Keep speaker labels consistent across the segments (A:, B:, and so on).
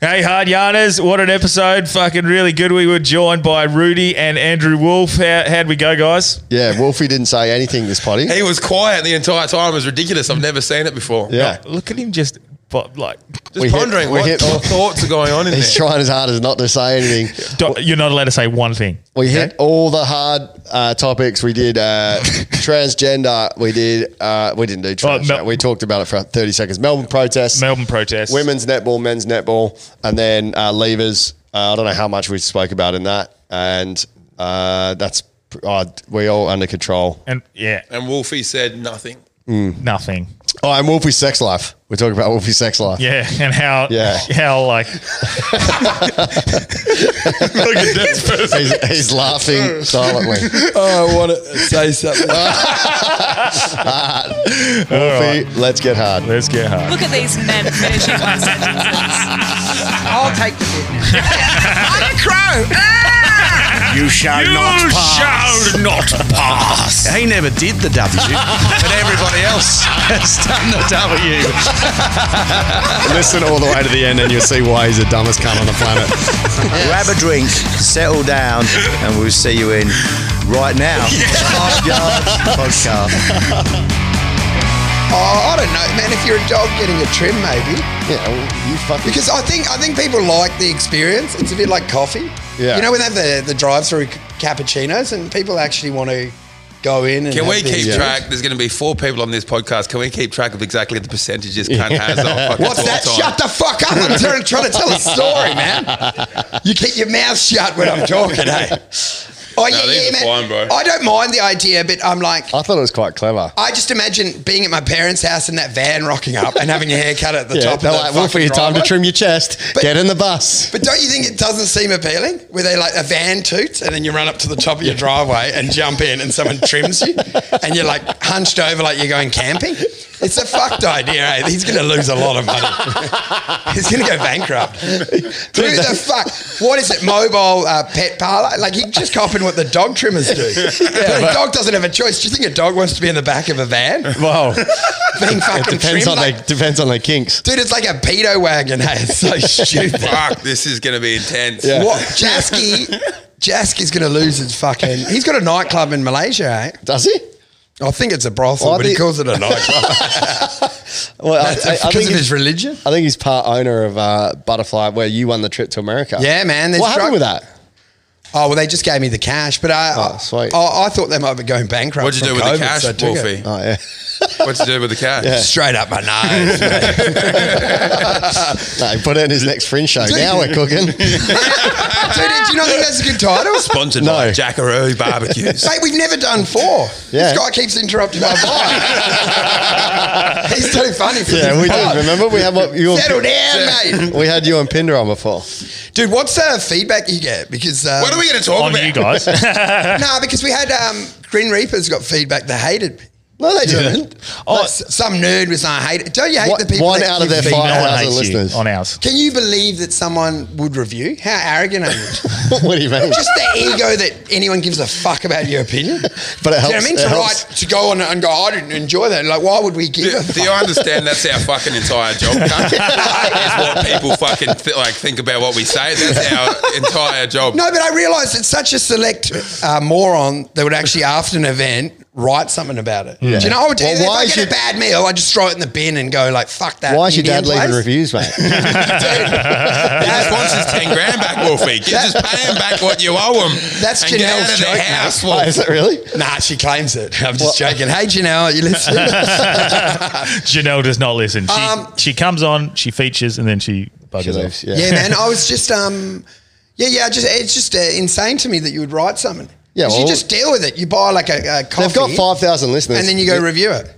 A: Hey, Hard Yarners, what an episode. Fucking really good. We were joined by Rudy and Andrew Wolf. How, how'd we go, guys?
B: Yeah, Wolfie didn't say anything this potty.
C: He was quiet the entire time. It was ridiculous. I've never seen it before.
B: Yeah.
A: Look at him just, but like,
C: Just
B: We hit-
C: pondering
B: we
C: what
B: hit-
C: th- thoughts are going on in
B: He's
C: there.
B: trying his hardest not to say anything.
A: don't- you're not allowed to say one thing.
B: We hit all the hard uh, topics. We did uh, transgender. We did. Uh, we didn't do transgender.
A: Mel-
B: we talked about it for thirty seconds. Melbourne protests.
A: Melbourne protests.
B: women's netball, men's netball, and then uh, levers. Uh, I don't know how much we spoke about in that, and uh, that's uh, we all under control.
A: And yeah,
C: And Wolfie said nothing.
A: nothing.
B: Oh, and Wolfie's sex life. We're talking about Wolfie's sex life.
A: Yeah, and how,
B: Yeah.
A: how like,
C: Look at this person.
B: He's, he's laughing silently.
D: Oh, I want to say something.
B: Wolfie, let's get hard.
A: let's get hard.
E: Look at these men finishing my sentences.
F: I'll take the bid now. I'm a crow. Ah!
G: You shall not pass.
A: shall not pass.
G: He never did the W, but everybody else has done the W.
B: Listen all the way to the end, and you'll see why he's the dumbest cunt on the planet.
G: Grab a drink, settle down, and we'll see you in right now. Hard Yards Podcast.
D: Oh, I don't know, man. If you're a dog getting a trim, maybe
B: yeah, well, you fucking.
D: because I think I think people like the experience. It's a bit like coffee.
B: Yeah.
D: You know when they have the, the drive-through c- cappuccinos and people actually want to go in. And
C: Can we
D: have the
C: keep
D: experience.
C: track? There's going to be four people on this podcast. Can we keep track of exactly the percentages cunt has on fucking
D: What's that?
C: time?
D: Shut the fuck up! I'm trying, trying to tell a story, man. You keep your mouth shut when I'm talking, eh? Oh yeah,
C: these
D: yeah,
C: are
D: man.
C: fine, bro.
D: I don't mind the idea, but I'm like,
B: I thought it was quite clever.
D: I just imagine being at my parents' house in that van rocking up and having a haircut at the
B: Yeah,
D: top. Of
B: they're
D: that
B: like, Wolfie,
D: fucking
B: it's time to
D: driveway."
B: trim your chest.
D: But-
B: get in the bus.
D: But don't you think it doesn't seem appealing? Where they like a van toots and then you run up to the top of your driveway and jump in and someone trims you and you're like hunched over like you're going camping. It's a fucked idea. Eh? He's going to lose a lot of money. He's going to go bankrupt. Who the fuck? What is it? Mobile uh, pet parlor? Like he's just copying what the dog trimmers do. but a dog doesn't have a choice. Do you think a dog wants to be in the back of a van
B: Well,
D: being fucking
B: depends
D: trimmed?
B: on
D: Like,
B: their depends on their kinks.
D: dude, it's like a pedo wagon. Hey, it's so stupid.
C: Fuck, this is going to be intense.
B: Yeah.
D: What Jasky? Jasky's going to lose his fucking. He's got a nightclub in Malaysia, eh?
B: Does he?
D: I think it's a brothel,
B: Well, Oh, I
D: but he
B: think-
D: calls it a nightclub
B: Well, I, I- I
D: because
B: think
D: of his
B: he's-
D: religion.
B: I think he's part owner of uh, Butterfly, where you won the trip to America.
D: Yeah, man, there's
B: What happened
D: drug-
B: with that?
D: Oh well, they just gave me the cash, but I,
B: Oh, sweet.
D: I, I thought they might be going bankrupt.
C: What'd you do
D: from
C: with
D: COVID,
C: the cash,
D: so I took it.
C: Wolfie?
B: Oh yeah,
C: What'd you do with the cash?
D: Straight up my nose. mate.
B: no, he put it in his next fringe show. now we're cooking.
D: Dude, do you not think that's a good title?
C: Sponsored
B: No.
C: by Jackaroo Barbecues.
D: Mate, we've never done four.
B: Yeah.
D: This guy keeps interrupting my vibe. He's too funny for
B: yeah,
D: this
B: we
D: pod.
B: did. Remember we had what you and
D: Settle
B: Pin-
D: down, mate.
B: we had you and Pinder on before.
D: Dude, what's the feedback you get? Because um,
C: what are we going to talk
A: On
C: about?
A: you guys.
D: No, because we had um, Green Reapers got feedback. They hated me.
B: No, they didn't.
D: Like, s- some nerd was like, "Hate it." Don't you hate
B: Oh. What-
D: the people?
B: one
D: that
B: out of
D: give
B: their
D: feedback?
A: no one
B: 5,000
A: hates
B: listeners.
A: you on ours.
D: Can you believe that someone would review? How arrogant are you?
B: what do you mean?
D: Just the ego that anyone gives a fuck about your opinion.
B: But it
D: Do
B: helps-
D: you know what I mean?
B: it
D: To
B: helps.
D: write, to go on and go, "Oh, I didn't enjoy that. Like, why would we give?
C: Do,
D: a fuck?
C: do you understand that's our fucking entire job? cunt? is what people fucking th- like think about what we say. That's our entire job.
D: No, but I realised it's such a select uh, moron that would actually, after an event, write something about it. Do you know? I would do
B: Well,
D: that. if
B: why
D: I get
B: should-
D: a bad meal, I just throw it in the bin and go like, "Fuck that."
B: Why is your dad leaving
D: Indian place.
B: reviews, mate?
C: He just wants his ten grand back, Wolfie. Get- Just pay him back what you owe him.
D: That's
C: and get
D: Janelle's
C: out of
D: joke,
C: the
D: mate.
C: house.
B: Why,
C: Wolf.
B: Oh, is it really?
D: Nah, she claims it. I'm just joking. Hey, Janelle, are you listening?
A: Janelle does not listen. She,
D: Um,
A: she comes on, she features, and then she
B: She
A: buggers off.
B: leaves, Yeah.
D: yeah, man. I was just, um, yeah, yeah. I Just it's just uh, insane to me that you would write something.
B: Yeah,
D: 'Cause
B: well-
D: you just deal with it. You buy like a, a coffee.
B: They've got five thousand listeners,
D: and then you go review it.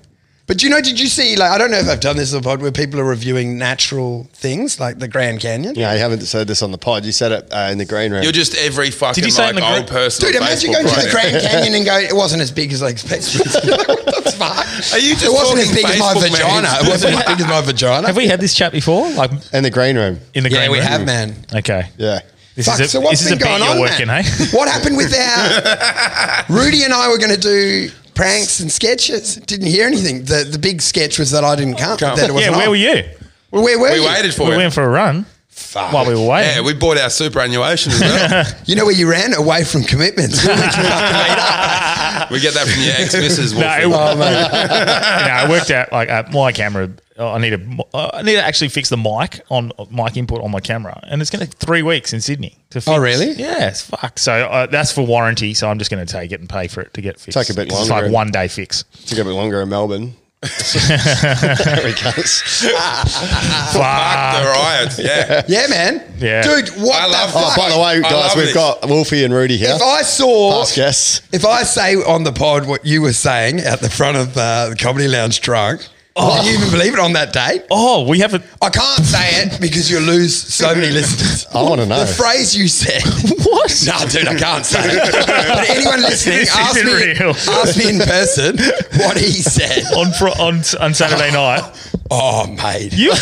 D: But do you know? Did you see? Like, I don't know if I've done this on the pod where people are reviewing natural things like the Grand Canyon.
B: Yeah, you haven't said this on the pod. You said it uh, in the green room.
C: You're just every fucking
A: Did you say
C: like
A: in the group-
C: old person.
D: Dude,
C: on
D: imagine
C: Facebook
D: going to
C: right
D: the
C: now.
D: Grand Canyon and going, it wasn't as big as I expected. That's fine.
C: Are you just
D: it wasn't as
C: talking
D: big as my
C: Facebook, man?
D: vagina. It wasn't as big as my vagina.
A: Have we had this chat before? Like
B: in the green room.
A: in the
D: yeah,
A: green
D: we
A: room?
D: have, man.
A: Okay.
B: Yeah.
A: This
D: Fuck,
A: is a,
D: so what's
A: this
D: been
A: is a
D: going
A: bit
D: on?
A: you're working, eh?
D: man?
A: hey?
D: What happened with our Rudy and I were going to do pranks and sketches? Didn't hear anything. The the big sketch was that I didn't come. That it
A: yeah,
D: wasn't
A: where
D: on.
A: were you?
D: Well, where were
C: We
D: you?
C: waited for
A: We
C: him.
A: went for a run.
D: Fuck.
A: while we were waiting.
C: Yeah, we bought our superannuation as well.
D: you know where you ran? Away from commitments. You're making me fucking hate up.
C: we get that from your ex missus.
A: No, it,
C: Wolfie.
D: Oh,
A: no, it worked out. Like uh, my camera, oh, I need to, uh, I need to actually fix the mic on mic input on my camera, and it's going to three weeks in Sydney to fix.
D: Oh, really?
A: Yeah, it's fuck. So uh, that's for warranty. So I'm just going to take it and pay for it to get fixed.
B: Take a bit
A: It's
B: longer.
A: like one day fix.
B: Took a bit longer in Melbourne. there we goes.
A: Fuck.
C: the riots. Yeah.
D: Yeah, man.
A: Yeah.
D: Dude, what
C: I
D: the
C: love
D: fuck?
B: Oh, by the way,
C: I
B: guys,
C: love
B: we've
C: this.
B: got Wolfie and Rudy here.
D: if I saw
B: Past guests.
D: If I say on the pod what you were saying at the front of uh, the comedy lounge drunk, can you even believe it on that date?
A: Oh, we have a.
D: I can't say it because you'll lose so many listeners.
B: I wanna know.
D: The phrase you said.
A: What?
D: Nah, dude, I can't say it. But anyone listening,
A: This
D: ask
A: isn't
D: me,
A: real. Oh.
D: ask me in person what he said.
A: on, fr- on on Saturday night,
D: Oh, mate.
A: you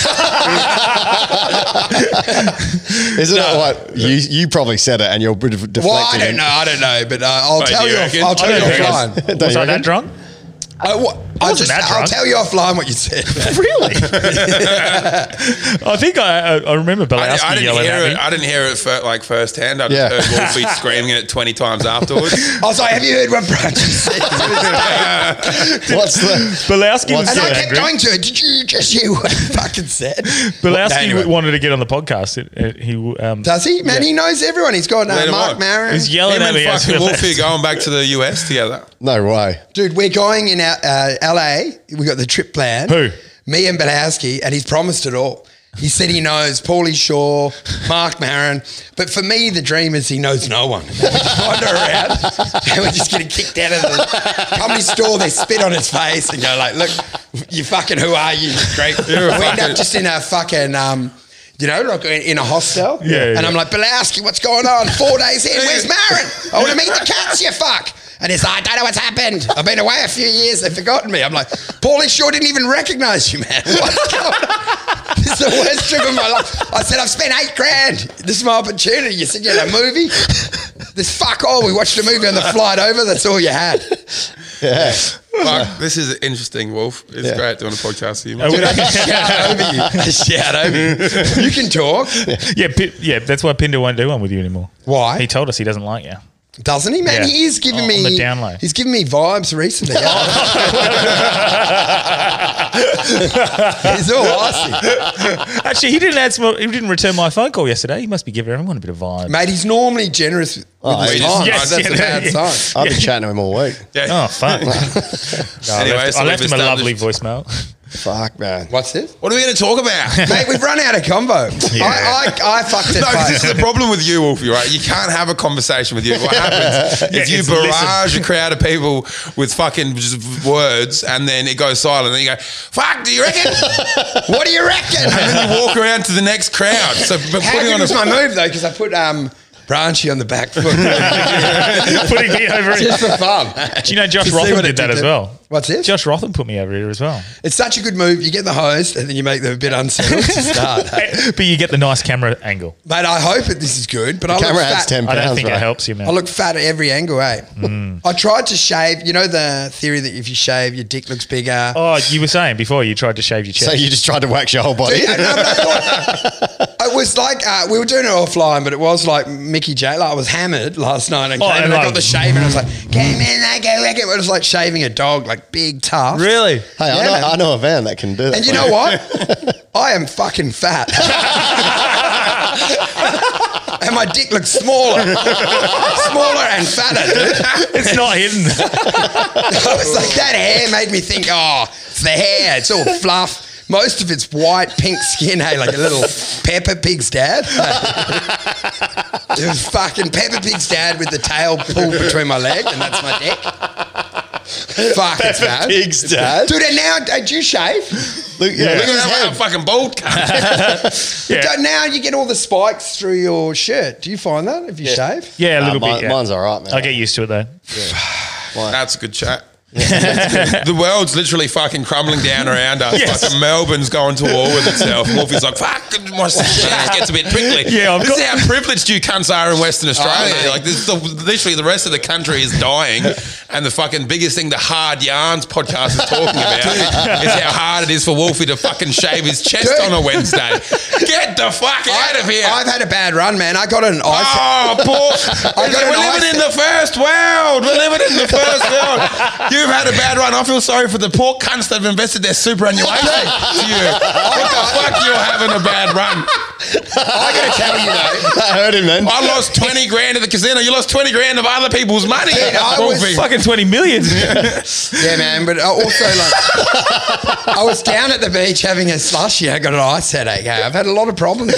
B: Isn't it like you? You probably said it, and you're bit of deflecting.
D: Well, I don't know. I don't know, but uh, I'll,
C: Mate,
D: tell
C: you
D: you off,
C: reckon?
D: I'll tell
C: I
D: you
C: don't think I
D: offline.
B: Don't
A: was
B: you
A: I that
B: reckon?
A: drunk?
D: I, wa- I
A: wasn't
D: just,
A: that
D: I'll
A: drunk.
D: tell you offline what you said.
A: Really? I think I I, I remember
C: I, I
A: Belowski
C: didn't
A: yelling
C: hear
A: at me.
C: it. I didn't hear it fir- like firsthand. I just
B: Yeah.
C: heard Wolfie screaming it twenty times afterwards.
D: I was like, have you heard what Brunch said?
B: What's the?
A: Belowski was
B: What's
D: And
A: still
D: I kept
A: angry.
D: going to it. Did you just hear what he fucking said?
A: Belowski
D: Anyway.
A: wanted to get on the podcast. It, it, he um,
D: Does he? Man, he knows everyone. He's got
C: Let
D: uh,
C: him
D: Mark
C: on.
D: Maron.
A: He's yelling
C: Him
A: at
C: and
A: me. as we
C: fucking
A: left.
C: Wolfie going back to the US together.
B: No way.
D: Dude, we're going in our, uh, LA. We got the trip planned.
A: Who?
D: Me and Belowski, and he's promised it all. He said he knows Paulie Shaw, Mark Maron, but for me, the dream is he knows no one. We just wander around, and we're just getting kicked out of the comedy store. They spit on his face and go like, "Look, you fucking who are you? Great." We
C: You're a
D: end up
C: fucking-
D: just in a fucking. Um, you know, like in in a hostel.
A: Yeah, yeah,
D: And
A: yeah.
D: I'm like, Belowski, what's going on? Four days in. Where's Marin? I want to meet the cats, you fuck. And he's like, I don't know what's happened. I've been away a few years. They've forgotten me. I'm like, Paulie Shaw didn't even recognize you, man. What's going on? This is the worst trip of my life. I said, I've spent eight grand. This is my opportunity. You said you had a movie. This fuck all. We watched a movie on the flight over. That's all you had.
B: Yeah.
C: Fuck, this is interesting, Wolf. It's
B: Yeah.
C: great doing a podcast with you.
A: Uh,
C: mate.
A: we-
D: Dude, I just shout over you. I shout over you. You can talk.
A: yeah, Pi- yeah. That's why Pinder won't do one with you anymore.
D: Why?
A: He told us he doesn't like you.
D: Doesn't he, man?
A: Yeah.
D: He is giving
A: On
D: me
A: the down low.
D: He's giving me vibes recently. he's all icy,
A: Actually, he didn't answer. He didn't return my phone call yesterday. He must be giving everyone a bit of vibe.
D: mate. He's normally generous with
B: Oh,
D: his
B: he
C: just-
D: time.
C: Yes,
D: That's a
A: yeah,
D: bad
A: yeah.
D: sign.
B: I've been chatting to him all week.
A: Oh fuck! No, I
C: Anyway,
A: left,
C: so
A: I left
C: we've
A: him a lovely
C: established-
A: voicemail.
B: Fuck man.
D: What's this,
C: What are we going to talk about?
D: mate? We've run out of combo. I, I, I fucked it.
C: No, 'cause this
D: both.
C: is the problem with you, Wolfie, right? You can't have a conversation with you. What happens
A: Yeah,
C: is you
A: it's listen.
C: barrage a crowd of people with fucking just words and then it goes silent. And you go, fuck, do you reckon?
D: what do you
C: and
D: reckon?
C: then you walk around to the next crowd. So but
D: How
C: putting
D: good
C: on
D: was
C: a
D: my move though? Because I put um, Branchy on the back foot
A: Putting me over. it.
D: just for fun.
A: Do you know Josh
D: To see
A: Rotham
D: what
A: did,
D: it
A: that
D: did
A: as
D: to-
A: well?
D: What's this?
A: Josh Rotham put me over here as well.
D: It's such a good move. You get the host, and then you make them a bit unsettled to start.
A: but you get the nice camera angle.
D: Mate, I hope that this is good, but I look
B: Camera adds
D: fat.
B: ten
A: I
B: pounds.
A: don't think
B: right?
A: it helps you, man.
D: I look fat at every angle, eh?
A: Mm.
D: I tried to shave. You know the theory that if you shave, your dick looks bigger.
A: oh, you were saying before you tried to shave your chest.
B: So you just tried to wax your whole body.
D: Yeah, no, but I thought- it was like uh, we were doing it offline, but it was like Mickey J. Like I was hammered last night and,
A: Oh,
D: came and
A: and
D: I
A: like-
D: got the shave and I was like, "Came in, I go, I go." It was like shaving a dog, like big, tough.
A: really?
B: Hey, I,
D: Yeah,
B: know,
D: man.
B: I know a van that can do that.
D: And you know what? I am fucking fat. and my dick looks smaller, smaller and fatter. Dude.
A: It's not hidden.
D: I was like, that hair made me think, oh, it's the hair. It's all fluff. Most of it's white, pink skin. Hey, like a little Pepper Pig's dad. it was fucking Pepper Pig's dad with the tail pulled between my leg, and that's my dick. Fuck, it's bad.
B: Pig's dad.
D: Dude, and now, did you shave?
B: Look, yeah, look
C: Look
B: at
C: at
B: his
C: that
B: head.
C: fucking bald cunt.
A: yeah.
D: Don't- Now you get all the spikes through your shirt. Do you find that if you shave?
A: yeah, a
B: Nah,
A: little
B: mine-
A: bit. Yeah.
B: Mine's all right, man.
A: I'll get used to it though.
C: That's a good chat. the world's literally fucking crumbling down around us.
A: Yes.
C: Fucking Melbourne's going to war with itself. Morphy's like, fuck, my shit gets a bit prickly.
A: Yeah, I've
C: this is
A: got- Oh,
C: how privileged you cunts are in Western Australia.
D: mate.
C: like, this, the, literally, the rest of the country is dying, and the fucking biggest thing the Hard Yarns podcast is talking about is how hard it is for Wolfie to fucking shave his chest
D: Dude.
C: on a Wednesday. Get the fuck out of here!
D: I've had a bad run, man. I got an iPhone.
C: Oh, poor.
D: I got
C: We're
D: an
C: living
D: ice-
C: in the first world. We're living in the first world. You've had a bad run. I feel sorry for the poor cunts that have invested their superannuation to you. What the fuck? You're having a bad run.
D: I got to tell you though.
B: That hurt him then.
C: I lost 20 grand at the casino. You lost 20 grand of other people's money.
D: Dude, I was
C: Wolfie.
A: Fucking 20 million.
D: Yeah, man. But I also like, I was down at the beach having a slushy. I got an ice headache. Hey, I've had a lot of problems.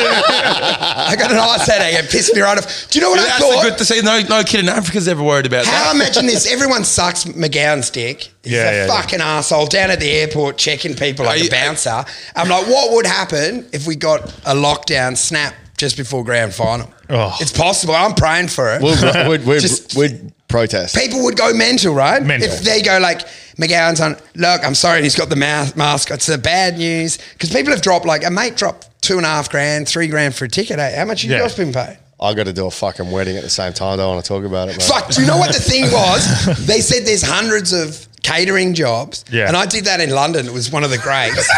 D: I got an ice headache. It pissed me right off. Do you know what I
C: That's
D: thought?
C: the good to see. No, no kid in Africa's ever worried about
D: How
C: that.
D: imagine this? Everyone sucks McGowan's dick. He's
A: Yeah,
D: a
A: yeah, yeah.
D: fucking asshole down at the airport checking people like
C: Are
D: a
C: you-
D: bouncer. I'm like, what would happen if we got a lockdown snap just before grand final?
A: Oh.
D: It's possible. I'm praying for it.
B: We'd, we'd, we'd,
D: Just-
B: we'd protest.
D: people would go mental, right?
A: Mental.
D: If they go like McGowan's on, look, I'm sorry, he's got the ma- mask. It's the bad news because people have dropped like a mate dropped two and a half grand, three grand for a ticket. Eh? How much have
A: Yeah.
D: you guys been paid?
B: I got to do a fucking wedding at the same time. I don't want to talk about it. Mate.
D: Fuck, do you know what the thing was? They said there's hundreds of catering jobs.
A: Yeah.
D: And I did that in London. It was one of the greats.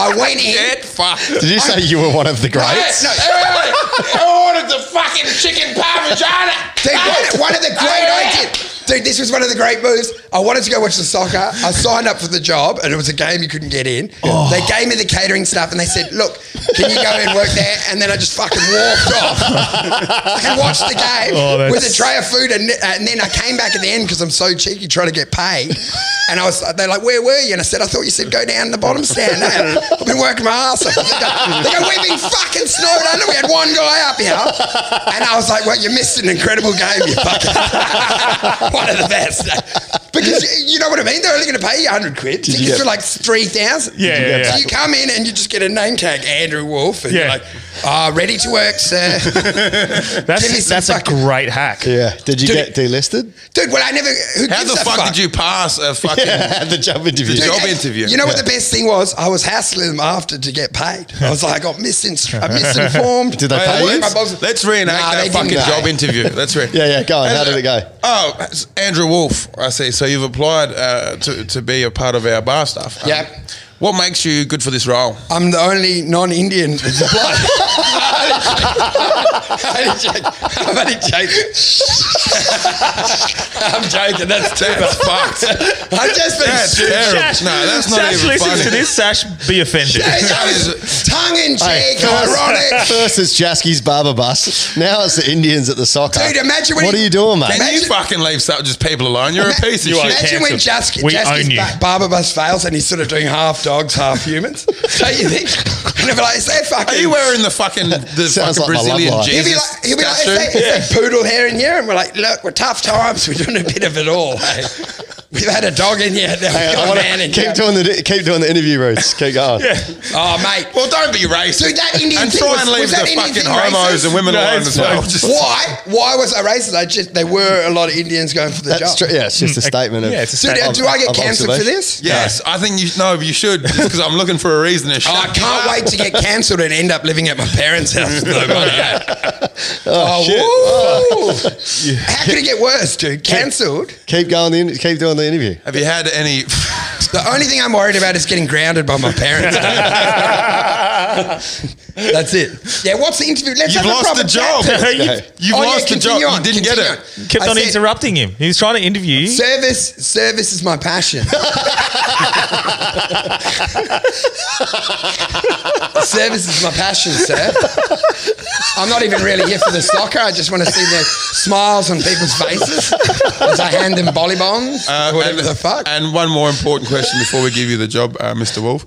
D: I went in.
C: Get fucked.
B: Did you say you were one of the greats?
D: No,
C: Hey, wait, wait. I ordered the fucking chicken parmigiana.
D: Dude,
A: Ah.
D: one, one of the great ideas. Dude, this was one of the great moves. I wanted to go watch the soccer. I signed up for the job and it was a game you couldn't get in. They gave me the catering stuff and they said, look, can you go and work there? And then I just fucking walked off. I can watch the game
A: Oh, that's-
D: with a tray of food and, and then I came back at the end because I'm so cheeky trying to get paid. And I was, they're like, where were you? And I said, I thought you said go down the bottom stand. Eh? I've been working my ass off. They go, they go, we've been fucking snowed under. We had one guy up here. And I was like, well, you missed an incredible game, you fucking. one of the best. Because you, you know what I mean? They're only going to pay you 100 quid. Tickets
B: get-
D: were like 3,000.
A: Yeah,
D: So
A: yeah, yeah.
D: You come in and you just get a name tag, Andrew Wolf. And you're
A: Yeah.
D: like, ah, ready to work, sir. Give me
A: That's,
D: some
A: that's a
D: fucking-
A: great hack.
B: Yeah. Did you
D: Dude.
B: get delisted?
D: Dude, well, I never. Who
C: How
D: gives
C: the
D: a
C: fuck, did you pass a fucking?
B: At the job interview.
C: Did
D: Dude,
C: Job
D: I-
C: interview.
D: You know what the best thing was? I was hassling them after to get paid. I was like, I got misin- I misinformed.
B: Did they
D: I
B: pay
D: worked
B: you?
D: my boss-
C: Let's reenact
D: Nah, they
C: that
D: didn't
C: fucking
D: pay.
C: job interview. Let's re-
B: Yeah, yeah, go on. How did it go?
C: Oh, it's Andrew Wolf. I see. So you've applied uh, to to be a part of our bar stuff. Um,
D: Yep.
C: What makes you good for this role?
D: I'm the only non-Indian that's applied. I'm only joking. I'm only joking. I'm joking. That's too
C: That's fucked.
D: I've just been
C: That's
D: super-
C: terrible.
A: Sash,
C: No, that's not
A: Sash
C: even
A: listens
C: funny.
A: to this. Sash, be offended.
D: That was tongue in
B: Hey,
D: cheek, ironic.
B: First it's Jasky's barber bus. Now it's the Indians at the soccer.
D: Dude, imagine when
B: what
D: he-
B: are you doing, mate?
C: Can you
D: Imagine-
C: fucking leave so, just people alone? You're a piece of
A: You are
C: shit.
D: Imagine when Jasky,
A: cancelled. We own
D: Jasky's
A: you.
D: ba- barber bus fails and he's sort of doing half dogs, half humans. Don't you think? And they'll be like, is that fucking?
C: Are you wearing the fucking the
B: Sounds
C: fucking
B: like my love
C: Brazilian
B: life.
D: He'll be
C: Jesus
D: like, he'll be like, is
C: statue?
D: that, is that poodle hair in here? And we're like, look, we're tough times. We're doing a bit of it all. eh? We've had a dog in here. Now
B: Hey, I
D: we've got a
B: wanna-
D: man in
B: keep
D: here.
B: doing the keep doing the interview routes. Keep going.
D: Oh, mate.
C: Well, don't be racist.
D: Dude, that Indian
C: and
D: thing
C: try
D: was-
C: and leave
D: was that
C: the fucking
D: Indian thing
C: homos
D: racist?
C: and women
A: No,
C: alone
A: it's
C: as well.
A: fine.
C: Just-
D: Why? Why was I racist? I just there were a lot of Indians going for the
B: That's
D: job. Mm,
B: true. Yeah, it's just a statement of.
A: yeah, it's a
D: Dude,
A: statement
D: do I get
B: Of
D: cancelled for
B: observation.
D: this?
C: Yes, I think you know you should because I'm looking for a reason to shut
D: Oh, I can't
C: you up.
D: wait to get cancelled and end up living at my parents' house. with no money.
B: Oh, shit.
D: Oh,
B: Oh.
D: woo. How could it get worse, dude? Cancelled.
B: Keep going. The, in- keep doing the interview.
C: Have you had any?
D: The only thing I'm worried about is getting grounded by my parents. That's it. Yeah, what's the interview? Let's
C: You've
D: have
C: lost
D: proper
C: the job.
D: chat.
A: You
C: You've
D: Oh, yeah,
C: lost the job.
D: continue on,
C: you didn't get
D: continue
C: it.
D: on.
A: kept
D: I
A: on
D: said,
A: interrupting him. He was trying to interview you.
D: Service, service is my passion. service is my passion, sir. I'm not even really here for the soccer. I just want to see the smiles on people's faces as I hand them bolly bombs
C: Uh,
D: or whatever the fuck.
C: and one more important question before we give you the job, uh, Mr. Wolf.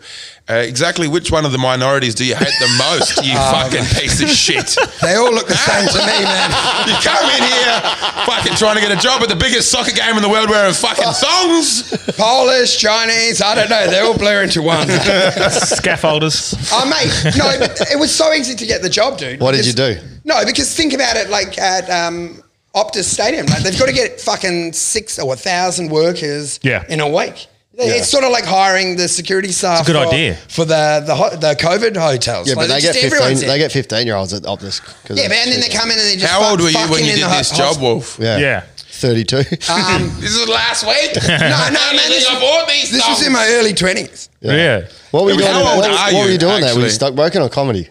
C: Uh, exactly which one of the minorities do you hate the most, you
D: Ah,
C: fucking piece of shit?
D: they all look the same to me, man.
C: You come in here fucking trying to get a job at the biggest soccer game in the world wearing fucking thongs.
D: Polish, Chinese, I don't know. They all blur into one.
A: Scaffolders.
D: Oh, mate, no, but it was so easy to get the job, dude.
B: What did
D: Because-
B: you do?
D: No, because think about it like at, um, Optus Stadium. Like they've got to get fucking six or a thousand workers
A: Yeah.
D: in a week.
B: Yeah.
D: It's sort of like hiring the security staff.
A: good
D: for,
A: idea.
D: for the the, ho- the COVID hotels.
B: Yeah, but they
D: Like,
B: get
D: just everyone's
B: 15.
D: in.
B: They get 15 year olds at Optus. 'cause
D: yeah,
B: of
D: but and then they
B: shit.
D: come in and they just
C: How
D: fuck-
C: old were you when
D: fucking
C: you
D: in
C: did
D: the ho-
C: this job, Wolf?
B: Yeah.
A: Yeah.
B: 32.
D: Um,
C: This is last week. no,
D: no, man, this,
C: I bought these.
D: this was in my early twenties.
A: Yeah.
B: What were you
C: Yeah,
B: doing?
C: how old
B: What,
C: are
B: what
C: you,
B: were you doing there? Were you
C: actually?
B: stuck broken or comedy?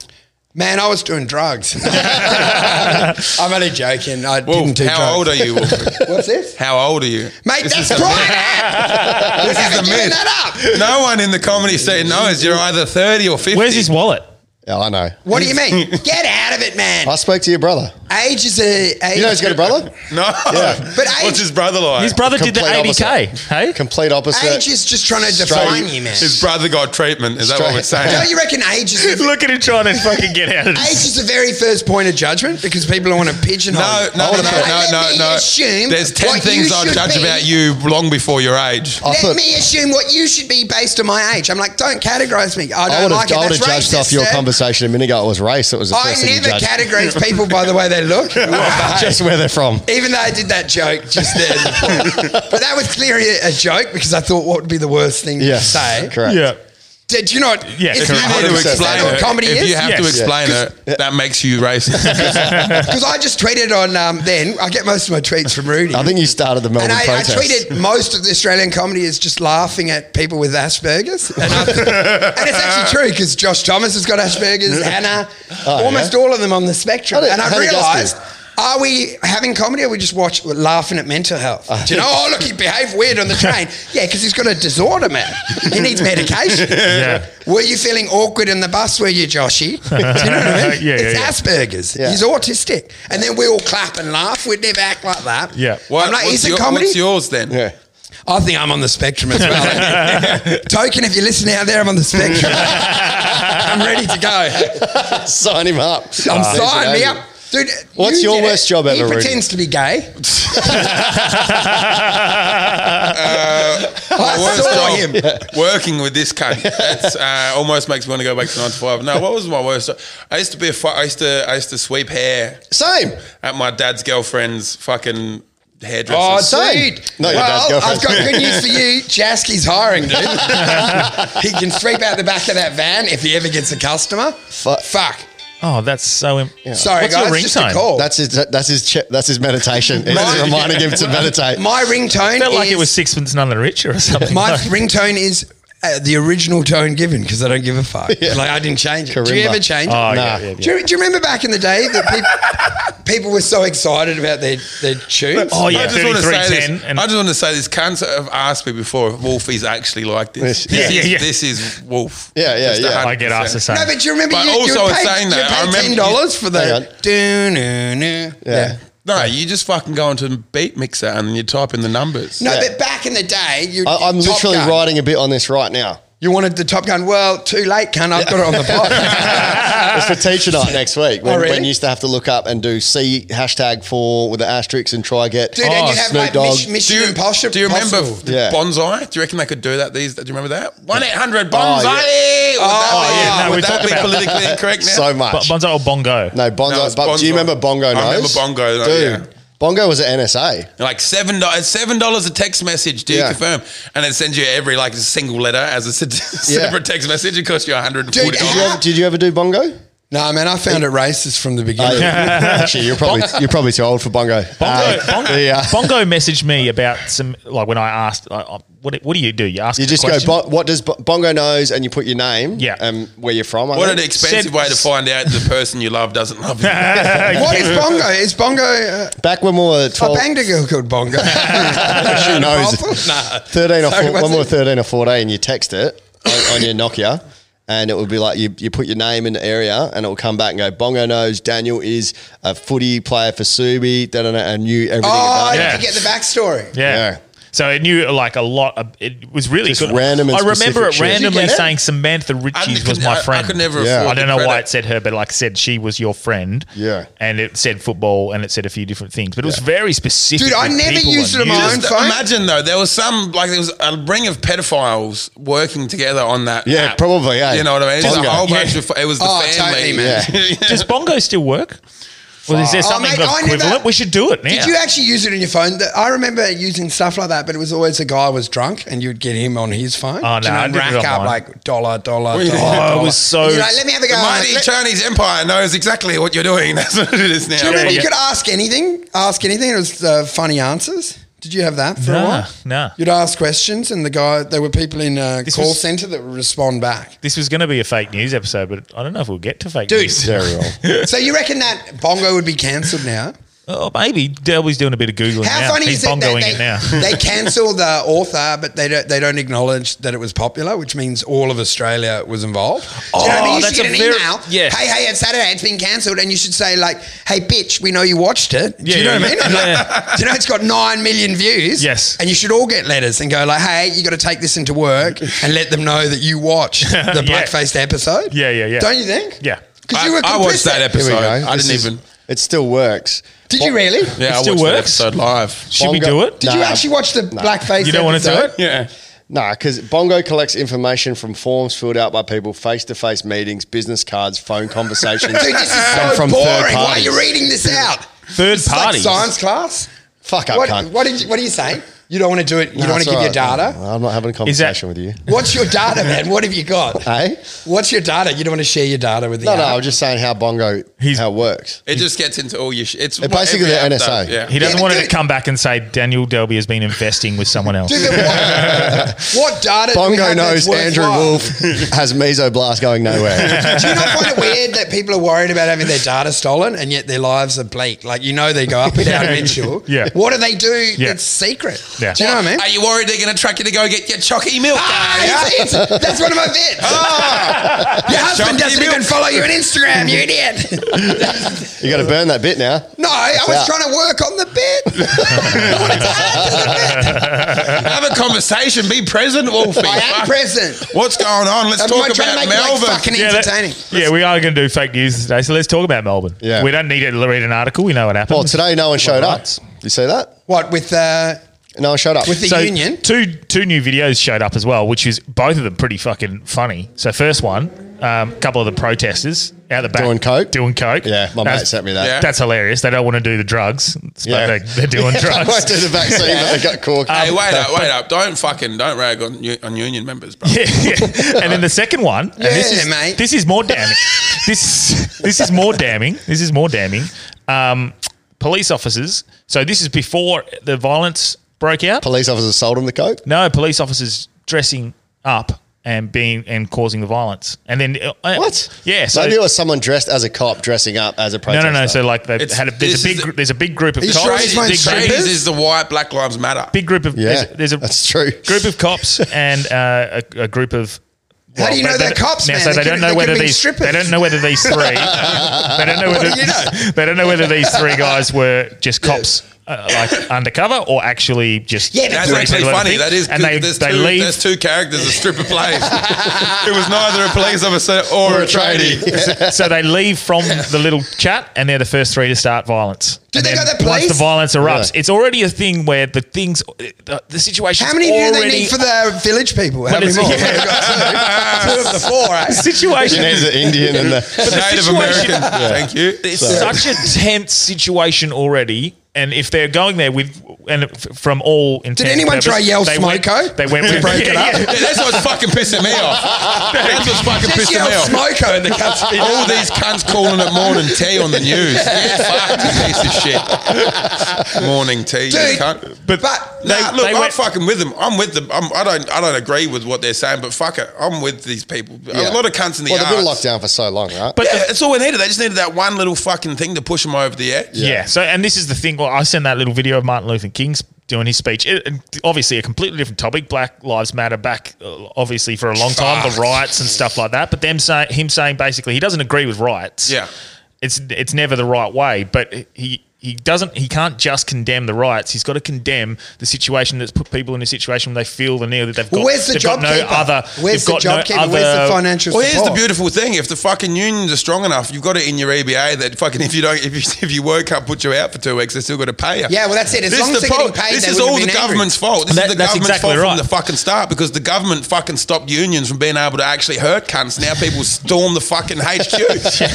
D: Man, I was doing drugs. I'm only joking. I didn't
C: Wolf,
D: do drugs.
C: how old are you, Wolf?
D: What's this?
C: How old are you?
D: Mate,
C: This
D: that's
C: is the
D: right.
C: This is the myth.
D: that up.
C: No one in the comedy scene knows you're either 30 or 50.
A: Where's his wallet?
B: Yeah, Oh, I know.
D: What do you mean? Get out of it, man.
B: I spoke to your brother.
D: Age is a age.
B: You know he's got a brother?
C: No.
B: Yeah.
D: But
C: What's
D: age-
C: his brother like?
A: His brother did the
B: Complete
A: 80K. Hey?
B: Complete opposite.
D: Age is just trying to
B: Straight-
D: define you, man.
C: his brother got treatment. Is that what we're
B: Straight-
C: saying?
D: Don't you reckon age is the,
A: Look at him trying to fucking get out of
D: age
A: this.
D: is the very first point of judgment because people want to pigeonhole.
C: No,
D: you.
C: no, no,
D: And
C: no,
D: let
C: no,
D: me
C: no, no.
D: Assume
C: There's 10
D: what
C: things
D: you
C: I'd
D: should
C: judge
D: be.
C: about you long before your age.
B: I
D: Let
B: thought-
D: me assume what you should be based on my age. I'm like, don't categorise me. I
B: I
D: don't
B: would have
D: like it. That's
B: judged
D: racist,
B: off your
D: sir.
B: conversation a minute ago. It was race. It was the
D: I
B: first thing you
D: never
B: judged.
D: categorise people by the way they look.
B: Just where they're from.
D: Even though I did that joke just then, but that was clearly a a joke because I thought what would be the worst thing
B: Yes.
D: to say.
B: Correct.
A: Yeah.
D: Do, do you know what?
A: Yeah,
D: it's
C: If you
D: not
C: need to
D: 100%
C: explain
D: what
C: it,
D: comedy
C: if
D: is
C: you have
A: Yes.
C: to explain it, that makes you racist.
D: because I just tweeted on um, then. I get most of my tweets from Rudy.
B: I think you started the Melbourne
D: and I, I
B: protest.
D: tweeted most of the Australian comedy is just laughing at people with Asperger's, and, I, and it's actually true because Josh Thomas has got Asperger's, Hannah, almost all of them on the spectrum,
B: Oh, How did-
D: and I
B: how did
D: realised.
B: Asperger's?
D: Are we having comedy or we just watch we're laughing at mental health? Do you know, oh, look, he behaved weird on the train. yeah, because he's got a disorder, man. He needs medication.
A: Yeah.
D: Were you feeling awkward in the bus, were you, Joshy? Do you know what I mean?
A: Yeah,
D: it's
A: yeah, yeah.
D: Asperger's.
B: Yeah.
D: He's autistic. And then we all clap and laugh. We'd never act like that.
A: Yeah.
D: I'm like,
C: what's
D: is it
C: your-
D: comedy?
C: What's yours then?
B: Yeah.
D: I think I'm on the spectrum as well. Token, if you listen out there, I'm on the spectrum. I'm ready to go.
B: Sign him up.
D: I'm
B: Uh,
D: signed me
B: Asian.
D: up. Dude,
B: What's
D: you
B: your
D: did it.
B: worst job
D: He
B: ever, Rudy?
D: pretends to be gay.
C: My
D: I
C: worst
D: saw
C: job,
D: him.
C: working with this cunt. That's uh, almost makes me want to go back to nine to five. No, what was my worst? job? I used to be a fu- I used to I used to sweep hair
B: Same.
C: at my dad's girlfriend's fucking hairdresser.
D: Oh,
B: Same.
D: dude.
B: No, your dad's
D: well,
B: girlfriend.
D: I've got good news for you. Jasky's hiring, dude. he can sweep out the back of that van if he ever gets a customer.
B: Fuck.
D: Fuck.
A: Oh, that's so. Im-
D: Sorry,
A: What's
D: guys.
A: Your
D: just a
A: ringtone?
D: call.
B: That's his. That's his. Che- that's his meditation. It's
D: Mine-
B: reminding him to meditate.
D: my ringtone
A: Felt
D: is,
A: like it was sixpence none the richer or something.
D: My
A: Like-
D: ringtone is uh, the original tone given because I don't give a fuck. Like I didn't change it. Do you
B: Karimba.
D: ever change it?
A: oh,
B: Nah.
A: yeah, yeah, yeah.
D: Do you, do you remember back in the day that people, people were so excited about their, their tunes?
A: Oh, yeah.
C: I just want to say this.
A: 3310 and-
C: I just want to say this. Cunts have asked me before if Wolfie's actually like this.
B: Yeah,
C: this,
A: yeah,
C: is,
A: yeah.
C: this is Wolf.
B: Yeah, yeah,
C: Just
B: yeah.
C: 100%.
A: I get asked the same.
D: uh, No, but do you remember
C: But
D: you,
C: also
D: you
C: in
D: paid,
C: saying
D: you
C: that, I
D: paid
C: remember
D: ten
C: you-
D: dollars for
B: Hang on.
D: the do no no.
B: Yeah.
C: No, you just fucking go into the beat mixer and then you type in the numbers.
D: No,
B: Yeah.
D: but back in the day, you.
B: I, I'm
D: Top
B: literally
D: Gun.
B: writing a bit on this right now.
D: You wanted the Top Gun. Well, too late, cunt. I've got it on the pod.
B: It's for teacher night next week. When,
D: Oh, really?
B: when you used to have to look up and do C hashtag for with the asterisk and try get. Oh,
D: Dude, and you have like Mich-
C: Do
D: Mission
C: you,
D: Impossible.
C: do you remember
D: Possible.
C: the
B: Yeah.
C: bonsai? Do you reckon they could do that these? Do you remember that? One eight hundred
B: Oh,
C: bonsai.
B: yeah.
C: Oh
A: yeah, no, we
C: Would that
A: talked
C: be
A: about-
C: politically incorrect now?
B: so much.
A: But Bonzo or Bongo?
B: no, Bongo.
C: No, it's
B: but Do you
C: Bonzo.
B: remember Bongo?
C: I
B: Knows?
C: remember Bongo Knows,
B: Dude,
C: yeah.
B: Bongo was at NSA.
C: Like seven dollars, seven dollars a text message. Do you
B: Yeah.
C: confirm? And it sends you every like single letter as a se- separate text message. It costs you one hundred and forty
B: Did
C: dollars.
B: you, ever, did you ever do Bongo?
D: No, man, I found it racist from the beginning.
B: Actually, you're probably you're probably too old for Bongo.
A: Bongo,
B: Uh,
A: Bongo,
B: the, uh,
A: Bongo messaged me about some like when I asked, like, uh, what, do- what do you do? You ask
B: You
A: a
B: just
A: question?
B: go. Bo- what does Bo- Bongo knows, and you put your name.
A: Yeah.
B: And where you're from. I
C: What
B: think.
C: an expensive
A: Said-
C: way to find out the person you love doesn't love you.
D: What is Bongo? Is Bongo? Uh,
B: Back when we were twelve.
D: I banged a girl called Bongo.
B: She knows.
D: Nah.
B: 13 or
D: Uh, Sorry,
B: four,
D: what's
B: when we were
D: it?
B: 13 or 14, you text it on, on your Nokia and it would be like you, you put your name in the area and it will come back and go, Bongo knows Daniel is a footy player for Subi, da, da, da, and you everything
D: Oh,
B: about
D: I
A: Yeah.
B: it.
D: didn't get the backstory.
A: Yeah.
B: Yeah.
A: So it knew like a lot. Of, it was really
B: Just
A: good.
B: random and
A: I remember
B: specific
A: it
B: shit.
A: randomly
D: Did you get it?
A: saying Samantha Ritchie
C: could-
A: was my
C: I- I
A: friend.
C: could never
B: Yeah.
C: afford
A: I don't
C: the
A: know why
C: credit.
A: it said her, but like said she was your friend.
B: Yeah.
A: And it said football and it said a few different things, but it was very specific.
D: Dude, I
A: with
D: never
A: people
D: used
A: and
D: it on my
A: users.
D: own
C: Just
D: phone?
C: imagine though, there was some like there was a ring of pedophiles working together on that.
B: Yeah,
C: app.
B: probably, eh?
C: You know what I mean? It's a
B: Bongo.
C: whole bunch
A: Yeah.
C: of. It was the
D: Oh,
C: family.
D: totally, man.
C: Yeah.
A: Does Bongo still work? Well, is there
D: Oh,
A: something
D: mate, I never-
A: equivalent? we should do it now.
D: Did you actually use it on your phone? The- I remember using stuff like that, but it was always the guy was drunk and you'd get him on his phone.
A: Oh,
D: Do you
A: no,
D: know,
A: I did it
D: rack
A: on
D: up
A: mine.
D: like dollar, dollar, dollar.
C: you doing?
A: Oh,
D: dollar.
A: it was so.
D: You're like, let me have a go.
C: The mighty
D: Let-
C: Chinese Empire knows exactly what you're doing. That's what it is now.
D: Do you remember
A: Yeah,
D: you
A: yeah.
D: could ask anything? Ask anything. It was uh, funny answers. Did you have that for a
A: Nah,
D: while?
A: nah.
D: You'd ask questions, and the guy there were people in a
A: This
D: call
A: was-
D: center that would respond back.
A: this was going to be a fake news episode, but I don't know if we'll get to fake news.
B: Very well.
D: so you reckon that bongo would be cancelled now?
A: Oh, maybe Delby's doing a bit of googling
D: How
A: now.
D: funny
A: He's
D: is it
A: bongoing
D: that
A: it now.
D: they, they cancel the author, but they don't they don't acknowledge that it was popular, which means all of Australia was involved. Do you know what I mean? You
A: that's
D: should
A: a
D: get an
A: very-
D: email.
A: yeah.
D: Hey, hey, it's Saturday. It's been cancelled, and you should say like, "Hey, bitch, we know you watched it." Do you
A: Yeah,
D: know
A: yeah,
D: what I mean?
A: yeah.
D: And, like,
A: Yeah,
D: Do you know it's got nine million views?
A: Yes.
D: And you should all get letters and go like, "Hey, you got to take this into work and let them know that you watched the
A: Yeah.
D: blackfaced episode."
A: Yeah, yeah, yeah.
D: Don't you think?
A: Yeah.
D: Because
C: I-
D: you were
C: I watched
D: complicit.
C: that episode.
B: Here we go.
C: I
B: This
C: didn't
B: is-
C: even.
B: It still works.
D: Did you really?
C: Yeah, I
A: still
C: watched
A: works?
C: the episode live.
A: Should we do
B: Bongo-
A: it?
D: Did you
B: Nah.
D: actually watch the blackface?
A: You don't want to
D: episode?
A: do it?
C: Yeah.
B: Nah, because Bongo collects information from forms filled out by people, face to face meetings, business cards, phone conversations.
D: Dude, this is
B: come
D: so
B: from
D: boring.
B: third
D: Why are
B: parties.
D: you reading this out?
A: Third
D: It's like
A: parties.
D: science class.
B: Fuck up,
D: What,
B: cunt.
D: what did you, What are you saying? You don't want to do it. You
B: Nah,
D: don't want
B: it's
D: to give
B: all
D: your
B: right.
D: data.
B: I'm not having a conversation with you.
D: What's your data, man? What have you got?
B: Hey?
D: What's your data? You don't want to share your data with the
B: Uh, No, no,
D: app?
B: I'm just saying how Bongo
A: He's-
B: how it works.
C: It just gets into all your shit. It's what
B: basically
C: every
B: the
C: app
B: NSA.
C: does, Yeah.
A: He doesn't
D: Yeah,
A: want it
D: dude.
A: to come back and say Daniel Delby has been investing with someone else.
D: Dude, what, what data? do we
B: Bongo
D: have that's
B: knows Andrew
D: worthwhile?
B: Wolf has mesoblast going nowhere.
D: Do you not find it weird that people are worried about having their data stolen and yet their lives are bleak? Like you know they go up and down mensual.
A: Yeah.
D: What do they do
A: Yeah.
D: that's secret?
A: Yeah.
D: Do you know what I mean?
C: Are you worried they're going to track you to go get your chalky milk?
D: Ah,
C: Yeah.
D: it's- it's- that's one of my bits.
B: Oh,
D: Your
C: Shocking
D: husband doesn't
C: milk.
D: even follow you on Instagram, you idiot.
B: you got to burn that bit now.
D: no, I was
B: out.
D: trying to work on the bit.
C: Have a conversation. Be present, Wolfie.
D: I am
C: Fuck.
D: present.
C: What's going on? Let's
D: I'm
C: talk
D: trying to
C: about
D: make it, like,
C: Melbourne.
D: fucking
A: yeah, that-
D: entertaining.
A: yeah, we are going to do fake news today, so let's talk about Melbourne.
B: Yeah.
A: We don't need to read an article. We know what happened.
B: Well, today no one showed up. You see that?
D: What with uh,
B: No one showed up.
D: with the union?
A: Two two new videos showed up as well, which is both of them pretty fucking funny. So first one, a couple of the protesters out the back
B: Doing coke?
A: doing coke.
B: yeah, my mate sent me that.
C: Yeah.
A: That's hilarious. They don't want to do the drugs, but
B: Yeah.
A: they, they're doing
B: Won't do
A: drugs. Um,
B: the vaccine, but they got cork.
C: Hey, wait uh, up, wait up. Don't fucking, don't rag on, u- on union members, bro.
A: Yeah, yeah. And then the second one, and this
D: Yeah,
A: is
D: mate.
A: this is more damning. this is this is more damning. This is more damning. Um, police officers. So this is before the violence broke out.
B: Police officers sold him the coke.
A: No, police officers dressing up and being and causing the violence, and then uh,
B: What?
A: Yeah, so.
B: maybe it was someone dressed as a cop dressing up as a
A: no,
B: protester.
A: no, no. So like they
C: It's-
A: had a, there's
C: this
A: a big
C: is-
A: gr- there's a big group of
D: you sure
A: cops,
D: he's wearing
A: big,
D: straight-
A: group,
C: Tradies is the white Black Lives Matter.
A: big group of
B: yeah,
A: there's, there's a
B: that's true.
A: group of cops and uh, a, a group of.
D: How do you
A: well,
D: know
A: they-
D: they're cops,
A: now,
D: man?
A: So
D: They
A: they,
D: could-
A: don't
D: they
A: know
D: could
A: whether
D: be
A: these
D: strippers.
A: they don't know whether these three they don't know whether
D: do you know?
A: they don't know whether these three guys were just cops uh, like undercover or actually just
D: Yeah, but
C: That's
A: doing
C: actually
A: similar
C: funny.
A: things.
C: That is,
A: and they
C: there's,
A: they
C: two,
A: leave
C: there's two characters a stripper plays. it was neither a police officer or, a tradie.
A: so they leave from the little chat, and they're the first three to start violence.
D: Do
A: And
D: they
A: then
D: go to
A: Once
D: police?
A: the violence erupts,
B: Yeah.
A: it's already a thing where the things, uh, the, the situation.
D: How many do they need for the village people? How
A: But
D: many
A: it's-
D: more?
A: yeah.
D: We've got two. Two of the four. eh?
A: situation?
B: There's the Indian and the.
C: Native
A: situation-
C: American. Thank you.
A: It's such a tense situation already. And if they're going there with, and f- from all intents, and
D: anyone try
A: purpose,
D: yell
A: they went-
D: Smoko
A: They went
D: to
A: with
D: break it up?
A: yeah.
C: Yeah, that's what's fucking pissing me off. That's what's fucking
D: Just
C: pissing
D: yell
C: me off.
D: Smoko in the country.
C: All these cunts calling it morning tea on the news. Get fucked, you piece of shit. Morning tea, you
D: Dude,
C: cunt.
D: but,
C: They,
D: nah,
C: look,
A: they
C: I'm
A: went-
C: fucking with them. I'm with them. I'm, I don't. I don't agree with what they're saying, but fuck it, I'm with these people. A lot of cunts in the
B: Well, they've been locked
C: arts.
B: down for so long, right?
A: But
C: Yeah, it's all we needed. They just needed that one little fucking thing to push them over the edge.
A: Yeah. So, and this is the thing. Well, I sent that little video of Martin Luther King's doing his speech. It, and obviously, a completely different topic. Black Lives Matter back, uh, obviously, for a long time, the
C: Fuck.
A: riots and stuff like that. But them say, him saying basically he doesn't agree with riots.
C: Yeah.
A: It's it's never the right way, but he he doesn't he can't just condemn the riots. He's got to condemn the situation that's put people in a situation where they feel the need that they've got.
D: Well, where's the
A: they've
D: job
A: got no
D: keeper?
A: other. they've
D: Where's the
A: got
D: job
A: no
D: keeper?
A: Other,
D: Where's the financial
C: Well, here's
D: support?
C: the beautiful thing: if the fucking unions are strong enough, you've got it in your EBA that fucking if you don't, if you, if you woke up, put you out for two weeks, they still got to pay you.
D: Yeah, well, that's it. As
C: this
D: long
C: is
D: as
C: the
D: they're getting
C: problem.
D: paid,
C: this
D: they
C: is
D: wouldn't
C: all
D: have
C: the
D: been angry.
C: government's fault. This is
A: That-
C: the
A: that's
C: government's
A: exactly
C: fault
A: right.
C: from the fucking start because the government fucking stopped unions from being able to actually hurt cunts. Now people storm the fucking HQ. and
D: you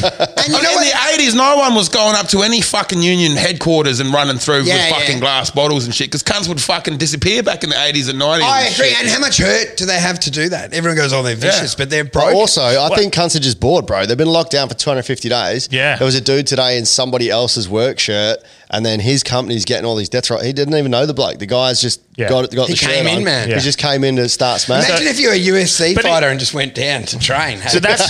D: know
C: in
D: what?
C: the eighties, no one was going up to any fucking union headquarters and running through
D: Yeah,
C: with fucking
D: yeah.
C: glass bottles and shit because cunts would fucking disappear back in the eighties and nineties.
D: I agree. And how much hurt do they have to do that? Everyone goes, oh, they're vicious,
C: Yeah.
D: but they're
B: Bro,
D: broke.
B: also, I think cunts are just bored, bro. They've been locked down for 250 days.
A: Yeah.
B: There was a dude today in somebody else's work shirt, and then his company's getting all these death threats. He didn't even know the bloke. The guy's just
A: Yeah.
B: got, got
D: He
B: the shirt
D: came in,
B: on.
D: man.
A: Yeah.
B: He just came in to start smashing.
D: Imagine if you were a UFC
A: But it-
D: fighter and just went down to train. hey?
A: So that's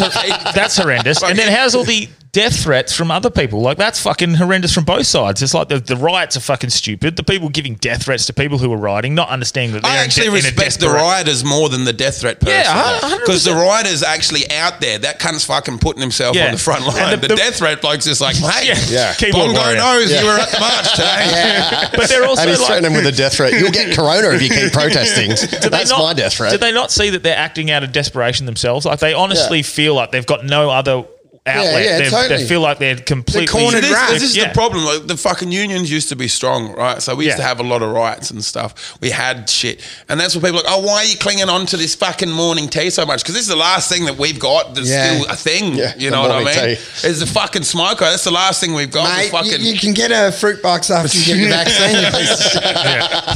A: that's horrendous. And then how's all the death threats from other people? Like that's fucking horrendous from both sides. It's like the, the riots are fucking stupid. The people giving death threats to people who are rioting, not understanding that they're
C: I
A: in
C: actually
A: de- in a
C: respect the
A: desperate-
C: rioters more than the death threat person.
A: Yeah, a hundred
C: because the rioters actually out there. That cunt's fucking putting himself
A: Yeah.
C: on the front line.
A: And
C: the,
A: the- the-
C: death threat bloke's just like, hey,
A: Yeah. Keyboard
C: Bongo
A: warrior.
C: knows you were at the march today.
A: But they're also
B: and he's
A: like,
B: threatening him with a death threat. You'll get corona if you keep protesting.
A: do they
B: That's
A: not-
B: my death threat.
A: Do they not see that they're acting out of desperation themselves? Like they honestly
B: Yeah.
A: feel like they've got no other outlet.
B: yeah,
A: They- They
B: totally.
A: feel like they're completely
C: So this,
A: Yeah.
C: this is the problem. Like, the fucking unions used to be strong, right? So we used
A: Yeah.
C: to have a lot of riots and stuff. We had shit, and that's what people are like. Oh, why are you clinging on to this fucking morning tea so much? Because this is the last thing that we've got. That's
D: Yeah.
C: still a thing.
B: Yeah,
C: you
B: the
C: know what I mean?
B: morning
C: It's the fucking smoker. That's the last thing we've got.
D: Mate,
C: the fucking
D: you, you can get a fruit box after you get your vaccine. you piece of shit.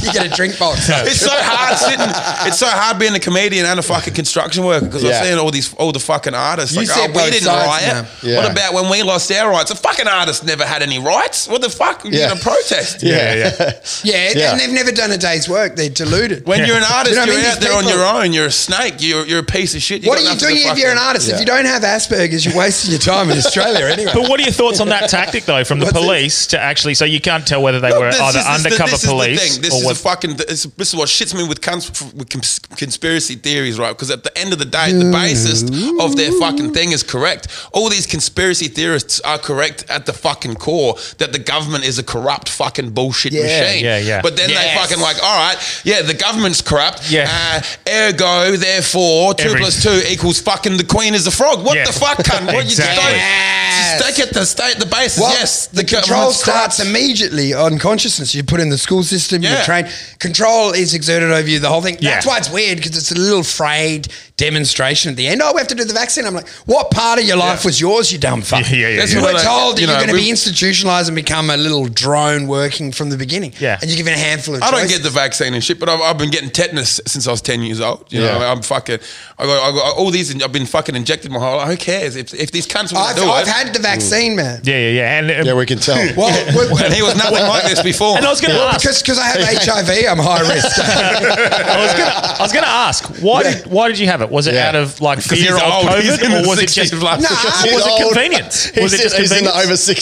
D: You get a drink box.
C: It's so hard sitting. It's so hard being a comedian and a fucking construction worker because
B: Yeah.
C: I'm seeing all these, all the fucking artists.
D: You
C: like,
D: see
C: oh,
D: it
C: we
D: both
C: didn't
D: sides,
C: riot.
D: man.
B: Yeah.
C: What about when we lost our rights? A fucking artist never had any rights. What the fuck? You're
B: Yeah.
C: gonna protest.
A: Yeah, yeah.
D: Yeah,
B: Yeah.
D: and they've never done a day's work. They're deluded.
C: When you're an
D: Do
C: artist,
D: you know
C: you
D: what I
C: are
D: mean?
C: out
D: These
C: there on your
D: people-
C: own. You're a snake. You're you're a piece of shit.
D: what
C: got
D: are you
C: nothing to
D: doing if you're an
C: fucking-
D: artist?
B: Yeah.
D: If you don't have Asperger's, you're wasting your time in Australia anyway.
A: But what are your thoughts on that tactic though, from the
D: What's it?
A: police to actually? So you can't tell whether they were
C: This
A: either
C: is- this-
A: undercover
C: this
A: police
C: Is the thing. This
A: or
C: is
A: what.
C: the fucking. This, this is what shits me with, cons- with cons- conspiracy theories, right? Because at the end of the day, the basis of their fucking thing is correct. All these conspiracy theorists are correct at the fucking core that the government is a corrupt fucking bullshit machine.
A: yeah, yeah.
C: But then
A: Yes.
C: they fucking like, all right, yeah, the government's corrupt.
A: Yeah.
C: Uh, ergo, therefore, two
A: Every-
C: plus two equals fucking the queen is a frog. What
A: Yeah.
C: the fuck, cunt? What you just
A: Exactly.
C: don't.
D: Yes.
C: Just stay at the stay at the basis.
D: Well,
C: yes,
D: the, control
C: government's corrupt.
D: starts immediately on consciousness. You put in the school system,
C: Yeah.
D: you train. Control is exerted over you, the whole thing. That's
A: Yeah.
D: why it's weird because it's a little frayed demonstration at the end. Oh, we have to do the vaccine. I'm like, what part of your life was yours, you dumb fuck?
A: Yeah, yeah, yeah,
D: That's
A: yeah.
D: what we're
C: Well, like,
D: told that
C: you
D: you are
C: know,
D: going to be
C: we-
D: institutionalized and become a little drone working from the beginning.
A: Yeah.
D: And you're given a handful of
C: I don't
D: choices.
C: get the vaccine and shit, but I've, I've been getting tetanus since I was ten years old. You know,
B: Yeah.
C: what I mean? I'm fucking. I got, I got all these. I've been fucking injected my whole. life. Who cares if if these cunts want
D: I've,
C: to do Mm.
D: I've
C: it?
D: had the vaccine, man.
A: yeah, yeah, yeah. And, um,
B: yeah, we can tell.
D: Well, well,
C: and he was nothing like this before.
A: and I was going to ask.
D: because because I have HIV, I'm high risk.
A: I was gonna, I was gonna ask why did why did you have it? Was it
B: Yeah.
A: out of like
C: Because
A: fear of COVID, or was it just
C: last
D: Nah.
B: He's
A: was it
B: old.
A: convenience?
B: He's,
A: Was it just
B: he's in the
A: convenience?
B: over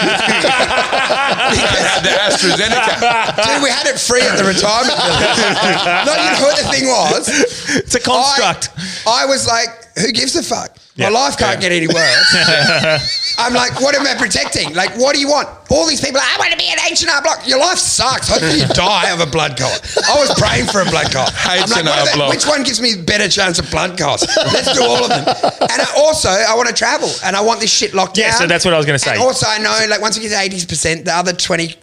B: 60s.
C: had the AstraZeneca?
D: Dude, we had it free at the retirement village. no, you know what the thing was?
A: It's a construct.
D: I, I was like, who gives a fuck? My life can't get any worse. I'm like, what am I protecting? Like, what do you want? All these people, are, I want to be an H&R Block. Your life sucks. Hopefully you die of a blood clot. I was praying for a blood clot. I'm like,
C: H&R
D: what about-
C: Block.
D: Which one gives me better chance of blood clots? Let's do all of them. And I also, I want to travel and I want this shit locked
A: Yeah,
D: down.
A: so that's what I was gonna say.
D: And also, I know, like, once we get to 80%, the other 20%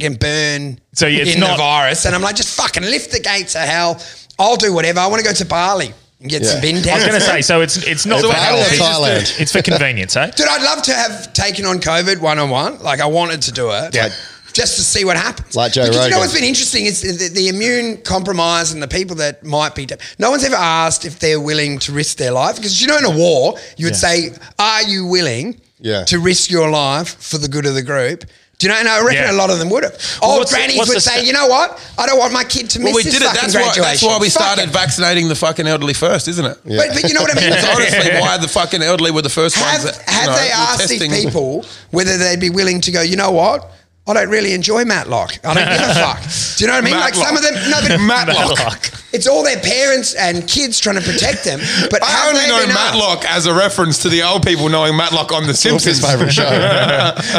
D: can burn
A: So it's
D: in
A: not-
D: the virus. And I'm like, just fucking lift the gates of hell. I'll do whatever. I want to go to Bali and get
B: Yeah.
D: some bin
A: I was going to
D: tags.
A: say, so it's it's not
B: It's
A: for
B: out
A: health,
B: of
A: it's just-
B: Thailand.
A: It's for convenience, eh?
D: Dude, I'd love to have taken on COVID one on one. Like, I wanted to do it.
B: Yeah.
D: Just to see what happens.
B: Like Joe
D: because you know
B: Rogan.
D: what's been interesting is the, the immune compromise and the people that might be. No one's ever asked if they're willing to risk their life because you know in a war you
A: Yeah.
D: would say, "Are you willing
B: Yeah.
D: to risk your life for the good of the group?" Do you know? And I reckon
A: Yeah.
D: a lot of them would have.
A: Well,
D: Old
A: what's the-
D: grannies
A: what's the
D: would say,
A: sta-
D: "You know what? I don't want my kid to miss
C: Well, we
D: this
C: did it.
D: fucking
C: That's why.
D: graduation."
C: That's why we
D: Fuck
C: started
D: it.
C: vaccinating the fucking elderly first, isn't it?
D: But, but you know what I mean?
C: It's honestly why the fucking elderly were the first ones.
D: have,
C: That, you
D: have
C: know,
D: they
C: were
D: asked
C: testing-
D: these people whether they'd be willing to go, you know what? I don't really enjoy Matlock. I don't give a fuck. Do you know what I mean? Like some of them, no, but
C: Matlock.
D: It's all their parents and kids trying to protect them. But
C: I
D: have
C: only
D: they
C: know
D: been asked?
C: Matlock as a reference to the old people knowing Matlock on The Simpsons.
B: favourite show.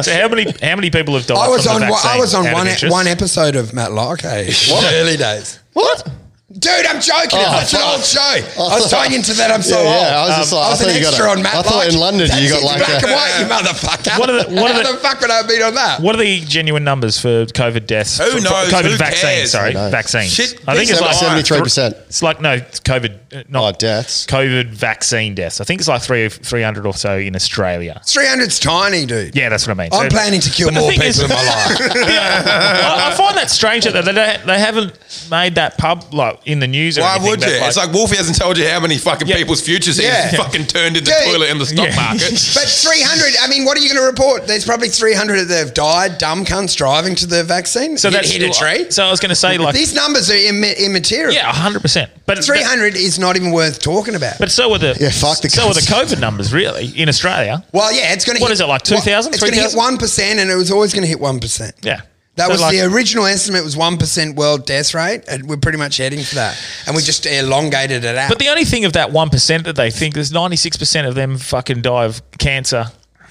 A: So how many how many people have died?
D: I was
A: from
D: on
A: the
D: one,
A: vaccine,
D: I was on
A: out of
D: one e,
A: interest?
D: one episode of Matlock. Hey, early days.
B: what?
D: Dude, I'm joking.
B: Oh,
D: it's such an
B: fuck.
D: old show. I was tying into that. I'm so
B: Yeah,
D: old.
B: yeah, I was
A: Um,
B: just like, I
D: was
B: thought
D: an
B: you got
D: extra
B: a-
D: on
B: I
D: Matlock.
B: thought in London
D: That's
B: you got
D: it,
B: like
D: black
B: a-
D: and white, you motherfucker.
A: What are the- what are
D: How
A: the-
D: the fuck would I have been on that?
A: What are the genuine numbers for COVID deaths?
C: Who
A: For- for
C: knows?
A: COVID
C: Who
A: vaccine,
C: cares?
A: sorry,
B: Who knows?
A: vaccines.
C: Shit,
A: I think it's like
C: seventy-
B: 73%.
A: It's like no, it's COVID, uh, not
B: Oh, deaths.
A: COVID vaccine deaths. I think it's like three three hundred or so in Australia.
D: 300's tiny, dude.
A: Yeah, that's what I mean.
D: I'm planning to kill
A: but the
D: more
A: thing is-
D: people in my life.
A: I, I find that strange that they, don't- they haven't made that pub like in the news. Or
C: Why
A: anything,
C: would
A: but,
C: you? it's like Wolfie hasn't told you how many fucking
A: Yeah.
C: people's futures
D: Yeah.
C: he's fucking turned into
D: Dude.
C: toilet in the stock
A: Yeah.
C: market.
D: But 300, I mean, what are you going to report? There's probably 300 that have died, dumb cunts driving to the vaccine.
A: so
D: Hit-
A: that's
D: hit a tree.
A: So I was going to say like
D: These numbers are imma- immaterial.
A: yeah, hundred percent. But
D: 300 is not even worth talking about.
A: But so were the
B: Yeah, fuck the
A: so were the
B: cunts.
A: COVID numbers really in Australia.
D: well, yeah, it's going to
A: What is it, like 2,000,
D: It's going to hit
A: 3,000?
D: 1%, and it was always going to hit 1%.
A: Yeah.
D: That
A: So
D: was
A: like-
D: the original estimate was 1% world death rate, and we're pretty much heading for that. And we just elongated it out.
A: But the only thing of that one percent that they think there's ninety six percent of them fucking die of cancer,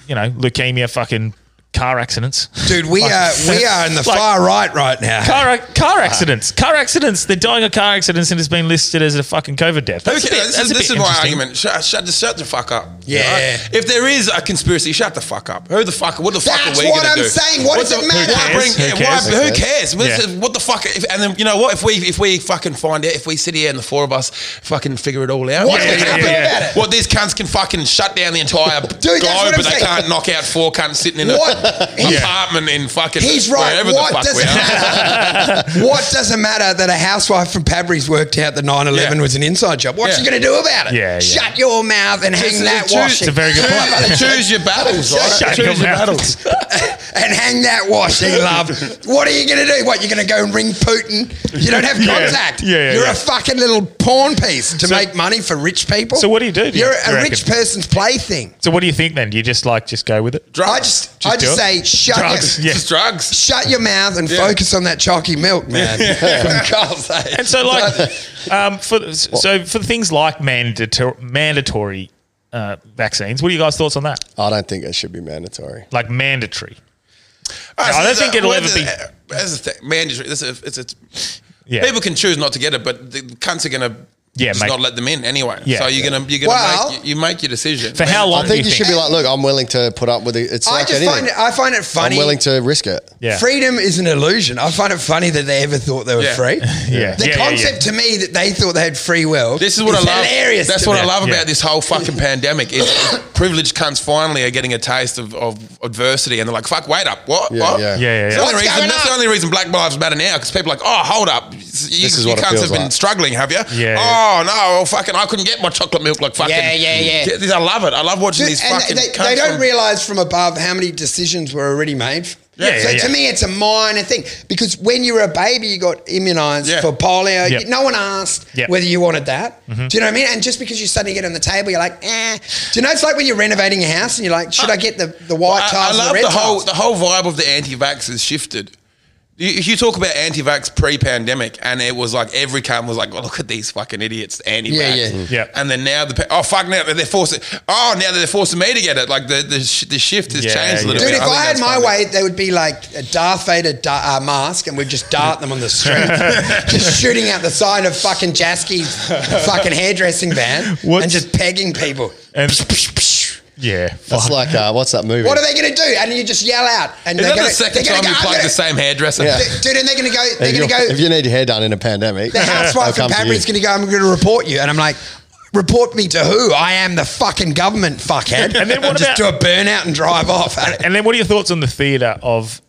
A: you know, leukemia, fucking car accidents.
D: Dude, we are we are in the
A: Like-
D: far right right now.
A: Car, ac- car accidents, car accidents. They're dying of car accidents, and it's been listed as a fucking COVID death.
C: Who
A: That's a
C: cares?
A: bit-
C: this
A: that's
C: is,
A: a
C: this
A: bit
C: is my
A: interesting.
C: argument. Shut, shut, the- shut the fuck up.
D: Yeah.
C: Alright? If there is a conspiracy, shut the fuck up. Who the fuck? What the fuck
D: That's
C: are we
D: what
C: gonna
D: I'm
C: do?
D: saying. What does
C: the-
D: it matter?
C: Why
D: Who
C: bring?
A: cares? Who
C: yeah,
A: cares?
C: Why, who cares? What's
A: Yeah.
C: the- What the fuck? If, and then you know what? If we if we fucking find out, if we sit here and the four of us fucking figure it all out,
D: What's
A: Yeah,
C: gonna
A: yeah,
C: happen?
A: yeah, yeah.
C: What these cunts can fucking shut down the entire
D: Dude, that's
C: globe,
D: what I'm
C: but they
D: saying.
C: can't knock out four cunts sitting in
D: What?
C: an apartment in fucking
D: He's right.
C: wherever the
D: What
C: fuck
D: does
C: we
D: it
C: are.
D: matter? what does it matter that a housewife from Padbury's worked out that 9 11
C: Yeah.
D: was an inside job? What's
C: Yeah.
D: she going to do about it?
A: Yeah, yeah.
D: Shut your mouth and hang
C: It's-
D: that
C: it's-
A: It's
D: washing.
A: a very good point.
C: Choose your battles, right?
A: Shut
C: Choose
A: your mouth.
D: and hang that washing, love. What are you going to do? What, you're going to go and ring Putin? You don't have
A: Yeah.
D: contact.
A: Yeah, yeah,
D: You're
A: yeah.
D: a fucking little pawn piece to
A: So-
D: make money for rich people.
A: So what do you do, do you
D: You're a
A: reckon?
D: rich person's plaything.
A: So what do you think then? Do you just like just go with it?
D: I just, I
A: do
D: just
A: it.
D: say, shut
A: Drugs.
D: your,
A: Yeah.
C: Just drugs.
D: Shut your mouth and focus on that chalky milk, man. For God's sake.
A: And so like, um, for so for things like mandatory mandatory uh, vaccines, what are you guys' thoughts on that?
B: I don't think it should be mandatory.
A: Like mandatory. I don't think it'll ever be-
C: uh, That's the thing, mandatory. This is, it's, it's,
A: Yeah.
C: People can choose not to get it, but the cunts are gonna
A: Yeah,
C: just
A: mate.
C: not let them in anyway.
A: Yeah.
C: so you're gonna you're gonna
D: Well-
C: make, you, you make your decision
A: For how long
B: I
A: do
B: think you,
A: you
B: should be like, look, I'm willing to put up with it. It's
D: I
B: like
D: just
B: anything.
D: find it, I find it funny.
B: I'm willing to risk it.
A: Yeah.
D: Freedom is an illusion. I find it funny that they ever thought they were
C: Yeah.
D: free.
A: Yeah.
D: The
A: Yeah, yeah,
D: concept to me that they thought they had free will.
C: This is what I love.
D: Hilarious.
C: That's
D: to
C: what
D: me.
C: I love
A: Yeah.
C: about this whole fucking pandemic is privileged cunts finally are getting a taste of, of adversity, and they're like, "Fuck, wait up, what?
B: Yeah,
C: what?
B: yeah.
A: Yeah, yeah,
C: It's
A: yeah.
C: the only
D: What's
C: reason-
D: going
C: that's the
D: on?
C: only reason Black Lives Matter now because people are like, "Oh, hold up, you,
B: is
C: you
B: what it
C: cunts
B: feels
C: have been
B: like.
C: struggling, have you?
A: Yeah, yeah.
C: Oh no, well, fucking, I couldn't get my chocolate milk like fucking.
D: Yeah, yeah, yeah.
C: Get this- I love it. I love watching
D: Dude,
C: these
D: and
C: fucking.
D: they,
C: cunts
D: they don't
C: from-
D: realize from above how many decisions were already made.
A: Yeah,
D: so
A: yeah,
D: to
A: yeah.
D: me, it's a minor thing because when you were a baby, you got immunized
C: Yeah. Mm-hmm.
D: for polio.
A: Yep.
D: You- no one asked
A: Yep.
D: whether you wanted that. Do you know what I mean? And just because you suddenly get on the table, you're like, eh. Do you know it's like when you're renovating a house and you're like, should I get the, the white
C: Uh, I- I,
D: tiles or the
C: love
D: red
C: the whole
D: tiles?
C: the whole vibe of the anti-vax has shifted. You- If you talk about anti-vax pre-pandemic, and it was like every cunt was like, "Oh, look at these fucking idiots, anti-vax."
D: yeah. Mm.
A: Yeah.
C: And then now the pa- oh fuck now they're forcing oh now they're forcing me to get it. Like the the, sh- the shift has
A: Yeah,
C: changed a little
A: yeah.
D: Dude,
C: bit.
D: if I,
C: think
D: had
C: that's
D: my
C: funny.
D: way, they would be like a Darth Vader da- uh, mask, and we'd just dart them on the street, just shooting out the side of fucking Jasky's fucking hairdressing van,
A: What's-
D: and just pegging people.
A: And yeah,
B: That's
A: fuck.
B: like, uh, what's that movie?
D: What are they going to do? And you just yell out, and
C: Is that
D: they're gonna,
C: the second
D: they're
C: time
D: gonna
C: you
D: go, "I'm
C: plugged
D: gonna-"
C: the same hairdresser?
B: Yeah.
D: dude, and they're going to go. They're
B: if,
D: going
B: you,
D: to go.
B: if you need your hair done in a pandemic,
D: the housewife
B: they'll
D: from
B: come to
D: Padbury's
B: you.
D: going to go. I'm going to report you, and I'm like. Report me to who? I am the fucking government, fuckhead.
A: And then what
D: just
A: about-
D: do a burnout and drive off.
A: And then, what are your thoughts on the theatre of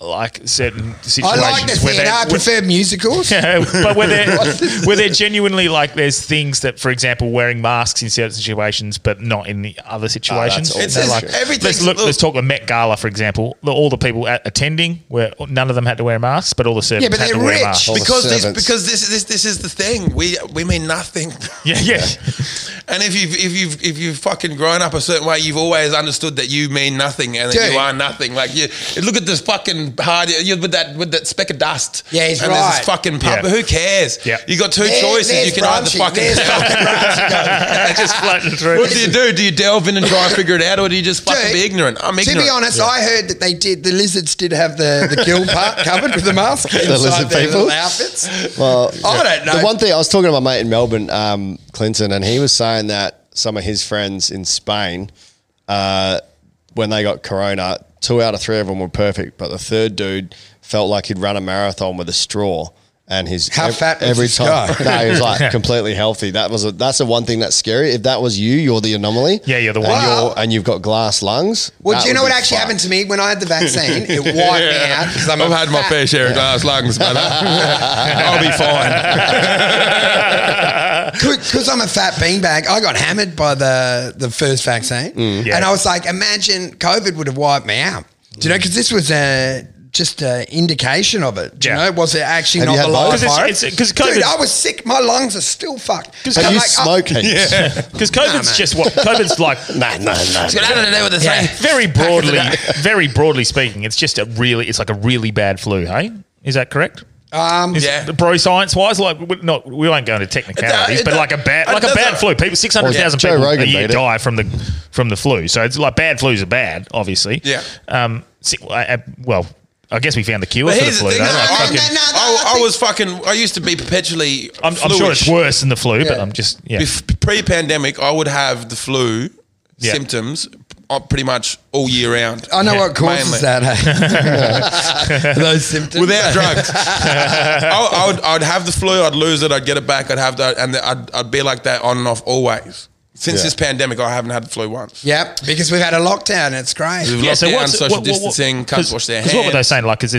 A: like certain
D: I
A: situations?
D: like the
A: where
D: theatre.
A: they're-
D: I prefer musicals.
A: Uh, but where they're, where they're genuinely like, there's things that, for example, wearing masks in certain situations, but not in the other situations.
B: all
A: They're
C: It's just
A: like,
C: everything's-
A: let's look, let's talk the Met Gala, for example. The- All the people at, attending, where none of them had to wear masks, but all the servants
D: but
A: had
D: they're
A: to wear
D: rich.
A: masks.
B: All the
C: because this,
B: servants.
C: because this this this is the thing. We we mean nothing.
A: Yeah, yeah.
C: And if you've if you've if you've fucking grown up a certain way, you've always understood that you mean nothing and that
D: Dude.
C: you are nothing. Like you look at this fucking fucking hard you with that with that speck of dust.
D: Yeah, he's
C: and There's
D: right.
C: this fucking pub.
A: Yeah.
C: Who cares?
A: Yeah.
C: You got two
D: There-
C: choices.
D: there's
C: You can either
D: Bramsci,
C: fucking.
D: there's fucking Bramsci
A: just floating through.
C: What do you do? Do you delve in and try and figure it out, or do you just fucking
D: Dude,
C: be ignorant? I'm ignorant.
D: To be honest, I heard that they did. The lizards did have the the gill part covered with the mask. inside
B: lizard
D: their
B: people?
D: little outfits.
B: Well,
D: I don't know.
B: The one thing I was talking to my mate in Melbourne, um, Clinton, and he was saying that some of his friends in Spain, uh, when they got corona, two out of three of them were perfect, but the third dude felt like he'd run a marathon with a straw. And his
D: How fat was
B: every
D: this
B: time
D: guy?
B: no, he was like completely healthy. That was a, that's the one thing that's scary. If that was you, you're the anomaly.
A: Yeah, you're the one.
B: And,
D: Wow.
B: you're, and you've got glass lungs.
D: Well,
B: That
D: do you
B: would
D: know what
B: be
D: actually
B: fucked.
D: happened to me when I had the vaccine? It wiped me out because I'm
C: I've
D: a
C: had my
D: fat-
C: fair share of glass lungs, but I'll be fine.
D: because I'm a fat beanbag, I got hammered by the the first vaccine,
B: Mm.
A: Yeah.
D: and I was like, imagine COVID would have wiped me out. Do you know? Because this was a just an indication of it. Do you
A: Yeah.
D: know? Was it actually
B: Have you
D: not
B: had
D: the
B: both?
D: live
B: 'Cause
A: it's-
D: virus?
A: it's- 'cause COVID
D: Dude, I was sick. My lungs are still fucked.
B: Have
D: I'm
B: you
D: like, oh. I-
B: smoked? yeah.
A: Because COVID's just what COVID's like.
B: No, no, no.
C: I don't know what this
A: yeah, very broadly, very broadly speaking, it's just a really, it's like a really bad flu. Hey, is that correct?
D: um,
A: Is
C: Yeah.
A: it bro science wise, like we- not we won't go into technicalities,
C: It-
A: but
C: it-
A: like a bad,
C: it
A: like a bad
C: doesn't-
A: flu. People six hundred thousand
B: Joe
A: people
B: Rogan
A: a year
B: beat it.
A: die from the from the flu. So it's like bad flus are bad, obviously.
C: Yeah.
A: Um. si- uh, well, I guess we found the cure
C: But
A: for the
C: here's the
A: flu.
C: thing.
A: though.
C: I, Oh,
A: Like,
D: no,
A: fucking-
D: no, no, I
C: I, I
D: think-
C: was fucking. I used to be perpetually.
A: I'm, I'm sure it's
C: fluish.
A: worse than the flu, but I'm just yeah.
C: Bef- pre-pandemic, I would have the flu
A: Yeah.
C: symptoms uh, pretty much all year round.
D: I know
A: Yeah,
D: what causes
C: mainly.
D: that. Hey? Those symptoms.
C: Without drugs, I, I would I'd have the flu, I'd lose it, I'd get it back, I'd have that, and I'd, I'd be like that on and off always. Since
B: Yeah.
C: this pandemic, I haven't had the flu once.
D: Yep, because we've had a lockdown. and It's great.
C: We've locked down, social distancing, can't wash their hands.
A: Because what were they saying? Like, is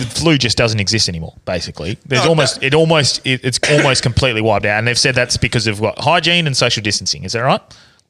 A: the flu just doesn't exist anymore? Basically, there's
C: No,
A: almost
C: Oh, no.
A: it almost it, it's almost completely wiped out, and they've said that's because of what hygiene and social distancing. Is that right?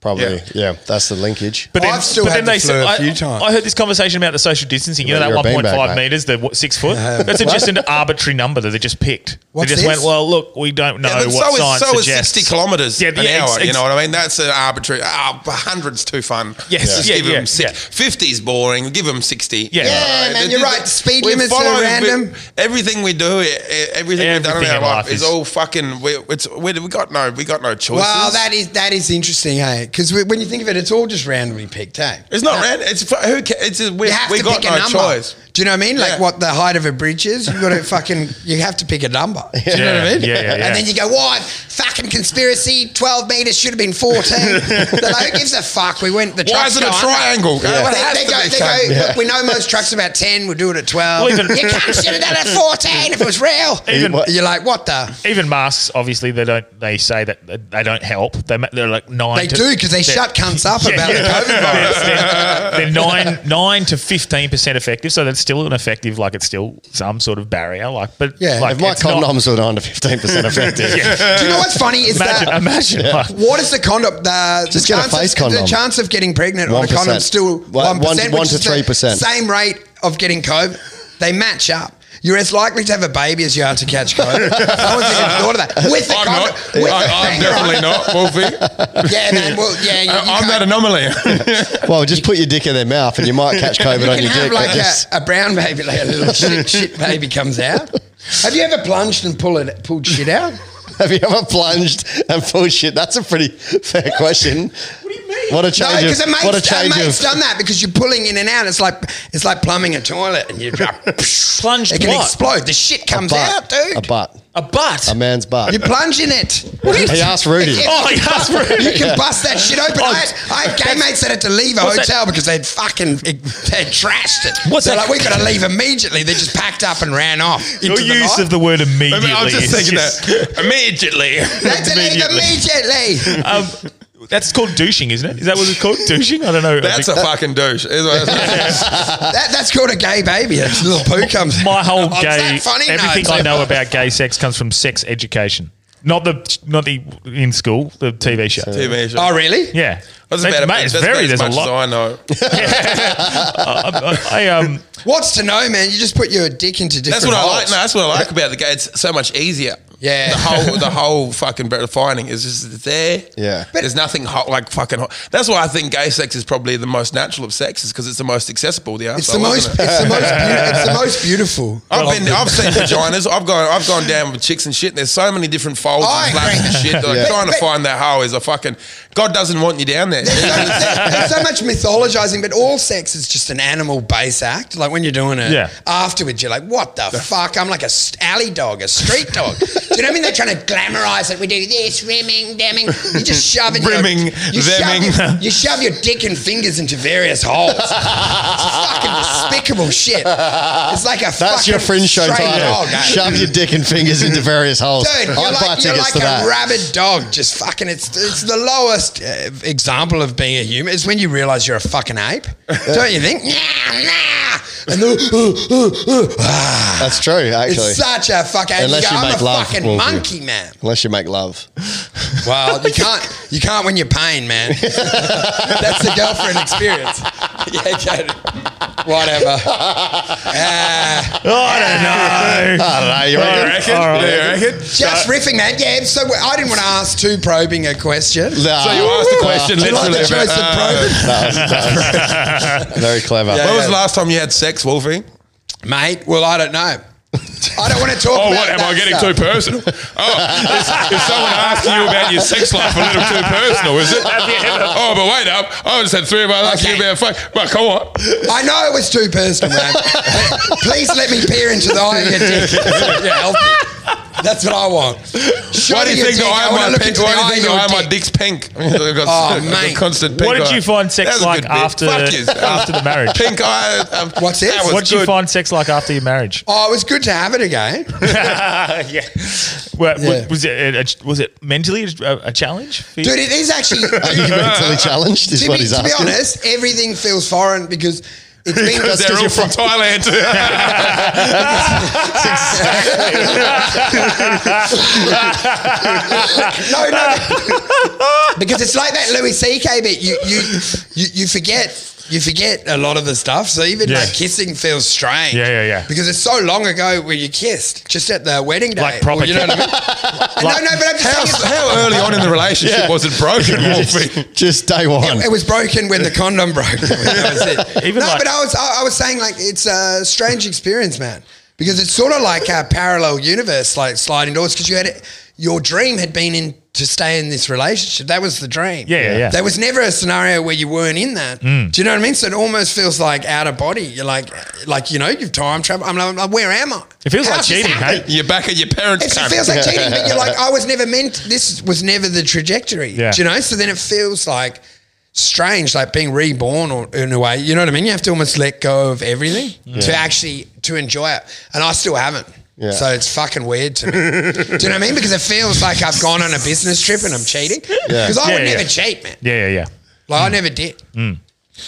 B: Probably.
C: Yeah.
B: yeah, that's the linkage.
A: But
D: I've still had the flu a
A: I-
D: few times.
A: I heard this conversation about the social distancing. You
B: Yeah,
A: know
B: you're a
A: that 1.5
B: beanbag, mate.
A: meters, the what, six foot. That's a, just an arbitrary number that they just picked.
D: What's
A: they just
D: this?
A: went, well, look, we don't know
C: Yeah, but
A: what
C: so is,
A: science
C: so is
A: suggests.
C: 60 kilometres
A: Yeah,
C: an
A: yeah,
C: hour.
A: ex-
C: you know what I mean? That's an arbitrary. Ah, 100's too fun.
A: Yes,
C: Let's Just
A: yeah,
C: give
A: yeah,
C: them six.
A: yeah.
C: 50's boring. Give them 60.
A: Yeah.
C: You know
A: Yeah,
C: what I mean?
D: man,
C: They-
D: you're
C: they-
D: right. Speed
C: we're
D: limits are
C: following-
D: random.
C: we- Everything we do, e- e- everything we've done in
A: Everything
C: our life is,
A: is-
C: all fucking. We, it's, we, we got no. We got no choices.
D: Wow, that is that is interesting, hey? Because when you think of it, it's all just randomly picked, hey?
C: It's not random. It's fu- who. Ca- it's a, we,
D: You have
C: we
D: to
C: got
D: pick
C: no
D: a number.
C: choice.
D: Do you know what I mean? Like
C: Yeah.
D: what the height of a bridge is. You got to fucking. You have to pick a number. Do you know what I
A: Yeah,
D: mean?
A: yeah, yeah, yeah.
D: And then you go, why fucking conspiracy? Twelve meters should have been fourteen. They're like, who gives a fuck? We went. The
C: Why
D: truck's
C: is it a
D: gone.
C: triangle?
D: They,
C: It
D: they
C: has to
D: go,
C: be
D: they
C: something.
D: go "Look, we know most trucks are about 10, we'll do it at 12.
A: Well, even-
D: you can't should have done it at 14 if it was real.
A: Even-
D: You're like, what the?
A: Even masks, obviously, they don't. They say that they don't help. They ma- they're like nine.
D: They
A: to-
D: do because they
A: they're-
D: shut cunts up
A: Yeah,
D: about
A: yeah.
D: the COVID virus.
A: They're, they're nine nine to fifteen percent effective, so that's still an effective. Like it's still some sort of barrier. Like, but
D: Yeah.
A: like,
B: If my
A: it's not-
B: condoms were nine to fifteen percent effective,
D: Do you know what's funny is
A: imagine,
D: that
A: imagine. like-
D: what is the condom? The,
B: Just
D: the
B: get a
D: chance
B: face
D: of,
B: condom.
D: The chance of getting pregnant on a
B: 1%.
D: condom's still
B: One-
D: one percent,
B: one-
D: which
B: one
D: is
B: to
D: the
B: 3%.
D: Same rate of getting COVID. They match up. You're as likely to have a baby as you are to catch COVID. no one's even thought of that. With the
C: I'm
D: condom,
C: not.
D: with the
C: I, am
D: finger
C: definitely
D: on-
C: not, Wolfie.
D: Yeah, man. Well, yeah, you, you
C: I- I'm
D: can't-
C: that anomaly.
B: well, just put your dick in their mouth and you might catch COVID
D: You
B: on
D: can
B: your
D: have
B: dick.
D: like
B: but just-
D: a, a brown baby, like a little shit, shit baby comes out. Have you ever plunged and pulled it, pulled shit out?
B: have you ever plunged and full shit? That's a pretty fair question. What do you mean? What a
D: No,
B: change
D: because
B: of
D: a mate's,
B: what a
D: a
B: change
D: mate's
B: of.
D: done that because you're pulling in and out. It's like it's like plumbing a toilet, and you drop.
A: Plunged
D: It can
A: what?
D: explode. The shit comes out,
B: butt,
D: dude.
B: A butt.
A: a butt.
B: A man's butt.
D: You plunge in it.
B: He asked Rudy.
D: If-
A: Oh, yes,
D: You
A: really.
D: can bust that shit open. I had, I had gay mates that had to leave a
A: Oh, What's that-
D: hotel because they'd fucking they'd trashed it.
A: What's
D: They're
A: that-
D: like, we got to leave immediately. They just packed up and ran off.
A: Your
D: into
A: use
D: night.
A: of the word
C: I
A: immediately.
C: mean, I'm just
A: is
C: thinking
A: just-
C: that immediately.
D: They had to leave immediately.
A: Um, that's called douching, isn't it? Is that what it's called? Douching? I don't know.
C: That's a fucking douche. Is what it's-
D: That, that's called a gay baby. A little poo comes.
A: my whole
D: out. Is that
A: gay.
D: funny? No,
A: Everything
D: it's
A: I know
D: not.
A: about gay sex comes from sex education, not the not the in school, the TV show.
C: TV show.
D: Oh, really?
A: Yeah,
C: That's
A: They-
C: about
A: mate, it's
C: as, that's
A: very.
C: about
A: There's
C: as
A: a
C: much
A: lot.
C: as I know.
A: I, I, I, um,
D: What's to know, man? You just put your dick into different
C: That's what I like.
D: holes.
C: No, that's what I like about the game. It's so much easier.
D: Yeah.
C: the whole the whole fucking refining is just there.
B: Yeah.
C: there's nothing hot like fucking hot. That's why I think gay sex is probably the most natural of sexes because it's the most accessible. The
D: It's the most. It's the most. beauti- it's the most beautiful.
C: I've been. I've seen vaginas. I've gone. I've gone down with chicks and shit. And there's so many different folds
D: I
C: and flaps and shit. Like
B: Yeah.
C: trying to
D: But-
C: find that hole is a fucking. God doesn't want you down there.
D: There's so, much- there's so much mythologizing, but all sex is just an animal base act. Like when you're doing it
A: Yeah.
D: afterwards, you're like, what the fuck? I'm like a s- alley dog, a street dog. do you know what I mean? They're trying to glamorize it. We do this, rimming, damming. You just shove it.
C: Rimming,
D: your, you
C: themming.
D: Shove your, you shove your dick and fingers into various holes. it's fucking despicable shit. It's like a
B: That's
D: fucking
B: your fringe show
D: stray
B: title.
D: Dog, eh?
B: Shove your dick and fingers into various holes.
D: Dude, you're
B: I'd buy
D: like, you're
B: tickets
D: like
B: to
D: a
B: that.
D: rabid dog. Just fucking, it's it's the lowest uh, example of being a human is when you realize you're a fucking ape, don't you think? Nah, nah. And the,
B: That's true, actually.
D: it's such a fucking. and
B: Unless
D: you go,
B: you
D: I'm
B: make
D: a
B: love,
D: fucking
B: won't you?"
D: monkey, man.
B: Unless you make love.
D: Well, you can't you can't win your pain, man. That's the girlfriend experience. Yeah, Jade. Whatever. Ah.
A: I don't know.
B: I don't know. You
A: All right.
B: reckon?
A: All right.
D: just riffing, man. Yeah. So I didn't want to ask too probing a question.
B: Nah.
C: So you asked the question
D: Do you like
C: literally.
D: the choice
C: about,
D: of
C: uh,
D: probing?
B: Very clever.
C: when was the last time you had sex, Wolfie?
D: Mate, well, I don't know. I don't want to talk
C: Oh,
D: about
C: what am I
D: that
C: getting
D: stuff.
C: too personal? Oh, if, if someone asks you about your sex life, a little too personal, is it? Oh, but wait up! I just had three of my last
D: Okay.
C: year about fuck. But come on,
D: I know it was too personal, man. But Please let me peer into the eye of your dick. You're healthy. That's what I want. Show
C: why do
D: me
C: you
D: your
C: think that
D: dick.
C: I
D: I want
C: am my
D: to look
C: pink?
D: into the
C: Why
D: eye
C: do you
D: of
C: think
D: your
C: I am my
D: dick.
C: dick's pink? I've got
D: Oh,
C: I've got
D: mate.
C: constant pink
A: What did
C: eye.
A: you find
C: That
A: sex
C: was a
A: like
C: good bit.
A: after
C: Fuck yous.
A: after the marriage?
C: Pink eye. um,
D: What's this?
C: that was
A: What did you
C: good.
A: find sex like after your marriage?
D: Oh, it was good to have it again.
A: yeah. Well, was-
D: Yeah.
A: Was it a, was it mentally a, a challenge? For you?
D: Dude, it is actually.
B: Are you mentally challenged? Is
D: to
B: what
D: be,
B: he's
D: to be
B: asking.
D: honest, everything feels foreign because it's been.
B: Because
C: They're all
B: you're
C: from Thailand.
D: no, no. because it's like that Louis C.K. bit. You you you, you forget. You forget a lot of the stuff, so even
A: Yeah.
D: like kissing feels strange.
A: Yeah, yeah, yeah.
D: Because it's so long ago where you kissed, just at the wedding day.
A: Like proper
D: Or you know what I mean?
A: Like-
D: no, no, but I'm just
C: how,
D: saying it's-
C: how early on in the relationship was it broken, Wolfie?
B: Just, just day one.
D: It, it was broken when the condom broke. That was it.
A: Even
D: no,
A: like-
D: but I was I, I was saying like it's a strange experience, man, because it's sort of like a parallel universe, like sliding doors, because you had it, your dream had been in to stay in this relationship. That was the dream.
A: Yeah, yeah, Mm. yeah.
D: There was never a scenario where you weren't in that. Do you know what I mean? So it almost feels like out of body. You're like, like you know, you've time travel. I'm like, I'm like, where am I?
A: It feels like
D: How's this
A: cheating,
D: happened?
A: hey?
C: You're back at your parents'
D: It's, it
C: cunt.
D: feels like cheating, but you're like, I was never meant. This was never the trajectory.
A: Yeah.
D: Do you know? So then it feels like strange, like being reborn or in a way. You know what I mean? You have to almost let go of everything to actually to enjoy it. And I still haven't.
B: Yeah.
D: So it's fucking weird to me. Do you know what I mean? Because it feels like I've gone on a business trip and I'm cheating. Because I
A: Yeah,
D: would
A: yeah.
D: never cheat, man.
A: Yeah, yeah, yeah.
D: Like I never did.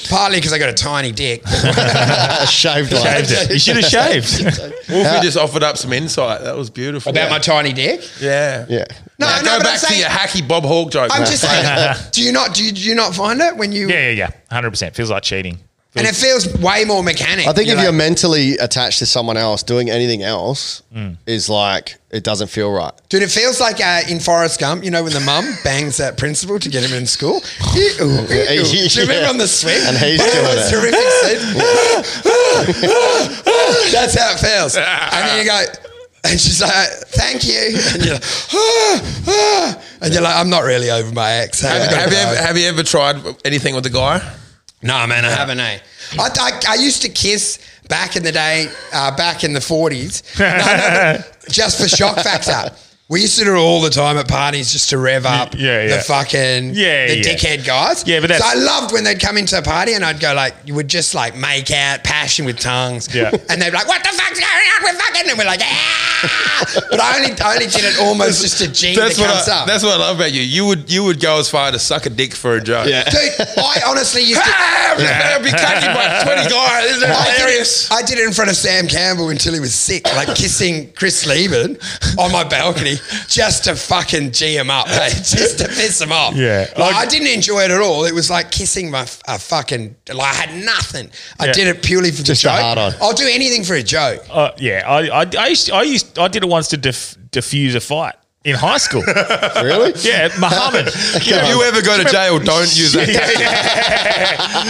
D: Partly because I got a tiny dick.
B: shaved one.
A: Shaved it. You should have shaved.
C: Wolfie just offered up some insight. That was beautiful.
D: About my tiny dick.
C: yeah.
B: Yeah.
D: No,
C: Now
D: no,
C: go
D: but I'm
C: back to
D: saying-
C: your hacky Bob Hawke joke.
D: I'm
C: man.
D: just saying. Do you not? Do you, do you not find it when you?
A: Yeah, yeah, yeah. Hundred percent feels like cheating.
D: And it feels way more mechanic.
B: I think if
D: like-
B: you're mentally attached to someone else, doing anything else
A: Mm.
B: is like it doesn't feel right.
D: Dude, it feels like uh, in Forrest Gump, you know, when the mum bangs that principal to get him in school. Ew, ew. Do you remember
B: Yeah.
D: on the swing?
B: And he's
D: That
B: doing
D: was
B: it.
D: terrific scene. That's how it feels. And then you go, and she's like, thank you. And you're like, ah, ah. and you're like, I'm not really over my ex.
C: Have,
D: Have,
C: have you ever, have you ever tried anything with a guy?
D: no, man, I haven't. Eh? I, I, I used to kiss back in the day, uh, back in the forties, no, no, no, just for shock factor. We used to do it all the time at parties just to rev up
A: yeah, yeah.
D: the fucking
A: Yeah,
D: the
A: yeah.
D: dickhead guys.
A: Yeah, but
D: so
A: that's-
D: I loved when they'd come into a party and I'd go like, you would just like make out, passion with tongues.
A: Yeah.
D: And they'd be like, what the fuck's going on? We're fucking, and we're like, ah. but I only, I only did it almost just to G that
C: what
D: comes
C: I,
D: up.
C: that's what I love about you. You would you would go as far to suck a dick for a joke.
B: Yeah.
D: Dude, I honestly used to.
C: Ah, I'd be cucking by twenty guys. Isn't it
D: I did, it,
C: hilarious?
D: I did it in front of Sam Campbell until he was sick, like kissing Chris Lieben on my balcony. just to fucking G him up, hey, just to piss him off.
A: Yeah.
D: Like,
A: I-
D: I didn't enjoy it at all. It was like kissing my f- a fucking. Like, I had nothing. I
A: Yeah.
D: did it purely for
B: Just a
D: the joke.
B: hard-on.
D: I'll do anything for a joke.
A: Uh, yeah, I, I, I, used, I used, I did it once to def, diffuse a fight in high school.
B: Really?
A: yeah, Muhammad.
C: If you ever go to jail, don't use that.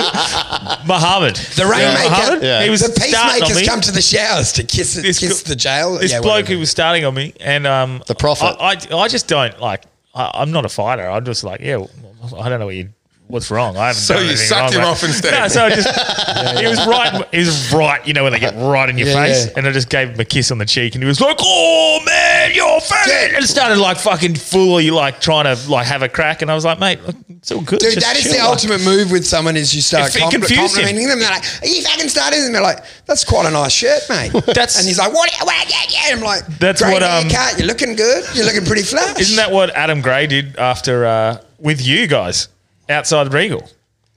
A: Muhammad.
D: The
A: Muhammad.
D: rainmaker.
B: Yeah.
A: Uh-huh. He was
D: The
A: starting on
D: peacemakers
A: me.
D: come to the showers to kiss
A: This
D: kiss
A: co-
D: the jail.
A: This
D: Yeah,
A: bloke
D: whatever.
A: who was starting on me, and um,
B: The prophet.
A: I, I, I just don't like. I, I'm not a fighter. I'm just like, yeah, well, I don't know what you. What's wrong? I haven't
C: So
A: done
C: you
A: anything
C: sucked
A: wrong,
C: him
A: mate.
C: off instead.
A: No, so I just he was right. He was right. You know when they get right in your
D: Yeah,
A: face,
D: yeah.
A: and I just gave him a kiss on the cheek, and he was like, "Oh man, you're a faggot," and started like fucking fully like trying to like have a crack, and I was like, "Mate, look, it's all good."
D: Dude,
A: just
D: that is
A: chill,
D: the
A: like,
D: ultimate move with someone is you start
A: If it
D: compl-
A: confused
D: complimenting them. They're like, are you fucking starting? And they're like, that's quite a nice shirt, mate.
A: That's-
D: and he's like, what? what yeah, yeah. I'm like,
A: That's
D: great
A: what, um,
D: haircut. You're looking good. You're looking pretty flash.
A: Isn't that what Adam Gray did after uh, with you guys outside Regal?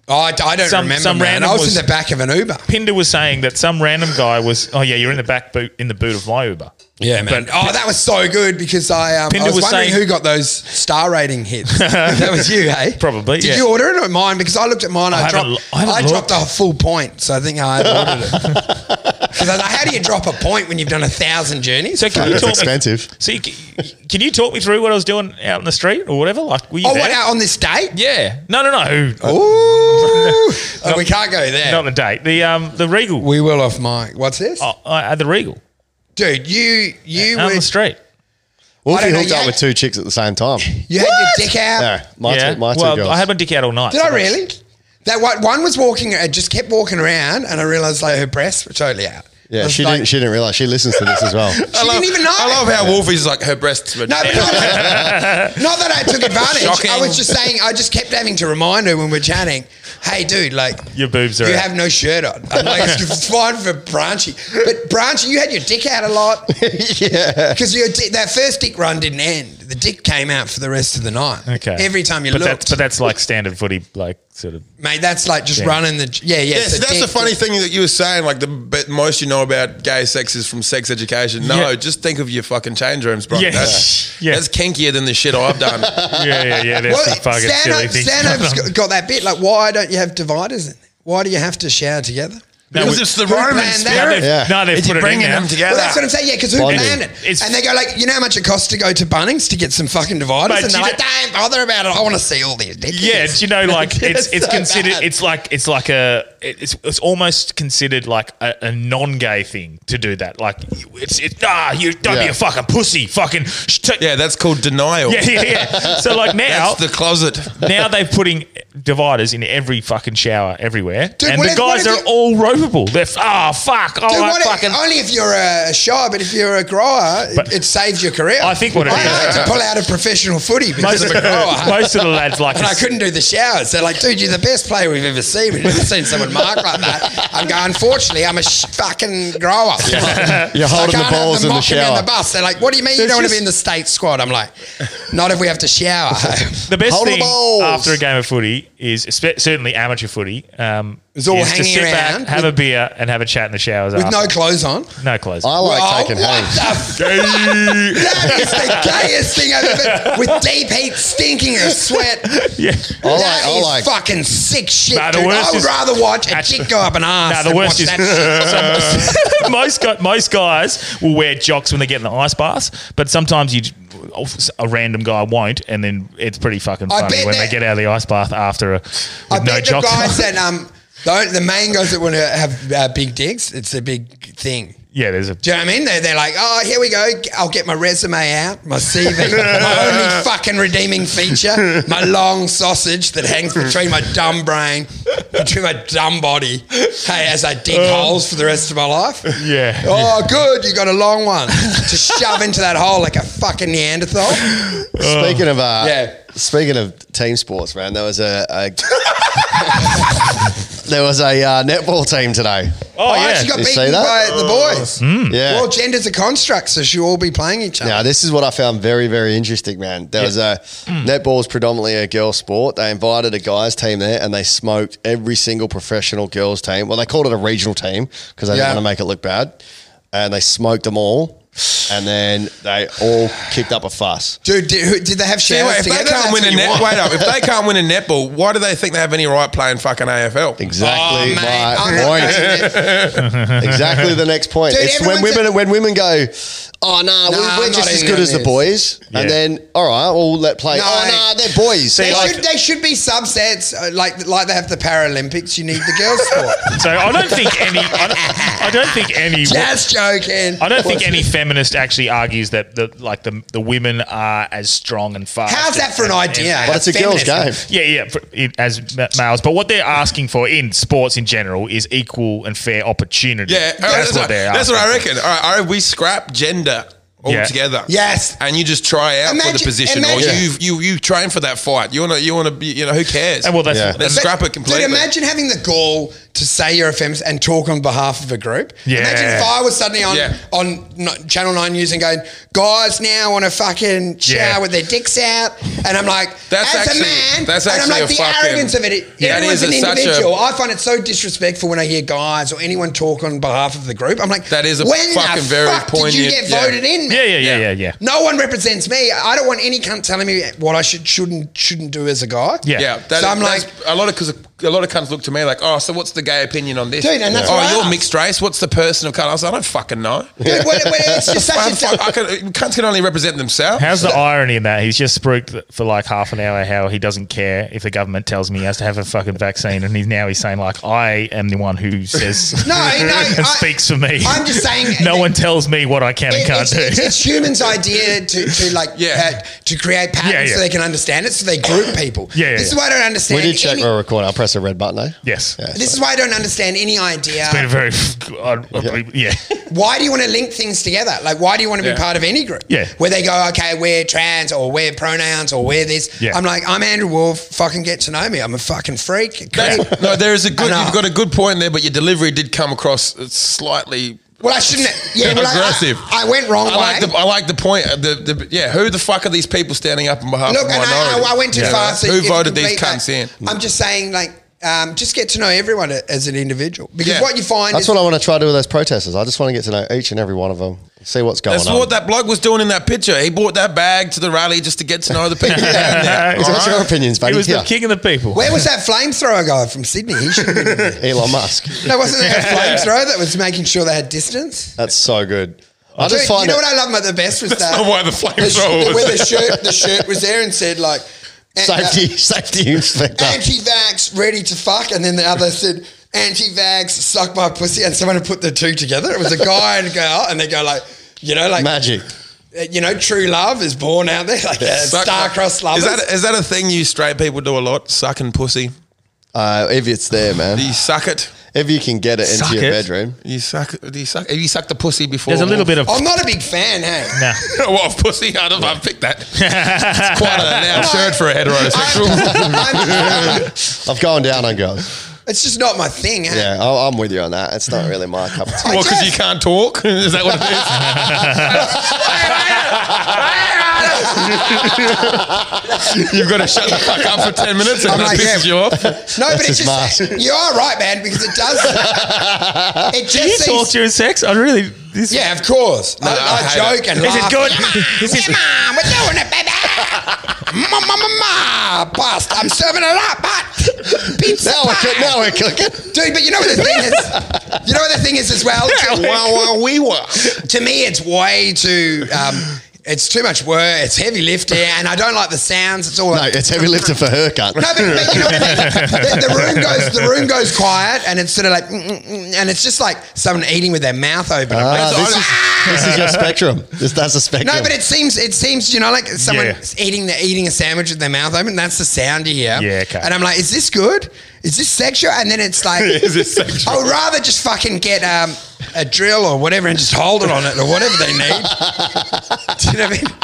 D: Oh, I, I don't
A: Some-
D: remember,
A: some
D: man.
A: random
D: I was,
A: was-
D: in the back of an Uber.
A: Pinder was saying that some random guy was, oh yeah, you're in the back boot in the boot of my Uber.
D: Yeah, man.
A: But-
D: oh, that was so good because I, um, I
A: Pinder
D: was,
A: was
D: wondering
A: saying-
D: who got those star rating hits. that was you, hey?
A: Probably,
D: Did
A: yeah.
D: you order it or mine? Because I looked at mine. I,
A: I haven't
D: dropped.
A: lo- I haven't
D: I, dropped a
A: looked.
D: full point, so I think I had ordered it. Because I was like, how do you drop a point when you've done a thousand journeys?
A: So can you
B: It's
A: talk
B: expensive.
A: Me, so you, c- can you talk me through what I was doing out in the street or whatever? Like, were you
D: oh,
A: there?
D: what out on this date?
A: Yeah. No, no, no.
D: Ooh, Oh, we can't go there.
A: Not the date. The um the Regal.
D: we will off mic. What's this,
A: oh, I had the Regal
D: dude? You you
A: out on
D: were,
A: the street.
D: I
B: Wolfie
D: don't know
B: hooked up
D: yet.
B: with two chicks at the same time.
D: you had your dick out.
B: No, my
A: yeah.
B: two, my two
A: well,
B: girls.
A: I had my dick out all night.
D: Did
A: so
D: I
A: that's-
D: really? That one, one was walking, uh, just kept walking around, and I realised like her breasts were totally out. I
B: yeah,
D: was
B: she
D: like-
B: didn't. She didn't realize she listens to this as well.
D: She didn't even know.
C: I love how Wolfie's like her breasts. Were
D: No, but not that, not that I took advantage.
C: Shocking.
D: I was just saying, I just kept having to remind her when we're chatting, hey, dude, like,
A: Your boobs are
D: You
A: out."
D: have no shirt on. I'm like, it's fine for Branchy. But Branchy, you had your dick out a lot.
B: yeah,
D: Because your di- that first dick run didn't end. The dick came out for the rest of the night.
A: Okay.
D: Every time you
A: but
D: looked,
A: That's, but that's like standard footy, like sort of.
D: mate, that's like just running the yeah yeah.
C: Yes,
D: the
C: that's
D: dick-
C: the funny thing that you were saying. Like the but most you know about gay sex is from sex education. No,
A: Yeah.
C: just think of your fucking change rooms, bro.
A: Yeah.
C: That's,
A: Yeah.
C: that's kinkier than the shit I've done.
D: Uh,
A: Yeah, yeah, yeah. That's
D: Well,
A: the fucking silly
D: stand-up,
A: thing.
D: stand-up's got- got that bit. Like, why don't you have dividers? In? Why do you have to shower together?
A: No,
C: because
A: we-
C: it's the
D: Who
C: Roman
D: planned that?
A: now
C: spirit.
A: they've,
B: Yeah.
A: now they've
C: It's
A: put it in
C: bringing
A: now.
C: them together.
D: Well, that's what I'm saying. Yeah, because who
B: Bonding.
D: planned it?
A: It's-
D: and they go like, you know how much it costs to go to Bunnings to get some fucking dividers,
A: Mate,
D: and they're
A: you
D: like, don't bother about it. I want to see all these. dick
A: Yeah,
D: pics."
A: do you know, like it's it's
D: so
A: considered
D: bad.
A: it's like it's like a it's it's almost considered like a, a non-gay thing to do that. Like it's it's ah you don't be
B: Yeah.
A: a fucking pussy, fucking sh- t-
C: Yeah, that's called denial.
A: yeah yeah yeah. So like now
C: That's the closet.
A: now they're putting dividers in every fucking shower everywhere,
D: Dude,
A: and
D: what
A: the
D: if- what
A: guys
D: if
A: are
D: you-
A: all ropeable. They're f- ah fuck, oh
D: Dude,
A: I
D: what if-
A: fucking
D: only if you're a shower, but if you're a grower, it-
A: But-
D: it, saved your career.
A: I think what it
D: I
A: is-
D: had to pull out of professional footy because
A: most,
D: I'm a grower.
A: most of the lads like
D: and I couldn't do the showers. They're like, dude, you're the best player we've ever seen. We've never seen someone mark like that. I'm going, unfortunately, I'm a sh- fucking grower.
B: You're
D: So I
B: holding the
D: can't have
B: balls in
D: them
B: the
D: mocking me
B: shower.
D: on the bus. They're like, what do you mean you
A: There's
D: don't want to
A: just-
D: be in the state squad? I'm like, not if we have to shower.
A: The best
B: Hold the
A: thing
B: balls.
A: after a game of footy is espe- certainly amateur footy. Um,
D: It's all
A: is to
D: hanging
A: sit back,
D: around
A: have a
D: with-
A: beer, and have a chat in the showers.
D: With
A: after.
D: no clothes on.
A: no clothes.
B: I like
D: Oh,
B: taking
D: what
B: hands.
D: the f- That is the gayest thing I've ever With deep heat, stinking of sweat.
A: yeah.
B: I like.
D: That
B: I
D: is
B: like.
D: fucking sick shit,
A: Nah, the
D: dude. I
A: worst
D: would
A: is-
D: rather watch a
A: Actually-
D: chick go up an
A: Nah,
D: ass.
A: the
D: than
A: worst
D: watch
A: is
D: that shit.
A: some- most gu- most guys will wear jocks when they get in the ice bath, but sometimes you j- a random guy won't, and then it's pretty fucking
D: I
A: funny
D: bet
A: when they
D: that-
A: get out of the ice bath after a with
D: I
A: no
D: bet the
A: jocks.
D: guys
A: on.
D: that um the, the main guys that want to have uh, big dicks, it's a big thing.
A: yeah, there's a
D: Do you know what I mean? They're, they're like, oh, here we go. I'll get my resume out, my CV, my only fucking redeeming feature, my long sausage that hangs between my dumb brain, between my dumb body. Hey, as I dig holes for the rest of my life.
A: Oh. yeah.
D: Oh, good. You got a long one to shove into that hole like a fucking Neanderthal.
B: Speaking of uh,
D: Um, Yeah.
B: speaking of team sports, man, there was a, a there was a uh, netball team today.
A: Oh,
D: I
A: yeah. Hmm?
D: actually got
B: You see
D: beaten by
B: that?
D: the boys.
B: Yeah.
D: Well, gender's a construct, so should all be playing each other.
B: Now, this is what I found very, very interesting, man. There was a
D: Hmm.
B: netball is predominantly a girls' sport. They invited a guys' team there, and they smoked every single professional girls' team. Well, they called it a regional team because they
D: Yeah.
B: didn't want to make it look bad, and they smoked them all. and then they all kicked up a fuss.
D: Dude, did, who- did they have
C: See, wait,
D: showers
C: if they
D: together?
C: can't
D: That's
C: win a
D: what you
C: net,
D: want.
C: wait up. If they can't win a netball, why do they think they have any right playing fucking AFL?
B: Exactly
D: Oh, mate,
B: my
D: I'm not touching
B: point. exactly the next point.
D: Dude,
B: it's when
D: everyone's
B: women
D: a-
B: when women go, oh nah, we-
D: Nah,
B: we're
D: I'm
B: just
D: not
B: as
D: in
B: good
D: on
B: as the
D: this."
B: boys, and
A: Yeah.
B: then all right, we'll let play.
D: No,
B: oh
D: hey.
B: nah, they're boys.
D: They,
B: They're like-
D: should, they should be subsets uh, like like they have the Paralympics. You need the girls' sport.
A: So I don't think any. I don't, I don't think any.
D: Just joking.
A: I don't think any feminist actually argues that the like the the women are as strong and fast.
D: How's that for an
A: and-
D: idea?
A: and-
B: but it's a girls' game.
D: Feminist.
A: yeah, yeah, for, in, as ma- males. But what they're asking for in sports in general is equal and fair opportunity.
C: Yeah, all right,
A: that's, what they're.
C: That's what I
A: asking
C: reckon. All right, all right, we scrap gender
A: Yeah.
C: altogether.
D: Yes.
C: and you just try out for the
D: Imagine-
C: position, or
D: imagine-
C: you you you train for that fight. You wanna you wanna be you know who cares?
A: for. And well, that's
B: Yeah.
C: Let's
D: But-
C: scrap it completely.
D: Dude, imagine having the gall to say you're a feminist and talk on behalf of a group.
A: Yeah.
D: Imagine if I was suddenly on
C: Yeah.
D: on n- Channel Nine News and going, guys, now want to fucking shower
A: Yeah.
D: with their dicks out, and I'm like,
C: That's
D: as
C: actually-
D: a man,
C: that's
D: and I'm
C: actually
D: like
C: a
D: the
C: fucking-
D: arrogance of it.
C: Yeah,
D: everyone's
C: that
D: an
C: is a- such a-
D: individual. I find it so disrespectful when I hear guys or anyone talk on behalf of the group. I'm like,
C: That is a
D: when
C: fucking
D: the
C: very
D: fuck Did you
C: poignant-
D: get
C: yeah.
D: voted in?
A: Yeah,
D: man?
A: yeah, yeah, yeah, yeah.
D: No one represents me. I don't want any cunt telling me what I should shouldn't shouldn't do as a guy.
A: Yeah.
C: yeah, that,
D: So I'm
C: that's-
D: like-
C: a lot of because a lot of cunts look to me like, oh, so what's the gay opinion on this?
D: Dude, and that's
C: oh,
D: what I
C: you're
D: asked.
C: mixed race. What's the personal colour? I was like, I don't fucking know.
D: Dude, what, what, it's just such
C: I'm
D: a
C: fuck- I can, cunts can only represent themselves.
A: How's the irony in that? He's just spruiked for like half an hour how he doesn't care if the government tells me he has to have a fucking vaccine, and he's now he's saying like I am the one who says
D: No, no, I-
A: speaks for me.
D: I'm just saying-
A: no one tells me what I can and
D: It-
A: can't
D: it's,
A: do.
D: it's- it's humans' idea to, to like
C: Yeah.
D: uh, to create patterns
A: yeah.
D: so they can understand it, so they group people.
A: Yeah, yeah,
D: this is
A: yeah.
D: why I don't
B: we
D: understand.
B: did check
D: any-
B: my record. I press a red button. Eh?
A: yes,
B: Yeah.
D: this is why I don't understand any idea.
A: been a very I- I- yeah.
D: Why do you want to link things together? Like, why do you want to
C: Yeah.
D: be part of any group?
A: Yeah.
D: Where they go, okay, we're trans or we're pronouns or we're this.
A: Yeah.
D: I'm like, I'm Andrew Wolf. Fucking get to know me. I'm a fucking freak.
C: That's- no, there is a good.
D: I know.
C: You've got a good point there, but your delivery did come across slightly.
D: Well, I shouldn't. Yeah, well, I-
C: aggressive.
D: I, I went wrong
C: I like
D: way.
C: the I like the point. uh, The, the yeah, who the fuck are these people standing up on behalf
D: Look,
C: of
D: and I,
C: minorities?
D: I, I went too
C: Yeah.
D: far. So
C: who
D: if you
C: voted
D: complete
C: these cunts
D: that,
C: in?
D: I'm just saying, like, um, just get to know everyone a- as an individual because
C: Yeah.
D: what you find
B: That's
D: is
B: what I want to try to do with those protesters. I just want to get to know each and every one of them, see what's going
C: That's
B: on.
C: what that bloke was doing in that picture. He brought that bag to the rally just to get to know the people.
A: Yeah.
C: down there.
B: so what's
C: All
B: your
C: right?
B: opinions,
A: He
B: buddy?
A: was
B: Here,
A: the king of the people.
D: where was that flamethrower guy from Sydney? He should have been. in there.
B: Elon Musk.
D: No, wasn't there a flamethrower that was making sure they had distance?
B: That's so good. I
D: Dude,
B: just find
D: you know
B: it-
D: what I love about the best was that
C: not why the
D: the sh-
C: flamethrower was
D: where the
C: there.
D: shirt the shirt was there and said like a-
B: safety safety inspector.
D: uh, anti-vax ready to fuck, and then the other said anti-vax suck my pussy, and someone had put the two together. It was a guy and a girl, and they go like. You know, like
B: Magic.
D: Uh, you know, true love is born out there, like uh,
C: Suck-
D: star-crossed lovers.
C: Is that, is that a thing you straight people do a lot? Sucking pussy.
B: Uh, if it's there, man.
C: Do you suck it?
B: If you can get it into
A: Suck
B: your
A: it.
B: bedroom.
C: You suck. Do you suck? Have you sucked the pussy before?
A: There's a little bit of
D: I'm not a big fan, hey.
A: no.
C: what of pussy? I don't. I picked that. it's quite an out shirt for a heterosexual.
D: I'm just-
B: I've gone down on girls.
D: it's just not my thing, hey.
B: Yeah, I- I'm with you on that. It's not really my cup of tea.
C: Well, because you can't talk. Is that what it is? You've got to shut the fuck up for ten minutes, and
D: I'm
C: that
D: like,
C: pisses
D: yeah.
C: you off.
D: No, but
B: his
D: it's just
B: mask.
D: you are right, man, because it does. It just
A: Do you
D: seems-
A: talk during sex? I really. This,
D: Yeah, of course. I,
C: I
D: I,
C: hate
D: joke
C: it.
D: and
A: Is
D: laugh.
A: it good? Is it-
D: Yeah, mom, we're doing it, baby. Ma, ma, ma, ma, bust. I'm serving it up, but pizza
B: Now we're,
D: pie.
B: cook- now we're cooking.
D: Dude, but you know what the thing is? You know what the thing is as well? To, well, well, we were. to me, it's way too. Um, it's too much work. It's heavy lifting, and I don't like the sounds. It's all
B: No, it's heavy lifting for her, cunt.
D: no, but, but you know, what I mean? the, the room goes the room goes quiet, and it's sort of like, mm, mm, mm, and it's just like someone eating with their mouth open. I'm
B: Ah,
D: like,
B: this, is, this is your spectrum. This, that's a spectrum.
D: no, but it seems it seems you know like someone
A: Yeah.
D: eating the eating a sandwich with their mouth open. That's the sound you hear.
A: Yeah, okay.
D: And I'm like, is this good? Is this sexual? And then it's like,
C: Is this sexual?
D: I would rather just fucking get um, a drill or whatever and just hold it on it or whatever they need. Do you know what I mean?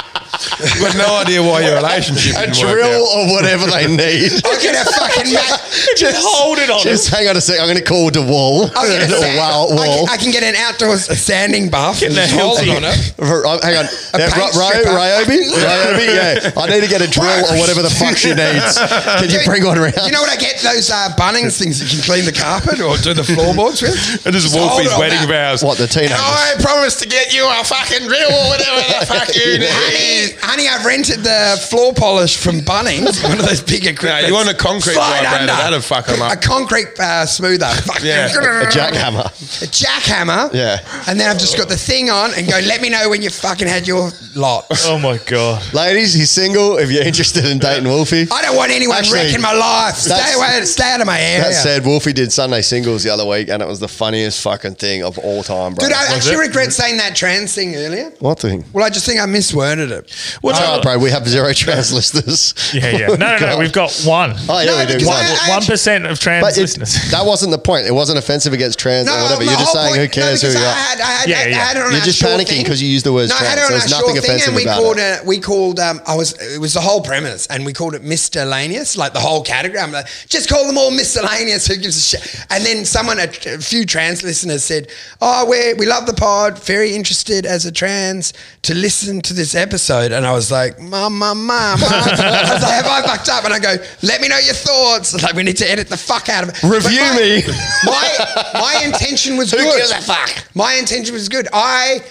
C: You've got no idea why your relationship
B: A
C: didn't
B: drill
C: work out.
B: or whatever they need.
D: I'll get a fucking mat.
A: Just hold it on.
B: Just hang on a sec. I'm going to call the wall.
D: I'll get a
B: The
D: sand-
B: wall.
D: I,
B: wall.
D: can, I can get an outdoor sanding bath and
A: the
D: just hold
A: healthy-
D: on it.
B: R- uh, hang on. Yeah, Ro-
D: paint
B: Ro-
D: stripper.
B: Ryobi? Ryobi? Yeah. I need to get a drill or whatever the fuck she needs. Can you bring one around?
D: You know what I get? Those uh, Bunnings things that you can clean the carpet or do the floorboards with.
C: It is
D: hold
C: Wolfie's
D: on
C: wedding
D: that.
C: vows.
B: What, the teenagers?
C: I promise to get you a fucking drill or whatever the fuck you
D: Honey,
C: need.
D: honey, I've rented the floor polish from Bunnings, one of those big
C: No,
D: equipment.
C: you want a concrete vibrator, that'll fuck 'em up.
D: A concrete uh, smoother. Fuck.
C: Yeah.
B: A jackhammer.
D: A jackhammer.
B: Yeah.
D: And then I've just got the thing on and go, let me know when you fucking had your lot.
A: Oh my god.
B: Ladies, he's single. If you're interested in dating Wolfie.
D: I don't want anyone
B: Actually,
D: wrecking my life. Stay
B: that's-
D: away. Stay out of my area.
B: That said, Wolfie did Sunday singles the other week, and it was the funniest fucking thing of all time, bro.
D: Dude, I actually
A: it?
D: regret saying that trans thing earlier.
B: what thing?
D: Well, I just think I misworded it. Uh,
A: What's
B: Sorry,
A: up?
B: bro. We have zero trans listeners.
A: Yeah, yeah. No, no, no. We've got one.
B: Oh, yeah,
D: No,
B: we do.
D: because
B: One.
D: I-
A: One percent of trans
B: But it,
A: listeners.
B: that wasn't the point. It wasn't offensive against trans or whatever.
D: my
B: You're just
D: whole
B: saying, who
D: point- no,
B: cares who
D: because
B: you
D: I
B: are?
D: had, I had,
A: Yeah,
D: I had,
A: yeah.
D: it on
B: You're
D: our
B: just
D: short
B: panicking
D: thing.
B: 'cause you used the words
D: No, I had
B: trans.
D: it on
B: There's
D: our
B: nothing
D: short thing,
B: offensive
D: and we
B: about
D: called
B: it.
D: it. We called. Um, I was. It was the whole premise, and we called it miscellaneous, like the whole category. I'm like, just call them all miscellaneous. Who gives a shit? And then someone, a, a few trans listeners said, "Oh, we we love the pod. Very interested as a trans to listen to this episode." And I was like, "Mum, mum, mum." I was like, "Have I fucked up?" And I go, "Let me know your thoughts." Like, we need to edit the fuck out of it.
B: Review
D: But my-
B: me.
D: My my intention was good.
B: gives a fuck?
D: My intention was good. I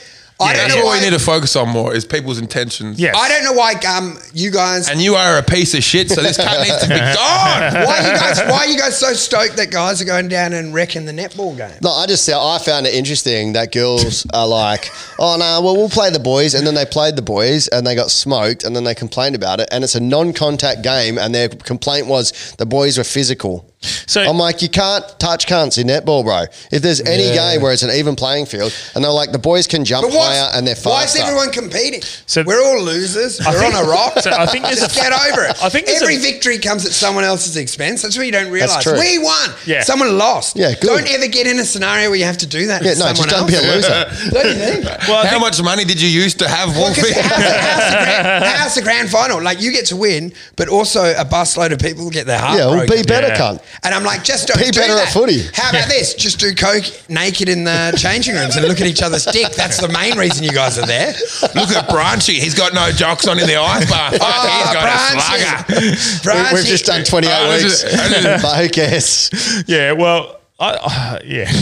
A: Yeah,
D: I don't
C: That's
D: know
C: what
D: why.
C: we need to focus on more is people's intentions.
A: Yeah.
D: I don't know why um you guys
C: And you are a piece of shit, so this cunt needs to be gone.
D: why you guys why you guys so stoked that guys are going down and wrecking the netball game.
B: No, I just said I found it interesting that girls are like, oh no, well we'll play the boys, and then they played the boys and they got smoked, and then they complained about it, and it's a non-contact game, and their complaint was the boys were physical.
A: So-
B: I'm like, you can't touch cunts in netball, bro. If there's any game where it's an even playing field, and they're like, the boys can jump
D: But
B: higher
D: why
B: and they're faster.
D: why is everyone competing?
A: So-
D: We're all losers.
A: I
D: We're
A: think-
D: on a rock.
A: so I think there's
D: Just
A: a-
D: get over it.
A: I think there's
D: every
A: a-
D: victory comes at someone else's expense. That's what you don't realize.
B: true.
D: We won.
A: Yeah.
D: Someone lost.
B: Yeah, good.
D: Don't ever get in a scenario where you have to do that.
B: yeah,
D: to
B: no, just
D: someone
B: don't be a
D: else.
B: loser.
D: Don't you think?
A: Well, I
C: How
A: think-
C: much money did you used to have,
D: Well, 'cause
C: Wolfie?
D: how's, the- how's, the grand, how's the grand final? Like you get to win, but also a busload of people get their heart
B: yeah, well, be
D: broken.
B: better,
A: Yeah.
B: cunt.
D: and I'm like, just don't
B: Be
D: do
B: better at
D: that.
B: footy.
D: How about this? Just do coke naked in the changing rooms and look at each other's dick. That's the main reason you guys are there.
C: Look at Branchy. He's got no jocks on in the ice bath.
D: Ah,
C: Fuck, he's got a slugger.
B: We, we've just done 28
C: I was
B: weeks,
C: just- I didn't-
B: but who cares?
A: Yeah, well, I uh, yeah.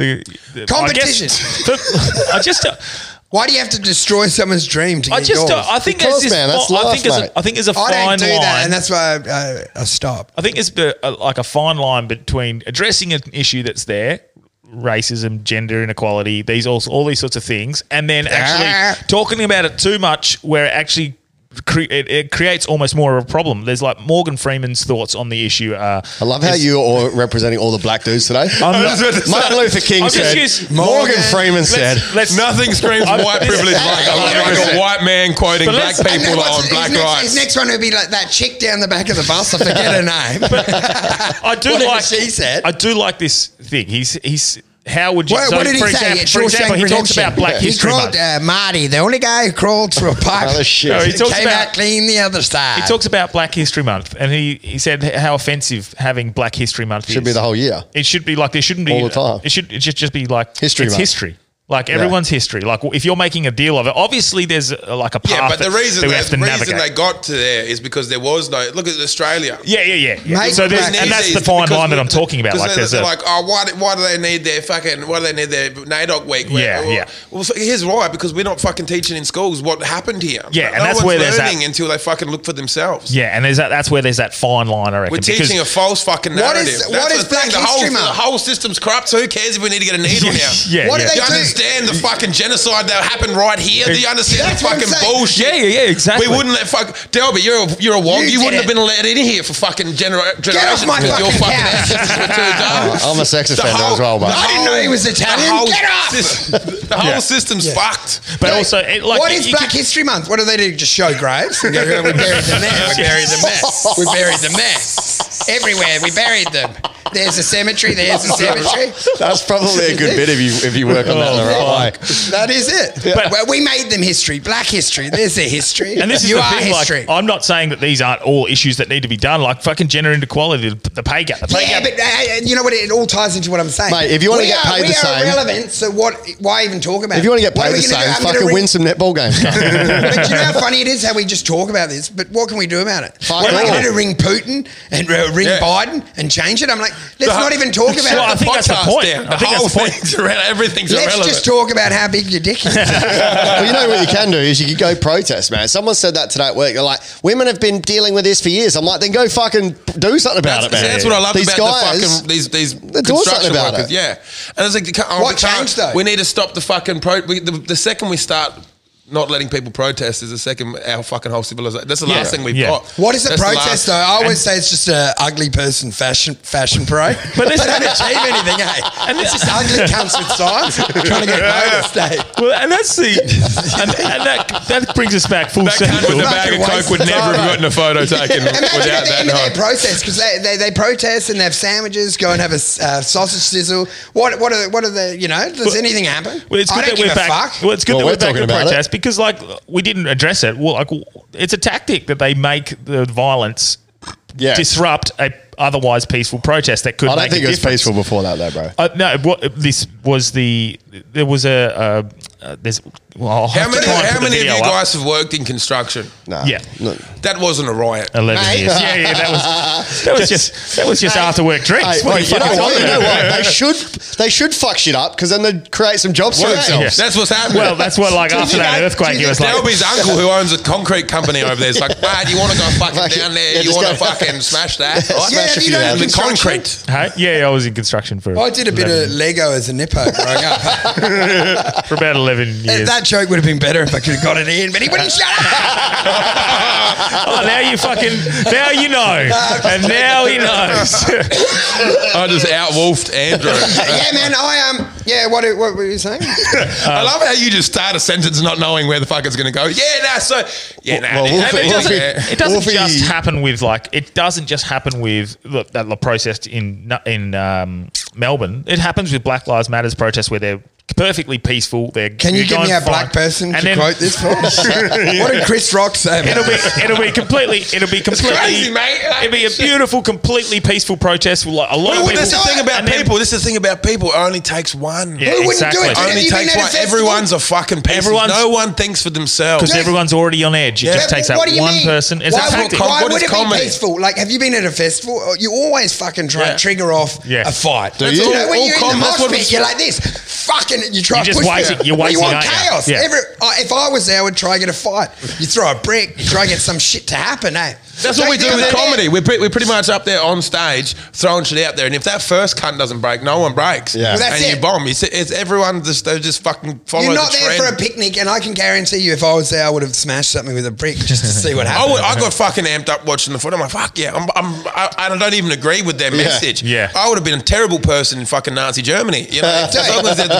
A: The- the- I
D: Competition.
A: guess- but I just don't-
D: Why do you have to destroy someone's dream to get
A: I just
D: yours?
A: don't- I think
B: Because,
A: there's this
B: man, that's
A: fi- I
B: life,
A: think there's
B: mate.
A: a, I think there's a
D: I
A: fine
D: don't do
A: line.
D: that, and that's why I, uh, I, I stop.
A: I think it's the- a, like a fine line between addressing an issue that's there, racism, gender inequality, these all, all these sorts of things, and then
D: Ah.
A: actually talking about it too much, where it actually cre- it, it creates almost more of a problem. There's like Morgan Freeman's thoughts on the issue. Uh,
B: I love how you are representing all the black dudes today.
A: I'm not-
B: Martin Luther King
A: I'm just
B: said,
A: used-
B: Morgan
D: Morgan-
B: Freeman said,
A: let's
C: Nothing screams
A: I'm-
C: white privilege like a, like a white man quoting
A: But
C: black
A: let's-
D: And then
C: people
D: what's-
C: on
D: his
C: black
D: next,
C: rights.
D: His next one would be like that chick down the back of the bus. I forget her name.
A: I do
D: Whatever
A: like
D: she said.
A: I do like this thing. He's he's. How would you?
D: What,
A: so,
D: what did he
A: for
D: say?
A: Example,
D: It's
A: for
D: Shawshank
A: example, he talks
D: Redemption.
A: about Black
D: He
A: History
D: crawled,
A: Month.
D: uh, Marty, the only guy who crawled through a pipe.
B: Oh, shit.
A: No, he talks
D: came
A: about-
D: out clean the other side.
A: He talks about Black History Month, and he, he said how offensive having Black History Month
B: should
A: is.
B: be the whole year.
A: It should be like there shouldn't be
B: All the time.
A: It should it should just be like
B: History
A: It's
B: Month.
A: history. Like everyone's history. Like if you're making a deal of it, obviously there's uh, like a path.
C: Yeah, but the
A: that-
C: reason
A: that we
C: they,
A: have to
C: the reason
A: navigate.
C: they got to there is because there was no look at Australia.
A: yeah, yeah, yeah. yeah.
D: Make
A: so there's,
D: Black
A: and that's
C: These
A: the
C: days,
A: fine
C: because
A: line that
C: we-
A: I'm talking about.
C: because
A: Like there's
C: they're
A: a
C: like, oh, why do, why do they need their fucking, why do they need their NAIDOC week?
A: Yeah,
C: well,
A: yeah.
C: Well, so here's why, because we're not fucking teaching in schools what happened here.
A: Yeah,
C: no
A: and that's
C: one's
A: where there's that-
C: learning until they fucking look for themselves.
A: yeah, and there's that. That's where there's that fine line. I reckon.
C: We're teaching a false fucking
D: What
C: narrative.
D: is- what
C: That's
D: is
C: the thing,
D: Black
C: the whole,
D: History Month?
C: The whole system's corrupt. So who cares if we need to get a needle now?
A: Yeah, yeah.
D: What do
C: Do
D: they
C: you understand the fucking genocide that happened right here? Do you understand
D: That's
C: the
D: what I'm
C: fucking
D: saying.
C: bullshit?
A: Yeah, yeah, yeah, exactly.
C: We wouldn't let fuck Delby. You're a, you're a wog.
D: You
C: You, wouldn't
D: did it.
C: have been let in here for fucking genera- generations.
D: my
C: because your fucking
D: fucking couch.
C: ancestors were too dumb.
B: Oh, I'm a sex
C: The
B: offender
C: whole-
B: as well,
C: the
B: but
D: I didn't know he was Italian.
C: The whole
D: Get off!
C: sys- the whole
A: Yeah.
C: system's fucked.
A: but also it, like
D: what
A: you-
D: is
A: you
D: Black
A: can-
D: History Month? What do they do? Just show graves? And go, we buried them there. We buried them there. We buried them there. Everywhere we buried them. There's a cemetery. There's a cemetery.
B: That's probably a good bit if you if you work on that the right way.
D: That is it. well, we made them history. Black history. There's their history.
A: And this is
D: you
A: the
D: are
A: thing,
D: history.
A: like, I'm not saying that these aren't all issues that need to be done, like fucking gender inequality, the the pay gap. The pay
D: yeah,
A: gap.
D: but uh, you know what? It all ties into what I'm saying.
B: Mate, if you wanna
D: We
B: get
D: are-
B: paid
D: we
B: the
D: are
B: same-
D: irrelevant. So what? Why even talk about?
B: If you want to get
D: it? What are
B: paid the
D: we gonna do?
B: same,
D: I'm gonna
B: fucking
D: ring-
B: win some netball games.
D: but you know how funny it is how we just talk about this, but what can we do about it?
B: Fuck
D: what am I
B: all.
D: going to ring Putin and uh, ring
C: Yeah.
D: Biden and change it? I'm like, let's
C: The-
D: not even talk about
A: Well, I
D: it.
A: think that's the point.
C: Damn,
A: I
C: the
A: think that's
C: whole
A: the point.
C: thing's irrelevant. Everything's
D: Let's
C: irrelevant.
D: just talk about how big your dick is.
B: well, you know what you can do is you can go protest, man. Someone said that today at work. They're like, women have been dealing with this for years. I'm like, then go fucking do something about it,
C: That's,
B: man.
C: that's what I love
B: These
C: about
B: guys,
C: the fucking these these
B: they're doing something
C: construction
B: about
C: workers.
B: it.
C: Yeah, and it's like you can't- oh,
D: What
C: we can't-
D: changed, though?
C: We need to stop the fucking pro. We, the, the second we start not letting people protest is the second our fucking whole civilization. That's the
A: Yeah.
C: last thing we've
A: Yeah.
C: got.
D: What is a
C: That's the
D: protest,
C: last-
D: though? I always say it's just an ugly person fashion fashion parade.
A: But
D: but they
A: this-
D: don't achieve anything, hey? And it's just ugly cunts with signs trying to get noticed, hey?
A: Well, and that's the, and, and that that brings us back full
C: That cunt
A: circle.
C: with a
D: Fucking
C: bag of
D: waste
C: coke would
D: of
C: never
D: time.
C: have gotten a photo taken
D: Imagine at
C: without
D: the
C: that.
D: end of their
C: nod.
D: protest because they, they, they protest and they have sandwiches, go and have a s- uh, sausage sizzle. What what are what are the you know? Does anything happen?
A: Well, it's good
D: I don't
A: that we're
D: give a
A: back.
D: fuck.
A: Well, it's good that
B: Well, we're
A: we're, back
B: talking
A: in
B: about it.
A: protest because, like, we didn't address it. Well, like, w- it's a tactic that they make the violence
B: Yeah.
A: disrupt a otherwise peaceful protest that could.
B: I don't
A: make
B: think
A: a
B: it was
A: difference.
B: peaceful before that, though, bro.
A: Uh, no, what, this was the there was a uh, uh, there's well, I'll
C: How
A: have to
C: many,
A: try and
C: how
A: put the
C: many of
A: video
C: you
A: up.
C: guys have worked in construction?
B: Nah.
A: Yeah.
B: No.
C: That wasn't a riot.
A: 11
D: Mate.
A: years. Yeah, yeah, that was that was just that was just after work
B: Hey,
A: drinks. What are
B: wait, you know
A: fucking
B: what?
A: talking
B: You know
A: about?
B: what? They should they should fuck shit up because then they'd create some jobs for
C: Well,
B: themselves.
C: That's what's happening.
A: Well, that's what like after
D: you
A: that
D: know-
A: earthquake,
D: do
A: he
D: you
A: was
D: think
A: like,
C: Delby's uncle, who owns a concrete company over there, is like, Dad, you want to go
B: Fuck it.
C: fucking down there?
B: Yeah,
C: you
B: just
C: want to
B: go-
C: fucking smash that? Right?
D: Yeah, have you done
C: the
D: construction?
C: concrete.
A: "Hey, yeah, I was in construction for
D: I did a bit
A: 11
D: of Lego as a nippo growing up.
A: for about eleven years."
D: That joke would have been better if I could have got it in, but he wouldn't shut up.
A: oh, now you fucking now you know, and now he knows.
C: I just outwolfed Andrew.
D: yeah, man. I um. Yeah. What what were you saying?
C: I love how you just start a sentence not knowing where the fuck it's going to go. Yeah, nah, so. Yeah, nah.
B: Well,
C: nah,
B: Wolfie-
C: nah, nah,
B: Wolfie-
C: nah.
A: It doesn't
B: Wolfie-
A: just happen with like it doesn't just happen with the, that the protest in in um, Melbourne. It happens with Black Lives Matters protests where they're perfectly peaceful. They're
D: Can you
A: they're
D: give me
A: going
D: a
A: fine.
D: black person to
A: then
D: quote this for? What did Chris Rock say?
A: It'll
D: About
A: be
D: it?
A: it'll be completely it'll be completely
C: crazy, mate. Like,
A: it'll be a
C: shit.
A: beautiful, completely peaceful protest with like a lot
C: Well,
A: of people.
C: that's the thing about
A: and then-
C: people. This is the thing about people. It only takes one.
A: Yeah,
D: Who wouldn't do
A: exactly.
D: it? Have
C: only
D: you been
C: takes
D: at a
C: one.
D: festival?
C: Everyone's a fucking piece.
A: Everyone's-
C: No one thinks for themselves.
A: Because everyone's already on edge. It just
D: Yeah,
A: takes
D: but
A: that
D: what do you
A: one
D: mean?
A: person. It's
D: why,
A: a
D: would-
A: tactic.
D: why
C: What
D: would
C: is
D: it
C: comedy?
D: be peaceful? Like, have you been at a festival? Oh, You always fucking try
C: Yeah.
D: and trigger off
A: Yeah.
D: a fight.
B: Do you?
D: know, when
C: All
D: you're in
C: com-
D: the
C: that's
D: mosh
C: what
D: pit,
C: it's-
D: you're like this. Fucking, you try
A: You're
D: to
A: just
D: push
A: waiting-
D: people.
A: you're
D: Well,
A: waiting,
D: you want
A: aren't you?
D: chaos.
A: Yeah.
D: Every, uh, if I was there, I would try and get a fight. You throw a brick, you try and get some shit to happen, eh?
C: That's
D: Don't
C: what we
D: you
C: do
D: think
C: with
D: I'm there?
C: comedy. We're, pre- we're pretty much up there on stage throwing shit out there, and if that first cunt doesn't break, no one breaks.
B: Yeah. Well,
D: that's
C: and you
D: it.
C: bomb. It's, it's everyone just they just fucking follow
D: You're not
C: the
D: there
C: trend.
D: for a picnic, and I can guarantee you, if I was there, I would have smashed something with a brick just to see what
C: I,
D: happened.
C: would, I got fucking amped up watching the foot. I'm like, fuck yeah. I'm, I'm, I, I don't even agree with their message.
A: Yeah.
C: I would have been a terrible person in fucking Nazi Germany. You know, if someone said that-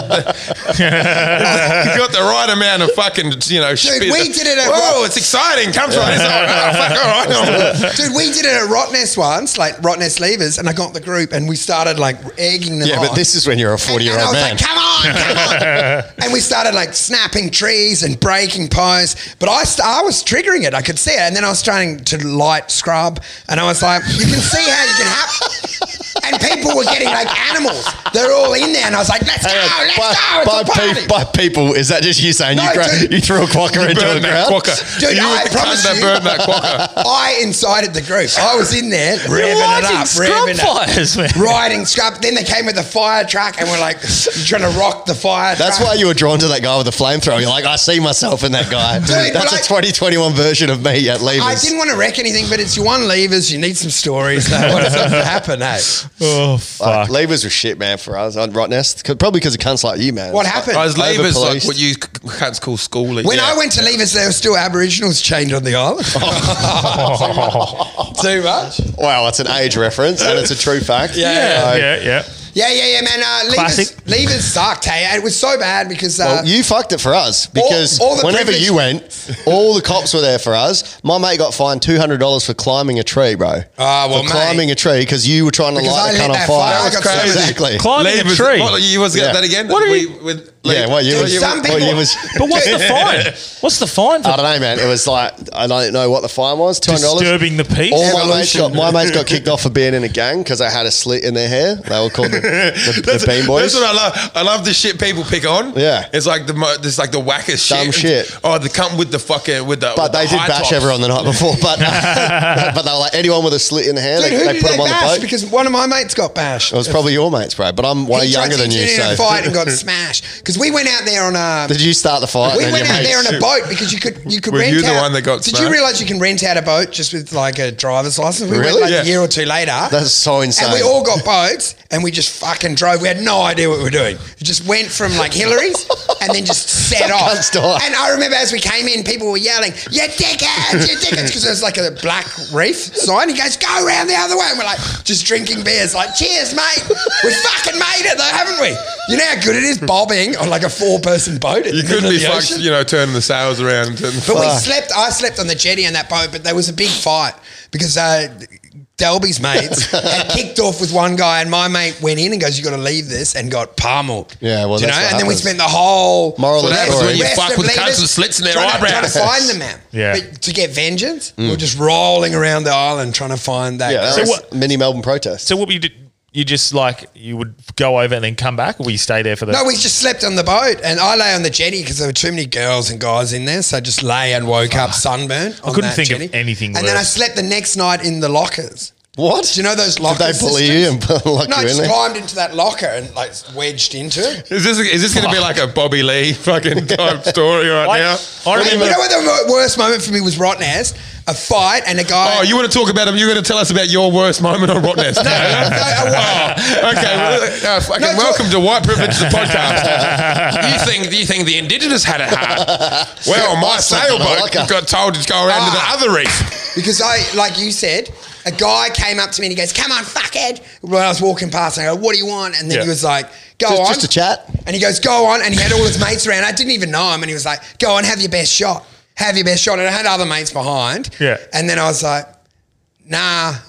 C: you got the right amount of fucking, you know, shit.
D: we did it at
C: Whoa,
D: Rock-
C: it's exciting. Come try this. Oh, fuck, all right.
D: Dude, we did it at Rottnest once, like Rottnest Levers, and I got the group and we started like egging them
B: yeah,
D: on.
B: but this is when you're a
D: And-
B: 40 year
D: and I
B: old
D: was
B: man.
D: like, come on, come on. and we started like snapping trees and breaking posts. But I, st- I was triggering it. I could see it. And then I was trying to light scrub. And I was like, you can see how you can have. And people were getting like animals. They're all in there. And I was like, let's go,
B: Hang on,
D: let's
B: by,
D: go. It's
B: by
D: a party.
B: peop- by people, is that just you saying
D: No,
B: you, gra-
D: dude.
B: you threw a quokka into the
C: Burn that
B: ground?
C: quokka.
D: Dude,
C: you
D: I
C: were the cunt
D: promise
C: that
D: you-
C: burned that quokka.
D: I incited the group. I was in there revving it
A: Lighting
D: up,
A: scrub
D: revving it up.
A: fires, man.
D: riding scrub. Then they came with a fire truck and we're like trying to rock the fire.
B: That's
D: truck.
B: why you were drawn to that guy with the flamethrower. You're like, I see myself in that guy. That's
D: but
B: a
D: I-
B: 2021 version of me at Leavers.
D: I didn't want to wreck anything, but it's your one levers. You need some stories. So what does that happen? eh?
A: Oh
B: Like,
A: fuck!
B: Leavers was shit, man, for us on Rottnest. 'Cause- Probably because of cunts like you, man.
D: What
B: It's
D: happened?
C: I was
B: Over
C: labours like
B: policed.
C: what you c- cunts call schooling.
D: When
C: Yeah.
D: I went to levers, there were still Aboriginals chained on the island.
B: Oh,
D: Too much.
B: Like, wow, it's an age reference and it's a true fact.
D: Yeah.
B: So-
A: yeah, yeah.
D: Yeah, yeah, yeah, man. Uh, levers,
A: Classic.
D: levers sucked. Hey, it was so bad because uh,
B: Well, you fucked it for us because
D: all the
B: whenever
D: privilege-
B: you went, All the cops were there for us. My mate got fined two hundred dollars for climbing a tree, bro.
D: Ah, well,
B: for
D: mate.
B: climbing a tree because you were trying to
D: Because
B: light
D: I
B: the
D: lit
B: cunt on
D: that
B: fire.
D: fire. That was crazy.
B: Exactly.
A: Climbing a
C: Labour's-
A: tree.
C: What, you was
B: Yeah.
C: that again?
A: What are
C: We-
A: you-
C: with-
B: yeah, what you
C: Well,
B: was?
C: you-
D: Some
B: what you
D: people-
B: was?
A: But what's the fine? What's the fine
B: I
A: for
B: don't know, man. It was like I don't know what the fine was. Two hundred dollars.
A: disturbing the peace?
B: All my mates, got, my mates got kicked off for being in a gang because they had a slit in their hair. They were called the, the, the Bean Boys.
C: That's what I love. I love the shit people pick on.
B: Yeah.
C: it's like the mo- it's like the wackest
B: Dumb
C: shit.
B: shit.
C: Oh, they come with the fucking with the.
B: but
C: with
B: they
C: the
B: did
C: high
B: bash
C: tops.
B: everyone the night before. But but they were like anyone with a slit in the hair,
D: Dude,
B: they,
D: who
B: they
D: did
B: put
D: they
B: them on
D: bash?
B: the boat.
D: Because one of my mates got bashed.
B: it was probably your mates, bro. But I'm way
D: He tried
B: younger than
D: to
B: you.
D: get in
B: So
D: a fight and got smashed. Because we went out there on um, a.
B: did you start the fight?
D: we
B: and then
D: went
B: your
D: out
B: mates-
D: there on a boat because you could you could
C: Were
D: rent
C: you the
D: out.
C: one that got
D: Did
C: smashed?
D: you realise you can rent out a boat just with like a driver's license? We
B: Really?
D: went like
C: Yeah.
D: a year or two later.
B: That's so insane.
D: And we all got boats and we just fucking drove. We had no idea what we were doing. It just went from like Hillary's and then just set
B: Some
D: off.
B: cunts died.
D: And I remember as we came in, people were yelling, You dickheads, you dickheads, because there was like a black reef sign. He goes, Go round the other way. And we're like, just drinking beers, like, Cheers, mate. We fucking made it though, haven't we? You know how good it is bobbing on like a four person boat? in
C: You
D: the
C: could
D: middle of
C: be
D: the
C: fucked,
D: ocean?
C: you know, turning the sails around. And turning
D: But we slept. I slept on the jetty on that boat, but there was a big fight because uh, Delby's mates had kicked off with one guy, and my mate went in and goes, "You got to leave this," and got pummeled.
B: Yeah, well,
D: Do you
B: that's
D: know.
B: what
D: and then we
B: happens.
D: spent the whole
B: Moral of
D: the
B: the
D: rest
B: story.
C: You fuck
D: of
C: with
D: leaders
C: cunts with slits in their
D: trying To, trying
C: eyebrows.
D: to find them out.
A: Yeah.
D: But to get vengeance, we we're just rolling around the island trying to find that.
B: Mm. Yeah, that
D: guy.
B: was
A: what-
B: mini Melbourne protest.
A: So what were you did you just like you would go over and then come back, or will you stay there for the?
D: No, we just slept on the boat, and I lay on the jetty because there were too many girls and guys in there. So I just lay and woke up sunburnt. I
A: couldn't think of anything
D: And then I
A: worse.
D: slept the next night in the lockers.
B: what?
D: Do you know those
B: Did
D: lockers?
B: they bully you and put lock
D: No, I
B: you in
D: just
B: there?
D: climbed into that locker and like wedged into it.
C: is this is this going to be like a Bobby Lee fucking type story right
A: I,
C: now?
A: I
D: And
A: remember.
D: you know what the mo- worst moment for me was Rotnaz, a fight and a guy.
C: Oh, you want to talk about him? You're going to tell us about your worst moment on Rottnest? no, okay. Well, uh, fucking
D: No,
C: welcome to White Privilege, the podcast. you think you think the Indigenous had it hard? Well,
B: Iceland
C: my
B: on a
C: sailboat
B: locker.
C: got told to go around
D: Ah.
C: to the other reef.
D: Because I, like you said, a guy came up to me and he goes, "Come on, fuckhead!" When I was walking past, and I go, "What do you want?" And then
A: Yeah.
D: he was like, "Go
B: Just-
D: on,
B: just a chat.
D: And he goes, "Go on," and he had all his mates around. I didn't even know him, and he was like, "Go on, have your best shot, have your best shot." And I had other mates behind.
A: Yeah.
D: And then I was like. Nah,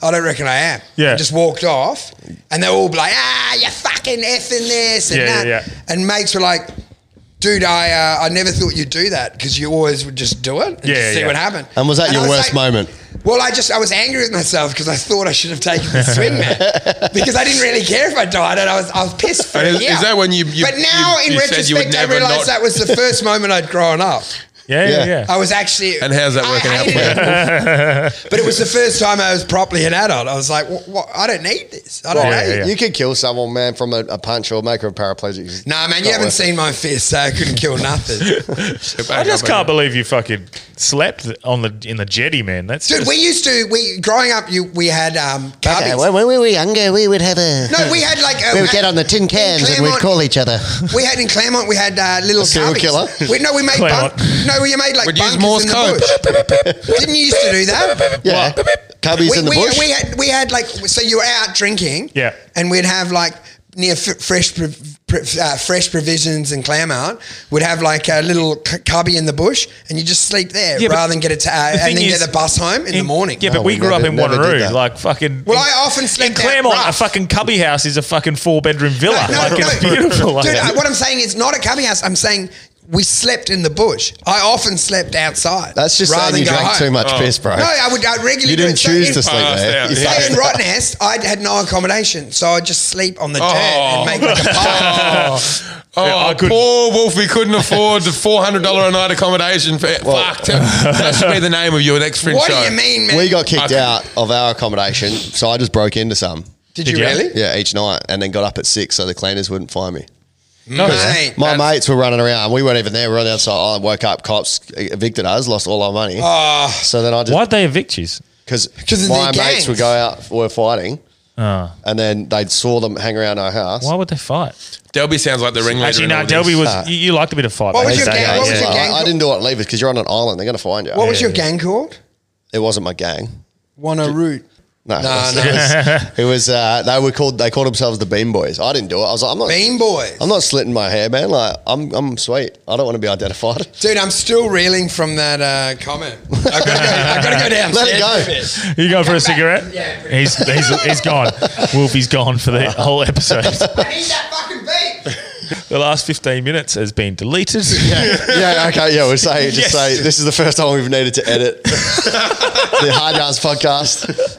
D: I don't reckon I am.
A: Yeah.
D: I just walked off, and they were all like, "Ah, you fucking effing this and
A: Yeah, yeah,
D: that,"
A: yeah.
D: and mates were like, "Dude, I uh, I never thought you'd do that because you always would just do it and
A: Yeah,
D: just
A: yeah,
D: see
A: yeah.
D: what happened."
B: And was that
D: I
B: your worst moment?
D: Well, I just I was angry with myself because I thought I should have taken the swing, man, because I didn't really care if I died, and I was I was pissed for
C: And
D: it.
C: is- is that when you- you-
D: but now,
C: you-
D: in
C: you said you would
D: retrospect, I
C: never
D: realised
C: not-
D: that was the first moment I'd grown up.
A: yeah, yeah,
B: Yeah.
A: yeah.
D: I was actually.
C: And how's that
D: I
C: working out
D: hated
C: for you?
D: it, But it was the first time I was properly an adult. I was like, what, what? I don't need this.
C: Oh,
D: I don't
A: Yeah,
D: need
A: yeah,
D: it.
A: yeah.
B: You could kill someone, man, from a, a punch or make her a paraplegic.
D: Nah, man,
B: Not
D: you haven't
B: worth it.
D: seen my fist, so I couldn't kill nothing.
A: I just can't believe you fucking slept on the in the jetty, man. That's
D: Dude,
A: just,
D: we used to we growing up. You we had um,
H: Okay,
D: cubbies.
H: when when we were younger, we would have a.
D: no, we had like a,
H: we would get on the tin cans and we'd
D: Claremont-
H: call each other.
D: We had in Claremont, we had uh, little
B: serial
D: cubbies.
B: killer?
D: We, no, we made bunk,
A: Claremont.
D: no, we made like
C: We'd use
D: bunkers
C: Morse
D: in the
C: code.
D: bush. Didn't you used to do that?
B: Yeah, cubbies
D: We,
B: in the
D: we,
B: bush.
D: we had we had like so you were out drinking.
A: Yeah.
D: And we'd have like near f- fresh Pro- Pro- uh, fresh provisions in Claremont. We'd have like a little c- cubby in the bush, and you just sleep there
A: Yeah, but
D: rather than get a ta- uh,
A: thing
D: and then
A: is-
D: get a bus home in, the morning.
A: Yeah, but
B: No,
A: we,
B: we
A: grew up
B: never-
A: in
B: never did
A: Wanneroo,
B: that.
A: like fucking.
D: Well,
A: in-
D: I often
A: in
D: slept out
A: Claremont.
D: rough.
A: A fucking cubby house is a fucking four bedroom villa.
D: No,
A: like
D: no,
A: it's
D: no.
A: beautiful. Like,
D: Dude, I- what I'm saying is not a cubby house. I'm saying we slept in the bush. I often slept outside.
B: That's just
D: rather
B: saying you
D: than go
B: drank
D: home.
B: too
A: Oh.
B: much piss, bro.
D: No, I would. I'd regularly.
B: you
D: do
B: didn't
D: it. So
B: choose
D: in-
B: to sleep
C: Oh,
B: there.
C: yeah.
B: You
C: Yeah.
B: fucked
D: So in Rottnest, I had no accommodation, so I'd just sleep on the dirt and make like a pile.
C: Oh,
A: Oh. Yeah, I couldn't-
C: poor Wolfie couldn't afford the four hundred dollar a night accommodation. For, fuck, that should be the name of your next fringe
D: What
C: show.
D: do you mean, man?
B: We got kicked
C: Okay.
B: out of our accommodation, so I just broke into some.
D: Did,
A: Did
D: you
A: you?
D: really?
B: Yeah, each night, and then got up at six so the cleaners wouldn't find me.
D: Mate.
B: My mates were running around. We weren't even there. We were on the outside. I woke up. Cops evicted us. Lost all our money. so then I just
A: Why'd they evict you?
B: because
D: 'Cause Ah. of
B: my
D: their
B: mates
D: gangs.
B: would go out. Were fighting, and then they saw them hang around our house.
A: Uh, Why would they fight?
C: Delby sounds like the ringleader.
A: Actually,
C: in
A: no,
C: all
A: Delby
C: this.
A: was. You, you liked a bit of fight.
D: What
A: back in
D: was your
A: the
D: gang-
A: day,
D: what was
A: yeah.
D: your gang
B: I, I
D: called?
B: didn't do it. Leave it because you're on an island. They're going to find you.
D: What was your gang called?
B: It wasn't my gang.
D: Wanna root.
B: No,
D: No,
B: it was,
D: no.
B: It was, it was, uh, they were called. They called themselves the Bean Boys. I didn't do it. I was like, I'm not.
D: Bean Boys.
B: I'm not slitting my hair, man. Like, I'm, I'm sweet. I don't want to be identified.
D: Dude, I'm still reeling from that uh, comment. I've got to go, I've got to go downstairs.
B: Let it go.
D: a bit.
A: You going for a cigarette?
D: Yeah.
A: He's, he's, he's gone. Wolfie's gone for the whole episode.
D: I need that fucking beat.
A: The last 15 minutes has been deleted.
B: yeah, okay, yeah. We'll say
A: Yes.
B: just say this is the first time we've needed to edit the Hard Yards podcast.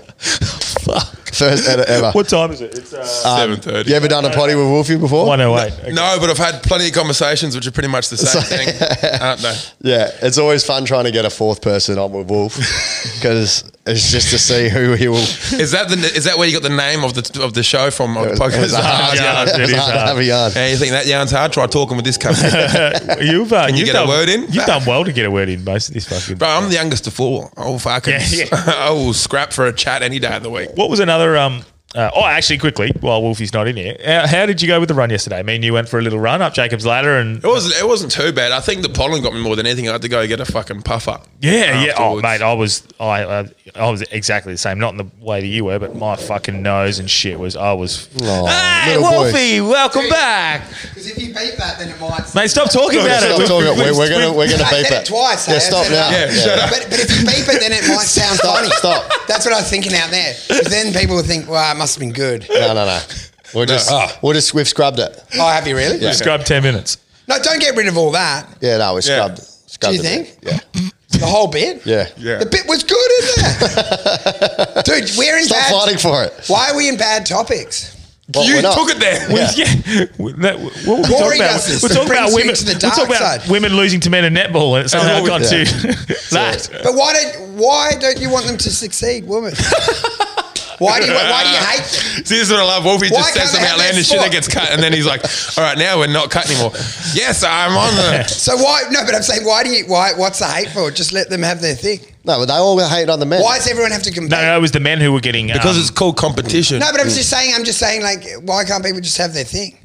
B: First edit ever.
A: What time is it? It's uh,
C: Seven
B: Um,
C: thirty.
B: You ever done a potty with Wolfie before?
A: 108.
C: No, but I've had plenty of conversations which are pretty much the same thing. I don't know.
B: Yeah, it's always fun trying to get a fourth person on with Wolf because it's just to see who he will.
C: Is that the is that where you got the name of the of the show from? Of the podcast?
B: It's a hard yarn.
A: yarn, it
B: It's
A: is uh,
B: a hard to
A: hard.
B: have a yarn.
C: Yeah, you think that yarn's hard? Try talking with this company.
A: You've, uh,
C: you
A: you've
C: get a
A: done,
C: word in?
A: You've done well to get a word in most of this fucking.
C: Bro, I'm the youngest of four. Oh fucking,
A: Yeah, yeah.
C: I will scrap for a chat any day of the week.
A: What was another? Um, uh, oh, actually, quickly, while Wolfie's not in here, uh, how did you go with the run yesterday? I mean, you went for a little run up Jacob's ladder, and
C: It wasn't. It wasn't too bad. I think the pollen got me more than anything. I had to go get a fucking puffer.
A: yeah, yeah. Oh,
C: afterwards.
A: mate, I was, I, uh, I was exactly the same. Not in the way that you were, but my fucking nose and shit was. I was.
B: Aw,
A: hey,
B: little boy.
A: Wolfie, welcome back,
D: Because if you beat that, then it might.
A: mate. Stop talking about
B: Stop
A: it.
B: talking. We're, we're gonna we're gonna
D: I
B: beep
D: said it
B: it
D: twice. eh?
B: Yeah,
D: I
B: stop
D: said it
B: now.
D: out.
C: Yeah, shut up.
D: But, but if you beep it, then it might sound funny.
B: stop.
D: That's what I was thinking out there. 'Cause Then people would think, well, it must have been good.
B: No, no, no. We're just
D: Ah.
B: we're just we've scrubbed it.
D: Oh, have you really?
B: Yeah.
A: Scrub ten minutes.
D: No, don't get rid of all that.
B: Yeah, no, we scrubbed.
C: Yeah.
B: Scrubbed
D: Do you
B: it.
D: think?
B: Yeah,
D: The whole bit.
B: yeah.
C: Yeah.
D: The bit was good, isn't it? Dude, we're in
B: Stop
D: bad.
B: fighting for it.
D: Why are we in bad topics?
B: Well,
C: you
B: we're not.
C: took it there.
A: We- Yeah. we- that- what were we
D: Corey
A: talking about?
D: does this.
A: We're
D: It
A: talking about
D: brings you
A: women.
D: to the
A: We're talking
D: dark
A: about
D: side.
A: women losing to men in netball, and it somehow
C: Yeah.
A: got
B: Yeah.
A: to that.
D: But why don't why don't you want them to succeed, woman? why do you why do you hate them?
C: See, this is what I love. Wolfie
D: Why
C: just
D: can't
C: says some
D: they have their
C: outlandish shit
D: sport?
C: that gets cut, and then he's like, "All right, now we're not cut anymore." Yes, I'm on the.
D: So why no, but I'm saying why do you why what's the hate for? Just let them have their thing.
B: No, but they all hate on the men.
D: Why does everyone have to compete?
A: No, no, it was the men who were getting um,
C: Because it's called competition.
D: No, but I'm just saying, I'm just saying, like, why can't people just have their thing?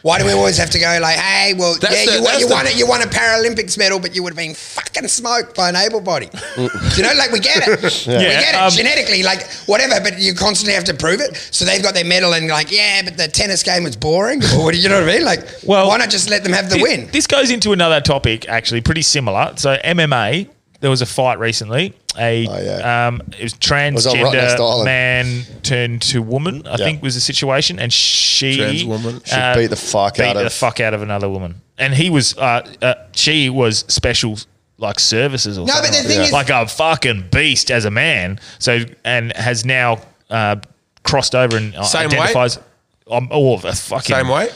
D: Why do we always have to go like, hey, well,
C: That's
D: yeah,
C: the-
D: you, won,
C: that's
D: you
C: the-
D: won it, you won a Paralympics medal, but you would have been fucking smoked by an able body. Do you know, like we get it, we
A: Yeah,
D: get it
A: um,
D: genetically, like whatever. But you constantly have to prove it. So they've got their medal and like, yeah, but the tennis game was boring. Or what do you know what I mean? Like,
A: Well-
D: why not just let them have the
A: Thi-
D: win?
A: This goes into another topic, actually, pretty similar. So MMA, there was a fight recently. A
B: Oh, yeah.
A: um, it was
B: on Rottnest
A: transgender
B: Island.
A: man turned to woman. I
B: Yeah.
A: think was the situation, and she uh,
C: Trans woman.
B: She beat the fuck
A: beat
B: out
A: the
B: of-
A: fuck out of another woman, and he was uh, uh, she was special. Like services or
D: No, but
A: something like
D: the thing
A: that.
D: is-
A: like a fucking beast as a man. So and has now uh, crossed over and
C: Same weight?
A: identifies. Um, oh, a fucking
C: Same way.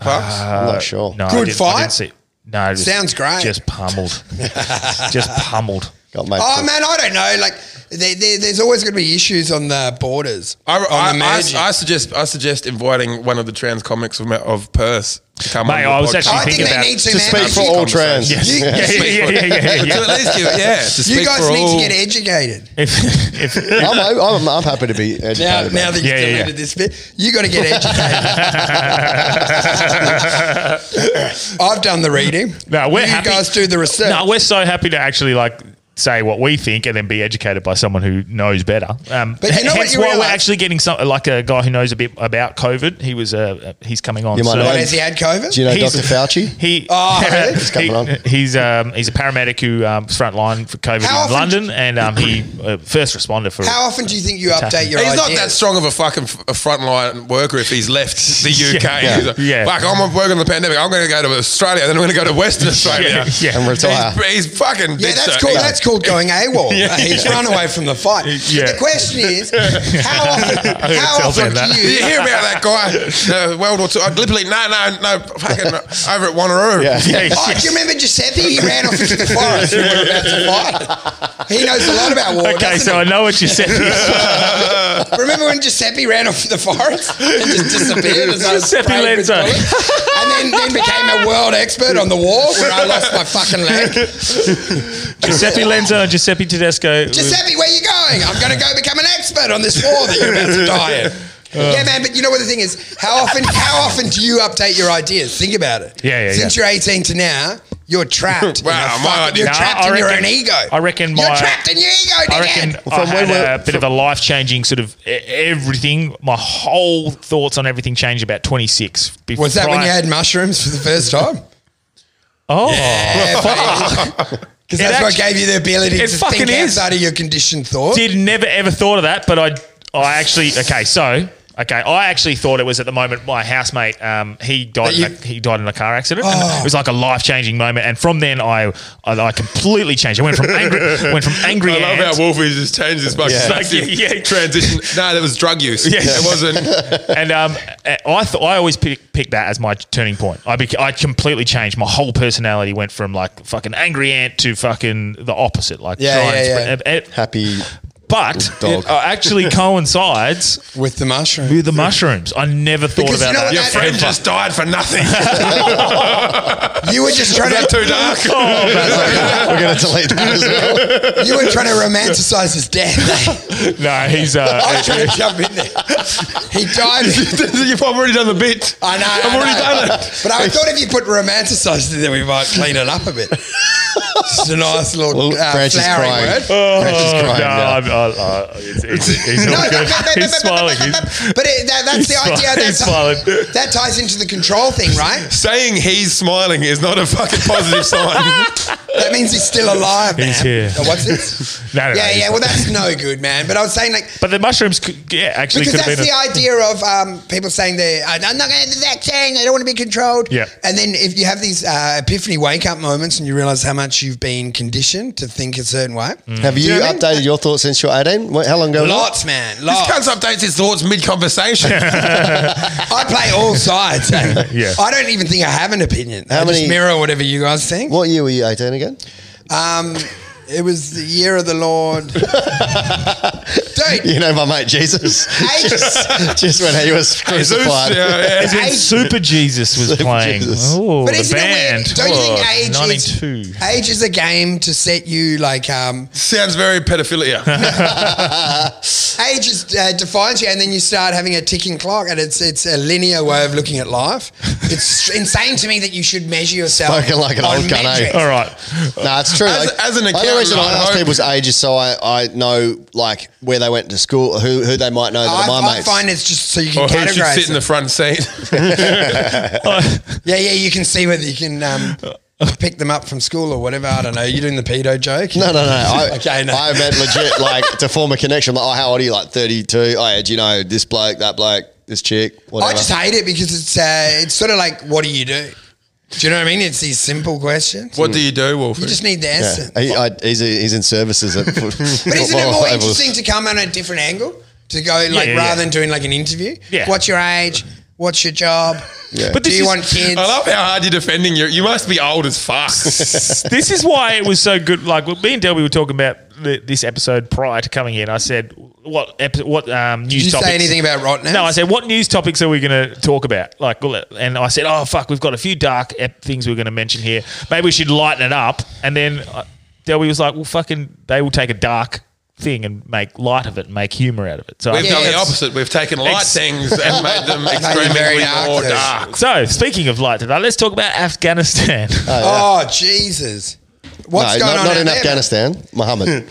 C: Pucks?
A: Uh,
B: I'm not sure.
A: no, I
D: Good
A: didn't- I didn't
D: fight.
A: see- no, just-
D: Sounds great.
A: Just pummeled. just pummeled.
B: Got made
D: Oh man, I don't know. Like, there, there, there's always going to be issues on the borders.
C: I,
D: on
C: I,
D: the magic.
C: I, I suggest I suggest inviting one of the trans comics of, of Perth to come
A: Mate,
C: on.
A: I was
C: the podcast.
A: actually
D: Oh, I think
A: thinking
D: they
A: about-
D: need to,
B: to
D: man.
B: speak
D: If
B: for
D: you-
B: all trans.
C: Yes.
D: You-
A: Yeah, yeah, yeah, yeah, yeah,
C: To
A: yeah.
C: at least give, yeah. to
D: You
C: speak
D: guys
C: for
D: need
C: all.
D: to get educated.
A: If, if,
B: I'm, I'm, I'm happy to be educated.
D: Now, now
B: man.
D: that you've
A: Yeah, yeah,
D: deleted
A: yeah.
D: this bit, you got to get educated. I've done the reading.
A: no, we're
D: you
A: happy.
D: guys do the research.
A: No, we're so happy to actually like say what we think and then be educated by someone who knows better. Um,
D: But you know what
A: hence
D: you
A: why
D: realise-
A: we're actually getting some like a guy who knows a bit about COVID. He was uh, he's coming on.
B: You might
A: soon.
B: know
D: What, has he had COVID?
B: Do you know
A: He's-
B: Dr. Fauci?
A: He,
D: Oh, really?
B: He's coming
A: he-
B: on.
A: he's um, he's a paramedic who um, front line for COVID
D: How
A: in
D: often-
A: London, and um, he uh, first responder for
D: How often do you think you update your
C: He's
D: ideas?
C: not that strong of a fucking f- a frontline worker if he's left the UK.
A: yeah,
C: He's like,
A: yeah.
C: Fuck, I'm working on the pandemic. I'm going to go to Australia, then I'm going to go to Western Australia.
A: yeah.
B: And retire.
C: He's, he's fucking.
D: Yeah,
C: bitch
D: that's
C: that
D: called
C: guy.
D: that's called going AWOL. He's run away from the fight.
A: Yeah.
D: The question is, how often,
A: gonna
D: how
A: tell
D: often
A: them that.
D: do
C: Did you
D: you?
C: hear about that guy? Uh, World War Two. Uh, Gallipoli. No, no, no. Fucking over at Wanneroo.
B: Yeah.
A: Yeah,
D: Oh,
A: yeah.
D: do you remember Giuseppe? He ran off into the forest when we were about to fight. He knows a lot about war.
A: Okay,
D: doesn't
A: so
D: he?
A: I know what you said.
D: Remember when Giuseppe ran off the forest and just disappeared? as I was
A: Giuseppe
D: sprayed with
A: Lenzo.
D: bullets? And then, then became a world expert on the wall when I lost my fucking leg.
A: Giuseppe Lenzo and Giuseppe Tedesco. uh,
D: Giuseppe, where you going? I'm going to go become an expert on this war that you're about to die in.
A: Uh.
D: yeah, man, but you know what the thing is? How often how often do you update your ideas? Think about it.
A: Yeah, yeah,
D: Since you're 18 to now, You're trapped.
C: Wow,
D: in
C: my
D: a fuck-
C: idea.
D: You're
C: Nah,
D: trapped
A: I
D: in your
A: reckon-
D: own ego.
A: I reckon
D: you're
A: my-
D: trapped in your ego.
A: I
D: dickhead.
A: reckon I had
B: when
A: a bit of a life changing sort of e- everything. My whole thoughts on everything changed about 26. Bef-
D: Was that when
A: prior-
D: you had mushrooms for the first time?
A: Oh,
D: Because
A: It
D: that's what
A: actu-
D: gave you the ability to
A: it fucking
D: think
A: is.
D: outside of your conditioned thought.
A: did never ever thought of that, but I I actually okay so. Okay, I actually thought it was at the moment my housemate um, he died
D: you- Oh.
A: in a, he died in a car accident. and it was like a life changing moment, and from then I, I I completely changed. I went from angry went from angry.
C: I love
A: ant-
C: how Wolfie just changed his fucking
A: Yeah.
C: massive
A: Like, yeah.
C: transition. No, that was drug use.
A: Yeah.
C: It wasn't.
A: and um, I th- I always pick, pick that as my turning point. I bec I completely changed. My whole personality went from like fucking angry ant to fucking the opposite. Like
D: Yeah,
A: try and
D: yeah,
A: spread- it- it-
B: Happy.
A: but
B: Dog.
A: it uh, actually coincides
D: with the mushroom.
A: with the mushrooms. I never thought
D: Because you
A: about
D: know
A: that.
D: what
C: Your
D: that-
C: friend just died for nothing.
D: you were just trying
C: Not
D: to
C: too dark.
A: Oh,
B: We're going to delete that as well.
D: you were trying to romanticize his death.
A: no, he's uh,
D: I was trying to jump in there. He died.
C: You've already done the bit.
D: I know.
C: I've
D: I
C: already
D: know.
C: done it.
D: But I thought if you put romanticized in there, we might clean it up a bit. It's a nice little
B: Well,
D: uh,
B: Branch is
D: flowering
B: crying.
D: word.
B: Branch
C: Oh,
B: is
A: no,
B: crying now.
A: oh, I'm, uh, I, I, he's, he's, he's all good. He's smiling. He's,
D: But it, that, that's the
A: He's smiling.
D: idea.
A: He's
D: That's,
A: smiling.
D: that ties into the control thing, right?
C: Saying he's smiling is not a fucking positive sign.
D: That means he's still alive, man.
A: He's here.
D: Oh, What's this?
A: No, no, no,
D: yeah,
A: he's
D: yeah.
A: not.
D: Well, that's no good, man. But I was saying, like,
A: but the mushrooms, could, yeah, actually
D: because
A: could have been.
D: that's the
A: A,
D: idea of um, people saying they, I'm not going to do that thing. I don't want to be controlled.
A: Yeah.
D: And then if you have these uh, epiphany wake up moments and you realize how much you've been conditioned to think a certain way.
B: Have you
D: know what I mean?
B: updated your thoughts since you're 18? What- How long ago? was that?
D: Lots, man.
C: This
D: Lots.
C: cunt updates his thoughts mid conversation.
D: I play all sides. eh?
A: Yeah.
D: I don't even think I have an opinion.
B: How
D: I
B: many-
D: just mirror whatever you guys think.
B: What year were you 18 again?
D: Um, it was the year of the Lord. Dude,
B: You know my mate Jesus.
D: ages.
B: Just when he was
C: Jesus,
B: crucified.
C: yeah,
A: As in
D: Age-
A: Super Jesus was
B: Super
A: playing.
B: Jesus.
A: Oh,
D: But
A: the
D: isn't it weird?
A: band.
D: Don't you think
A: Oh,
D: age is-
A: 92.
D: Age is a game to set you like um,
C: Sounds very pedophilia.
D: age is, uh, defines you, and then you start having a ticking clock, and it's it's a linear way of looking at life. It's insane to me that you should measure yourself.
B: Spoken like an
D: on
B: old cunt, eh?
D: metrics.
A: All right.
B: No, it's true.
C: As-
B: Like,
C: as an
B: I
C: accountant,
B: reason I
C: I
B: ask
C: hope-
B: people's ages so I, I know like where they went to school, who who they might know that
D: I,
B: are my
D: I
B: mates. Oh,
D: find it's just so you can
C: or who should
D: categorize.
C: sit in the
D: it.
C: front seat.
D: yeah, yeah, you can see whether you can um, pick them up from school or whatever. I don't know. You doing the pedo joke?
B: no, no, no. I,
D: okay, no.
B: I meant legit, like to form a connection. Like, oh, how old are you? Like thirty-two. Oh, yeah, do you know this bloke, that bloke, this chick? Whatever.
D: I just hate it because it's uh, it's sort of like, what do you do? Do you know what I mean? It's these simple questions.
C: what do you do, Wolfie?
D: You just need the
B: Yeah.
D: essence.
B: He, I, he's, he's in services at foot-
D: But isn't it
B: football
D: more
B: levels.
D: interesting to come on a different angle? To go like
A: yeah,
D: rather
A: yeah.
D: than doing like an interview?
A: Yeah.
D: What's your age? What's your job?
A: But
D: Do
A: this
D: you
A: is-
D: want kids?
C: I love how hard you're defending your. You must be old as fuck.
A: this is why it was so good. Like well, me and Delby were talking about th- this episode prior to coming in. I said, "What epi- what um, news
D: Did you
A: topics?"
D: say anything about rotten?
A: no, I said, "What news topics are we going to talk about?" Like, well, and I said, "Oh fuck, we've got a few dark ep- things we're going to mention here. Maybe we should lighten it up." And then uh, Delby was like, "Well, fucking, they will take a dark thing and make light of it, and make humor out of it." So I
C: We've
A: think
C: done the
A: that's-
C: opposite. We've taken light
A: Ex-
C: things and made them
D: very
C: extremely
D: dark
C: more
D: though.
C: dark.
A: So speaking of light today, let's talk about Afghanistan.
D: Oh Jesus. What's
B: no,
D: going
B: not,
D: on
B: not
D: out
B: in
D: there, Hmm.
B: Afghanistan, Mohammed.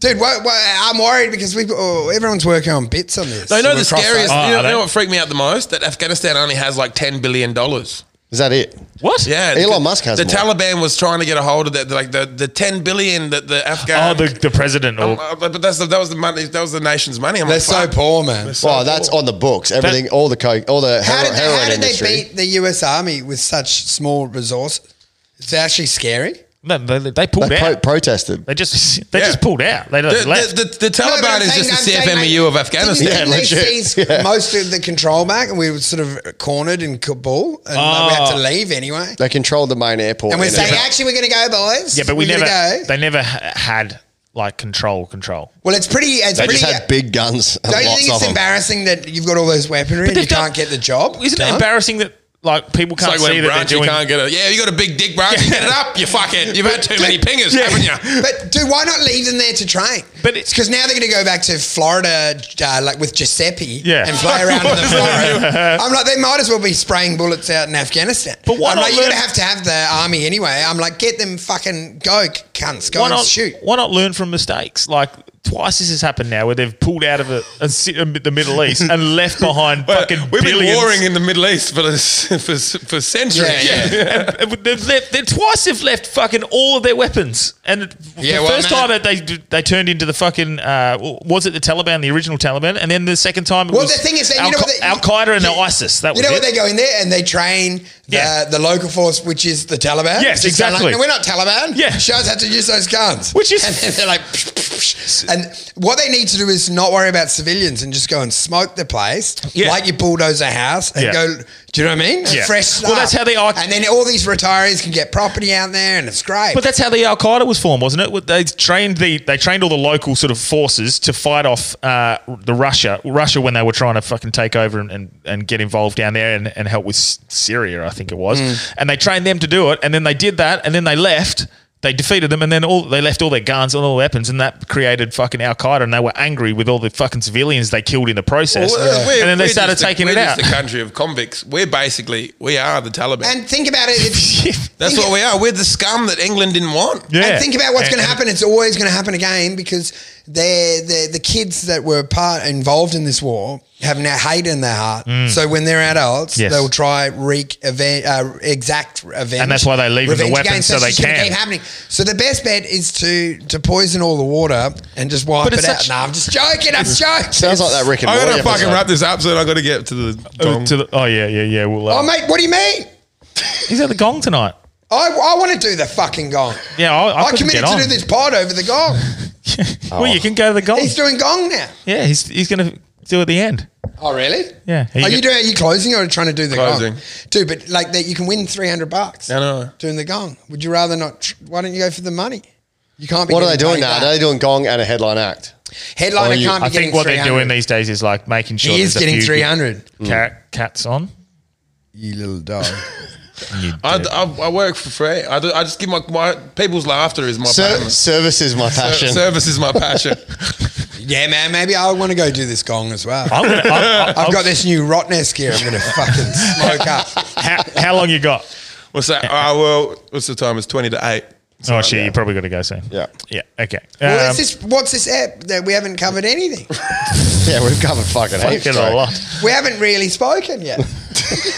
D: dude? What, what, I'm worried because we oh, everyone's working on bits on this.
C: They know
D: We're
C: the
D: cross-
C: scariest.
A: Oh,
C: you
A: I
C: know, you know
A: don't-
C: what freaked me out the most? That Afghanistan only has like ten billion dollars.
B: Is that it?
A: what?
C: Yeah,
B: Elon
C: the-
B: Musk has
C: the
B: more.
C: Taliban was trying to get a hold of that, like the, the ten billion that the
A: Oh,
C: Afghan.
A: the, the president. Or,
C: Uh, but but that's the, that was the money. That was the nation's money. I'm
D: They're
C: like,
D: so
C: fuck.
D: poor, man.
B: Well, Oh, that's on the books. Everything, all the coke, all the
D: How
B: hero-
D: did, they,
B: heroin
D: how did they
B: industry.
D: beat the U.S. Army with such small resources? It's actually scary.
A: no, they, they pulled
B: They
A: out.
B: pro- protested.
A: They just they
C: Yeah.
A: just pulled out. They
C: The,
A: just left.
C: the, the, the
D: No, but
C: Taliban
D: I'm
C: is
D: saying-
C: just
D: I'm
C: the
D: saying,
C: CFMEU
D: like,
C: E of Afghanistan.
D: Didn't,
B: Yeah,
D: didn't
B: legit.
D: they seize most of the control back, and we were sort of cornered in Kabul, and like, we
A: Ah.
D: had to leave anyway.
B: They controlled the main airport.
D: And we're
B: in
D: saying,
B: Iraq.
D: actually, we're going to go, boys.
A: yeah, but we
D: We're
A: never
D: gonna Go.
A: they never ha- had like control control.
D: well, it's pretty. It's
B: they
D: pretty.
B: just had big guns. And
D: don't you
B: lots
D: think
B: of
D: it's
B: them.
D: embarrassing that you've got all those weaponry and you
A: they've done-
D: can't get the job?
A: Isn't it
D: done?
A: embarrassing that like people can't
C: It's like
A: see
C: when
A: that they're
C: Branch, you
A: doing.
C: can't get a yeah. You got a big dick, Branch. You Get it up. You fucking. You've had too many pingers, haven't you?
D: But dude, why not leave them there to train?
A: But it-
D: it's because now they're going to go back to Florida, uh, like with Giuseppe,
A: Yeah.
D: and play around in the
C: What is
D: Florida. I'm like, they might as well be spraying bullets out in Afghanistan.
A: But why
D: I'm
A: not
D: like, you're
A: learn-
D: going to have to have the army anyway. I'm like, get them fucking go, c- cunts, go
A: Why
D: and
A: not
D: shoot.
A: Why not learn from mistakes? Like twice this has happened now, where they've pulled out of a, a, si- um, the Middle East and left behind fucking
C: We've
A: billions.
C: been warring in the Middle East for for, for centuries.
D: Yeah, yeah.
A: And- and they've left, they twice they've left fucking all of their weapons. And
D: Yeah,
A: the
D: well,
A: first
D: man-
A: time that they they turned into the fucking uh, was it the Taliban, the original Taliban, and then the second time it
D: Well,
A: was
D: the thing is that you
A: Al-
D: know what they-
A: Al Qaeda and the ISIS. That
D: You
A: was
D: know
A: it.
D: what they go in there and they train the,
A: Yeah.
D: the local force, which is the Taliban.
A: Yes,
D: Just kinda
A: exactly.
D: Like, no, we're not Taliban.
A: Yeah.
D: show us how to use those guns.
A: Which is-
D: and then they're like, psh, psh, psh. and what they need to do is not worry about civilians and just go and smoke the place,
A: Yeah.
D: like you bulldoze a house and
A: Yeah.
D: go. Do you know what I mean? A
A: Yeah.
D: Fresh
A: Well,
D: start.
A: that's how they are-
D: And then all these retirees can get property out there, and it's great.
A: But that's how the Al Qaeda was formed, wasn't it? What- They trained the they trained all the local sort of forces to fight off uh, the Russia Russia when they were trying to fucking take over and, and, and get involved down there and, and help with S- Syria, I think it was.
D: Hmm.
A: And they trained them to do it, and then they did that, and then they left. They defeated them, and then all they left all their guns and all their weapons, and that created fucking Al Qaeda, and they were angry with all the fucking civilians they killed in the process,
D: uh,
A: and then they started taking
C: we
A: it out.
C: the country of convicts. We're basically we are the Taliban.
D: and think about it. It's,
C: That's
D: think
C: what we are. We're the scum that England didn't want.
A: Yeah.
D: And think about what's
A: And-
D: going to happen. It's always going to happen again because they're, they're, the kids that were part involved in this war have now hate in their heart. So when they're adults,
A: Mm. Yes.
D: they'll try wreak even, uh, exact revenge.
A: And that's why they leave them the
D: Revenge
A: weapons so
D: it's
A: they
D: just gonna
A: can.
D: keep happening. So the best bet is to to poison all the water and just wipe
A: But
D: it
A: it's
D: out.
A: such-
D: no, I'm just joking. I'm joking.
B: Sounds like that Rick and
C: I
B: Morty
C: gotta fucking
B: episode.
C: wrap this up, so I gotta get to the.
A: Oh, to the- oh, yeah, yeah, yeah. We'll, uh,
D: Oh mate, what do you mean?
A: he's at the gong tonight.
D: I, I want to do the fucking gong.
A: Yeah, I, I,
D: I,
A: couldn't
D: committed
A: get
D: to
A: on.
D: do this pod over the gong.
A: Well, you can go to the gong.
D: He's doing gong now.
A: Yeah, he's he's going to do it at the end.
D: Oh really?
A: Yeah.
D: Are you
A: get-
D: doing? Are you closing or are you trying to do the
C: Closing.
D: gong? Dude, but like that, you can win three hundred bucks.
C: I know.
D: Doing the gong. Would you rather not? Tr- why don't you go for the money? You can't. Be
B: What are they
D: getting
B: doing
D: paid
B: now? Are
D: back.
B: they doing gong and a headline act?
D: Headliner
B: Or you-
D: can't be
A: I
D: getting
A: think what they're doing
D: 300.
A: these days is like making sure
D: He is
A: there's a
D: getting
A: few
D: three hundred.
A: good Mm. cat, cats on.
D: You little dog.
A: You
C: I,
A: do.
C: I, I work for free. I, do, I just give my, my people's laughter is my
B: Ser-
C: payment.
B: Um, service is my passion.
C: Service is my passion.
D: yeah, man. Maybe I want to go do this gong as well.
A: I'm gonna, I, I,
D: I've got this new rottenness gear. I'm going to fucking smoke up.
A: how, how long you got?
C: What's that? Oh, well, what's the time? It's 20 to 8.
A: oh shit, you probably got to go soon.
B: Yeah.
A: yeah, okay.
D: Well,
A: Um,
D: is this, what's this app that we haven't covered anything?
B: yeah, we've covered fucking
A: fuck
B: heaps.
A: it
B: bro.
A: a lot.
D: We haven't really spoken yet.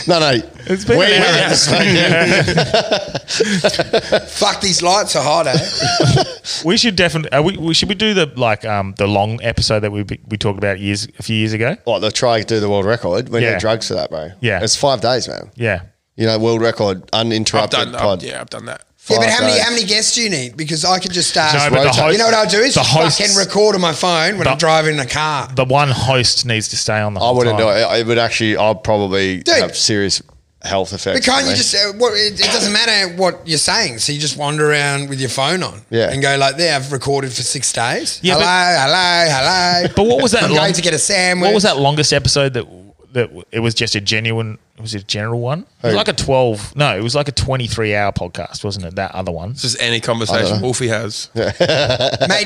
B: No, no.
A: It's been
B: We're
A: an
B: with
A: hour.
B: it, so, yeah.
D: Fuck, these lights are hot, eh?
A: We should definitely. Uh, we, we should we do the like um the long episode that we be- we talked about years a few years ago.
B: What, they'll try to do the world record. We
A: Yeah.
B: need drugs for that, bro.
A: Yeah.
B: It's five days, man.
A: Yeah,
B: You know, world record,
C: I've
B: uninterrupted
C: done, I've,
B: pod.
C: yeah, I've done that.
D: Yeah, but
B: Five
D: how many,
B: days.
D: how many guests do you need? Because I could just start.
A: No, but the host-
D: you know what I'll do is
A: the
D: just
A: hosts-
D: fucking record on my phone when
A: The-
D: I'm driving in a car.
A: the one host needs to stay on the.
B: I
A: whole
B: wouldn't
A: time.
B: do it. It would actually, I'll probably
D: Dude.
B: have serious health effects.
D: But
B: on
D: can't you
B: me.
D: just? Uh, what, it, it doesn't matter what you're saying. So you just wander around with your phone on,
B: Yeah.
D: and go like, "There, I've recorded for six days.
A: Yeah,
D: hello,
A: but-
D: hello, hello."
A: But what was that?
D: I'm going to get a sandwich.
A: What was that longest episode that that it was just a genuine? It was a general one. It was
B: Who?
A: like a twelve. No, it was like a twenty-three hour podcast, wasn't it? That other one.
C: It's just any conversation Wolfie has.
D: mate?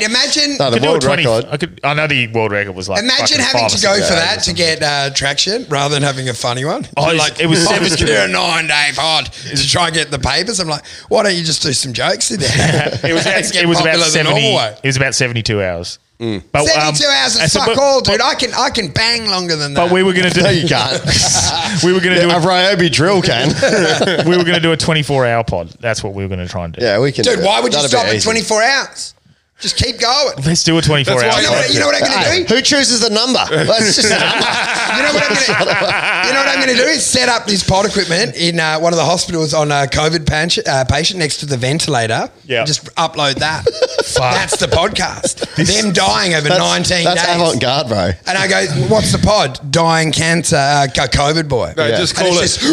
D: Imagine,
B: No, the
A: Could do a
B: world
A: 20
B: record.
A: I could. I know the world record was like.
D: imagine
A: fucking
D: having
A: five or
D: to go
A: six
D: for
A: hours.
D: that to get uh, traction rather than having a funny one.
A: Oh,
D: You're
A: it's- it was
D: I'm
A: seven-
D: just gonna do a nine day pod to try and get the papers. I'm like, why don't you just do some jokes in there?
A: It was,
D: Let's
A: about,
D: get
A: it was about
D: popular the
A: seventy.
D: normal way.
A: It was about seventy-two hours. But, um,
D: 72 hours
A: and
D: is
A: so-
D: fuck
A: but-
D: all, dude.
A: But,
D: I can I can bang longer than that.
A: but we were going to do.
B: No, you can't.
A: We were going to
B: a
A: do.
B: Ryobi drill can.
A: A, we were going to do a twenty-four hour pod. That's what we were going to try and do.
B: yeah, we can. do
D: dude,
B: it.
D: why would you
B: That'd be
D: stop at
B: easy.
D: 24 hours? Just keep going.
A: Let's do a twenty-four
C: That's
A: hour.
C: why
D: You know
A: pod.
D: what, you know what I'm going to do?
B: Who chooses the number? That's just a number.
D: You know what I'm going to you know what I'm going to do is set up this pod equipment in uh, one of the hospitals on a COVID patient, uh, patient next to the ventilator.
A: Yeah.
D: Just upload that.
A: Fuck.
D: That's the podcast. Them dying over 19
B: That's
D: days.
B: avant garde, bro.
D: and I go, what's the pod? Dying cancer, uh, co- COVID boy.
C: No,
B: Yeah.
C: just
D: And
C: call it.
D: it's just-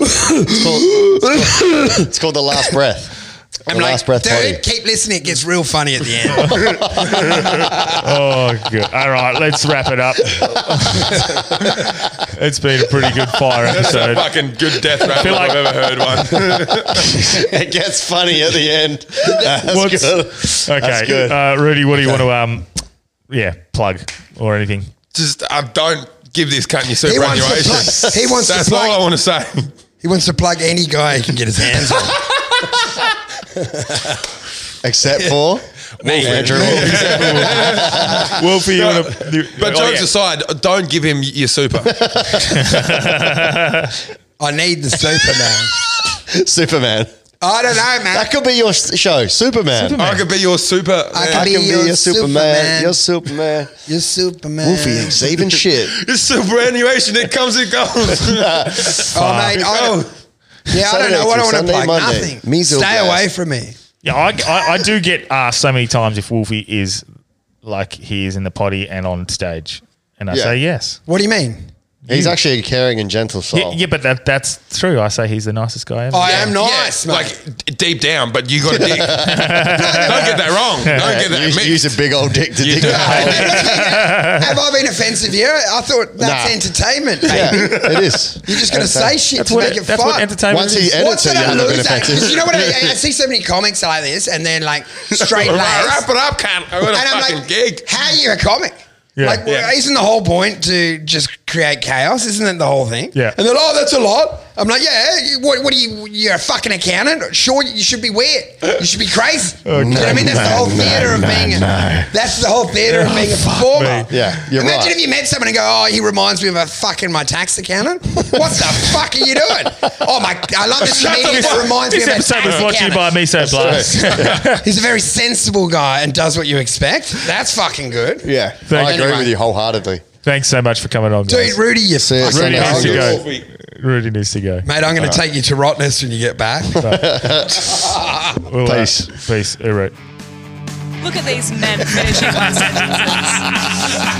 B: It's called, it's called- it's called the last breath.
D: I'm
B: The
D: like,
B: last breath
D: dude,
B: potty."
D: keep listening. It gets real funny at the end.
A: Oh, good. All right, let's wrap it up. it's been a pretty good fire
C: That's a
A: episode.
C: fucking good death rap
A: Feel
C: I've
A: like-
C: ever heard one.
B: it gets funny at the end. That's
A: What's-
B: good.
A: Okay,
B: That's good.
A: Uh, Rudy, what do you want to um, yeah, plug or anything?
C: Just I don't give this cunt your
D: He wants to
C: superannuation.
D: plug- he wants to
C: That's
D: plug-
C: all I want to say.
A: Oh,
D: he wants to plug any guy he can get his hands on.
B: Except for
C: Me.
B: Andrew.
A: Wolfie, you Oh, want to?
C: But jokes aside, don't give him your super.
D: I need the Superman.
B: Superman.
D: I don't know, man.
B: That could be your s- show, Superman.
C: I could be your super.
D: I
B: I
D: could
B: can be your, Superman.
D: Superman.
B: Your Superman.
D: You're Superman.
B: Wolfie ain't saving shit.
C: It's superannuation. It comes and goes.
D: Oh, mate. I don't, yeah, I don't
B: Saturday
D: know what
B: through
D: I want to
B: Sunday,
D: plug.
B: Monday.
D: Nothing.
B: Measles,
D: Stay
B: guys.
D: away from me.
A: Yeah, I, I, I do get asked so many times if Wolfie is like he is in the potty and on stage, and I
B: Yeah.
A: say yes.
D: What do you mean?
B: He's actually a caring and gentle soul.
A: Yeah, yeah, but that that's true. I say he's the nicest guy ever.
D: I am nice,
C: Yeah,
D: mate.
C: Like d- deep down, but you got a dick. don't get that wrong. Don't get that
B: Use,
C: mixed.
B: use a big old dick to dig
C: do.
B: that hole.
D: Have I been offensive here? I thought that's
B: Nah.
D: entertainment, mate.
B: Yeah, it is.
D: You're just going to say shit
A: that's
D: to
A: what
D: make it
A: that's
D: fun.
A: what entertainment
B: Once he
A: is.
B: edits
D: What's
B: it,
D: it
B: you
D: I
B: haven't been
D: lose at?
B: offensive.
D: 'Cause You know what I, I see so many comics like this, and then like straight
C: Right,
D: laced.
C: wrap it up, cunt. I got a
D: and
C: fucking
D: I'm like,
C: gig.
D: how are you a comic?
A: Yeah.
D: Like, well,
C: Yeah.
D: isn't the whole point to just create chaos? Isn't it the whole thing?
A: Yeah.
D: And they're like, oh, that's a lot. I'm like, yeah, you- what, what are you, you're a fucking accountant? Sure, you should be weird. You should be crazy. You know what I mean? That's the
B: No,
D: whole
B: no,
D: theatre of
B: no,
D: being,
B: no.
D: a, that's the whole theatre of being a performer.
B: me. Yeah, you're
D: Imagine
B: right.
D: if you met someone and go, oh, he reminds me of a fucking my tax accountant. what the fuck are you doing? Oh my, I love this comedian
A: This,
D: that reminds me
A: this
D: of a tax
A: episode was brought to you
D: accountant.
A: by Miso Blast.
D: He's a very sensible guy and does what you expect. That's fucking good.
B: Yeah,
A: Thank
B: I
A: you.
B: agree with you wholeheartedly.
A: Thanks so much for coming on, guys.
D: Dude, Rudy, you
B: See you
D: fucking
A: Rudy
B: Sunday.
A: needs to
B: I'll
A: go.
B: go.
C: Wolfie.
A: Rudy needs to go.
D: Mate, I'm going to take you to Rottnest when you get back.
A: We'll, uh,
B: Peace.
A: peace. All right.
E: Look at these men finishing my sentences.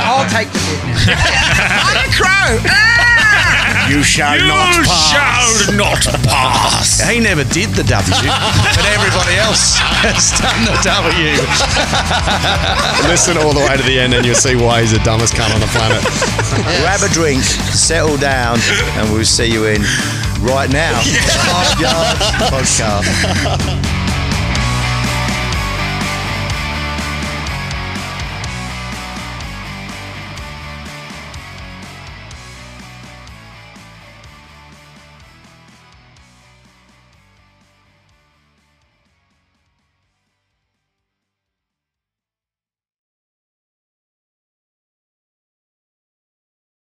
F: I'll take the kid now. I'm a crow. Ah!
I: You shall not pass. shall not pass.
G: He never did the W, but everybody else has done the W.
B: Listen all the way to the end, and you'll see why he's the dumbest cunt on the planet.
G: Grab a drink, settle down, and we'll see you in right now. Lifeguard podcast.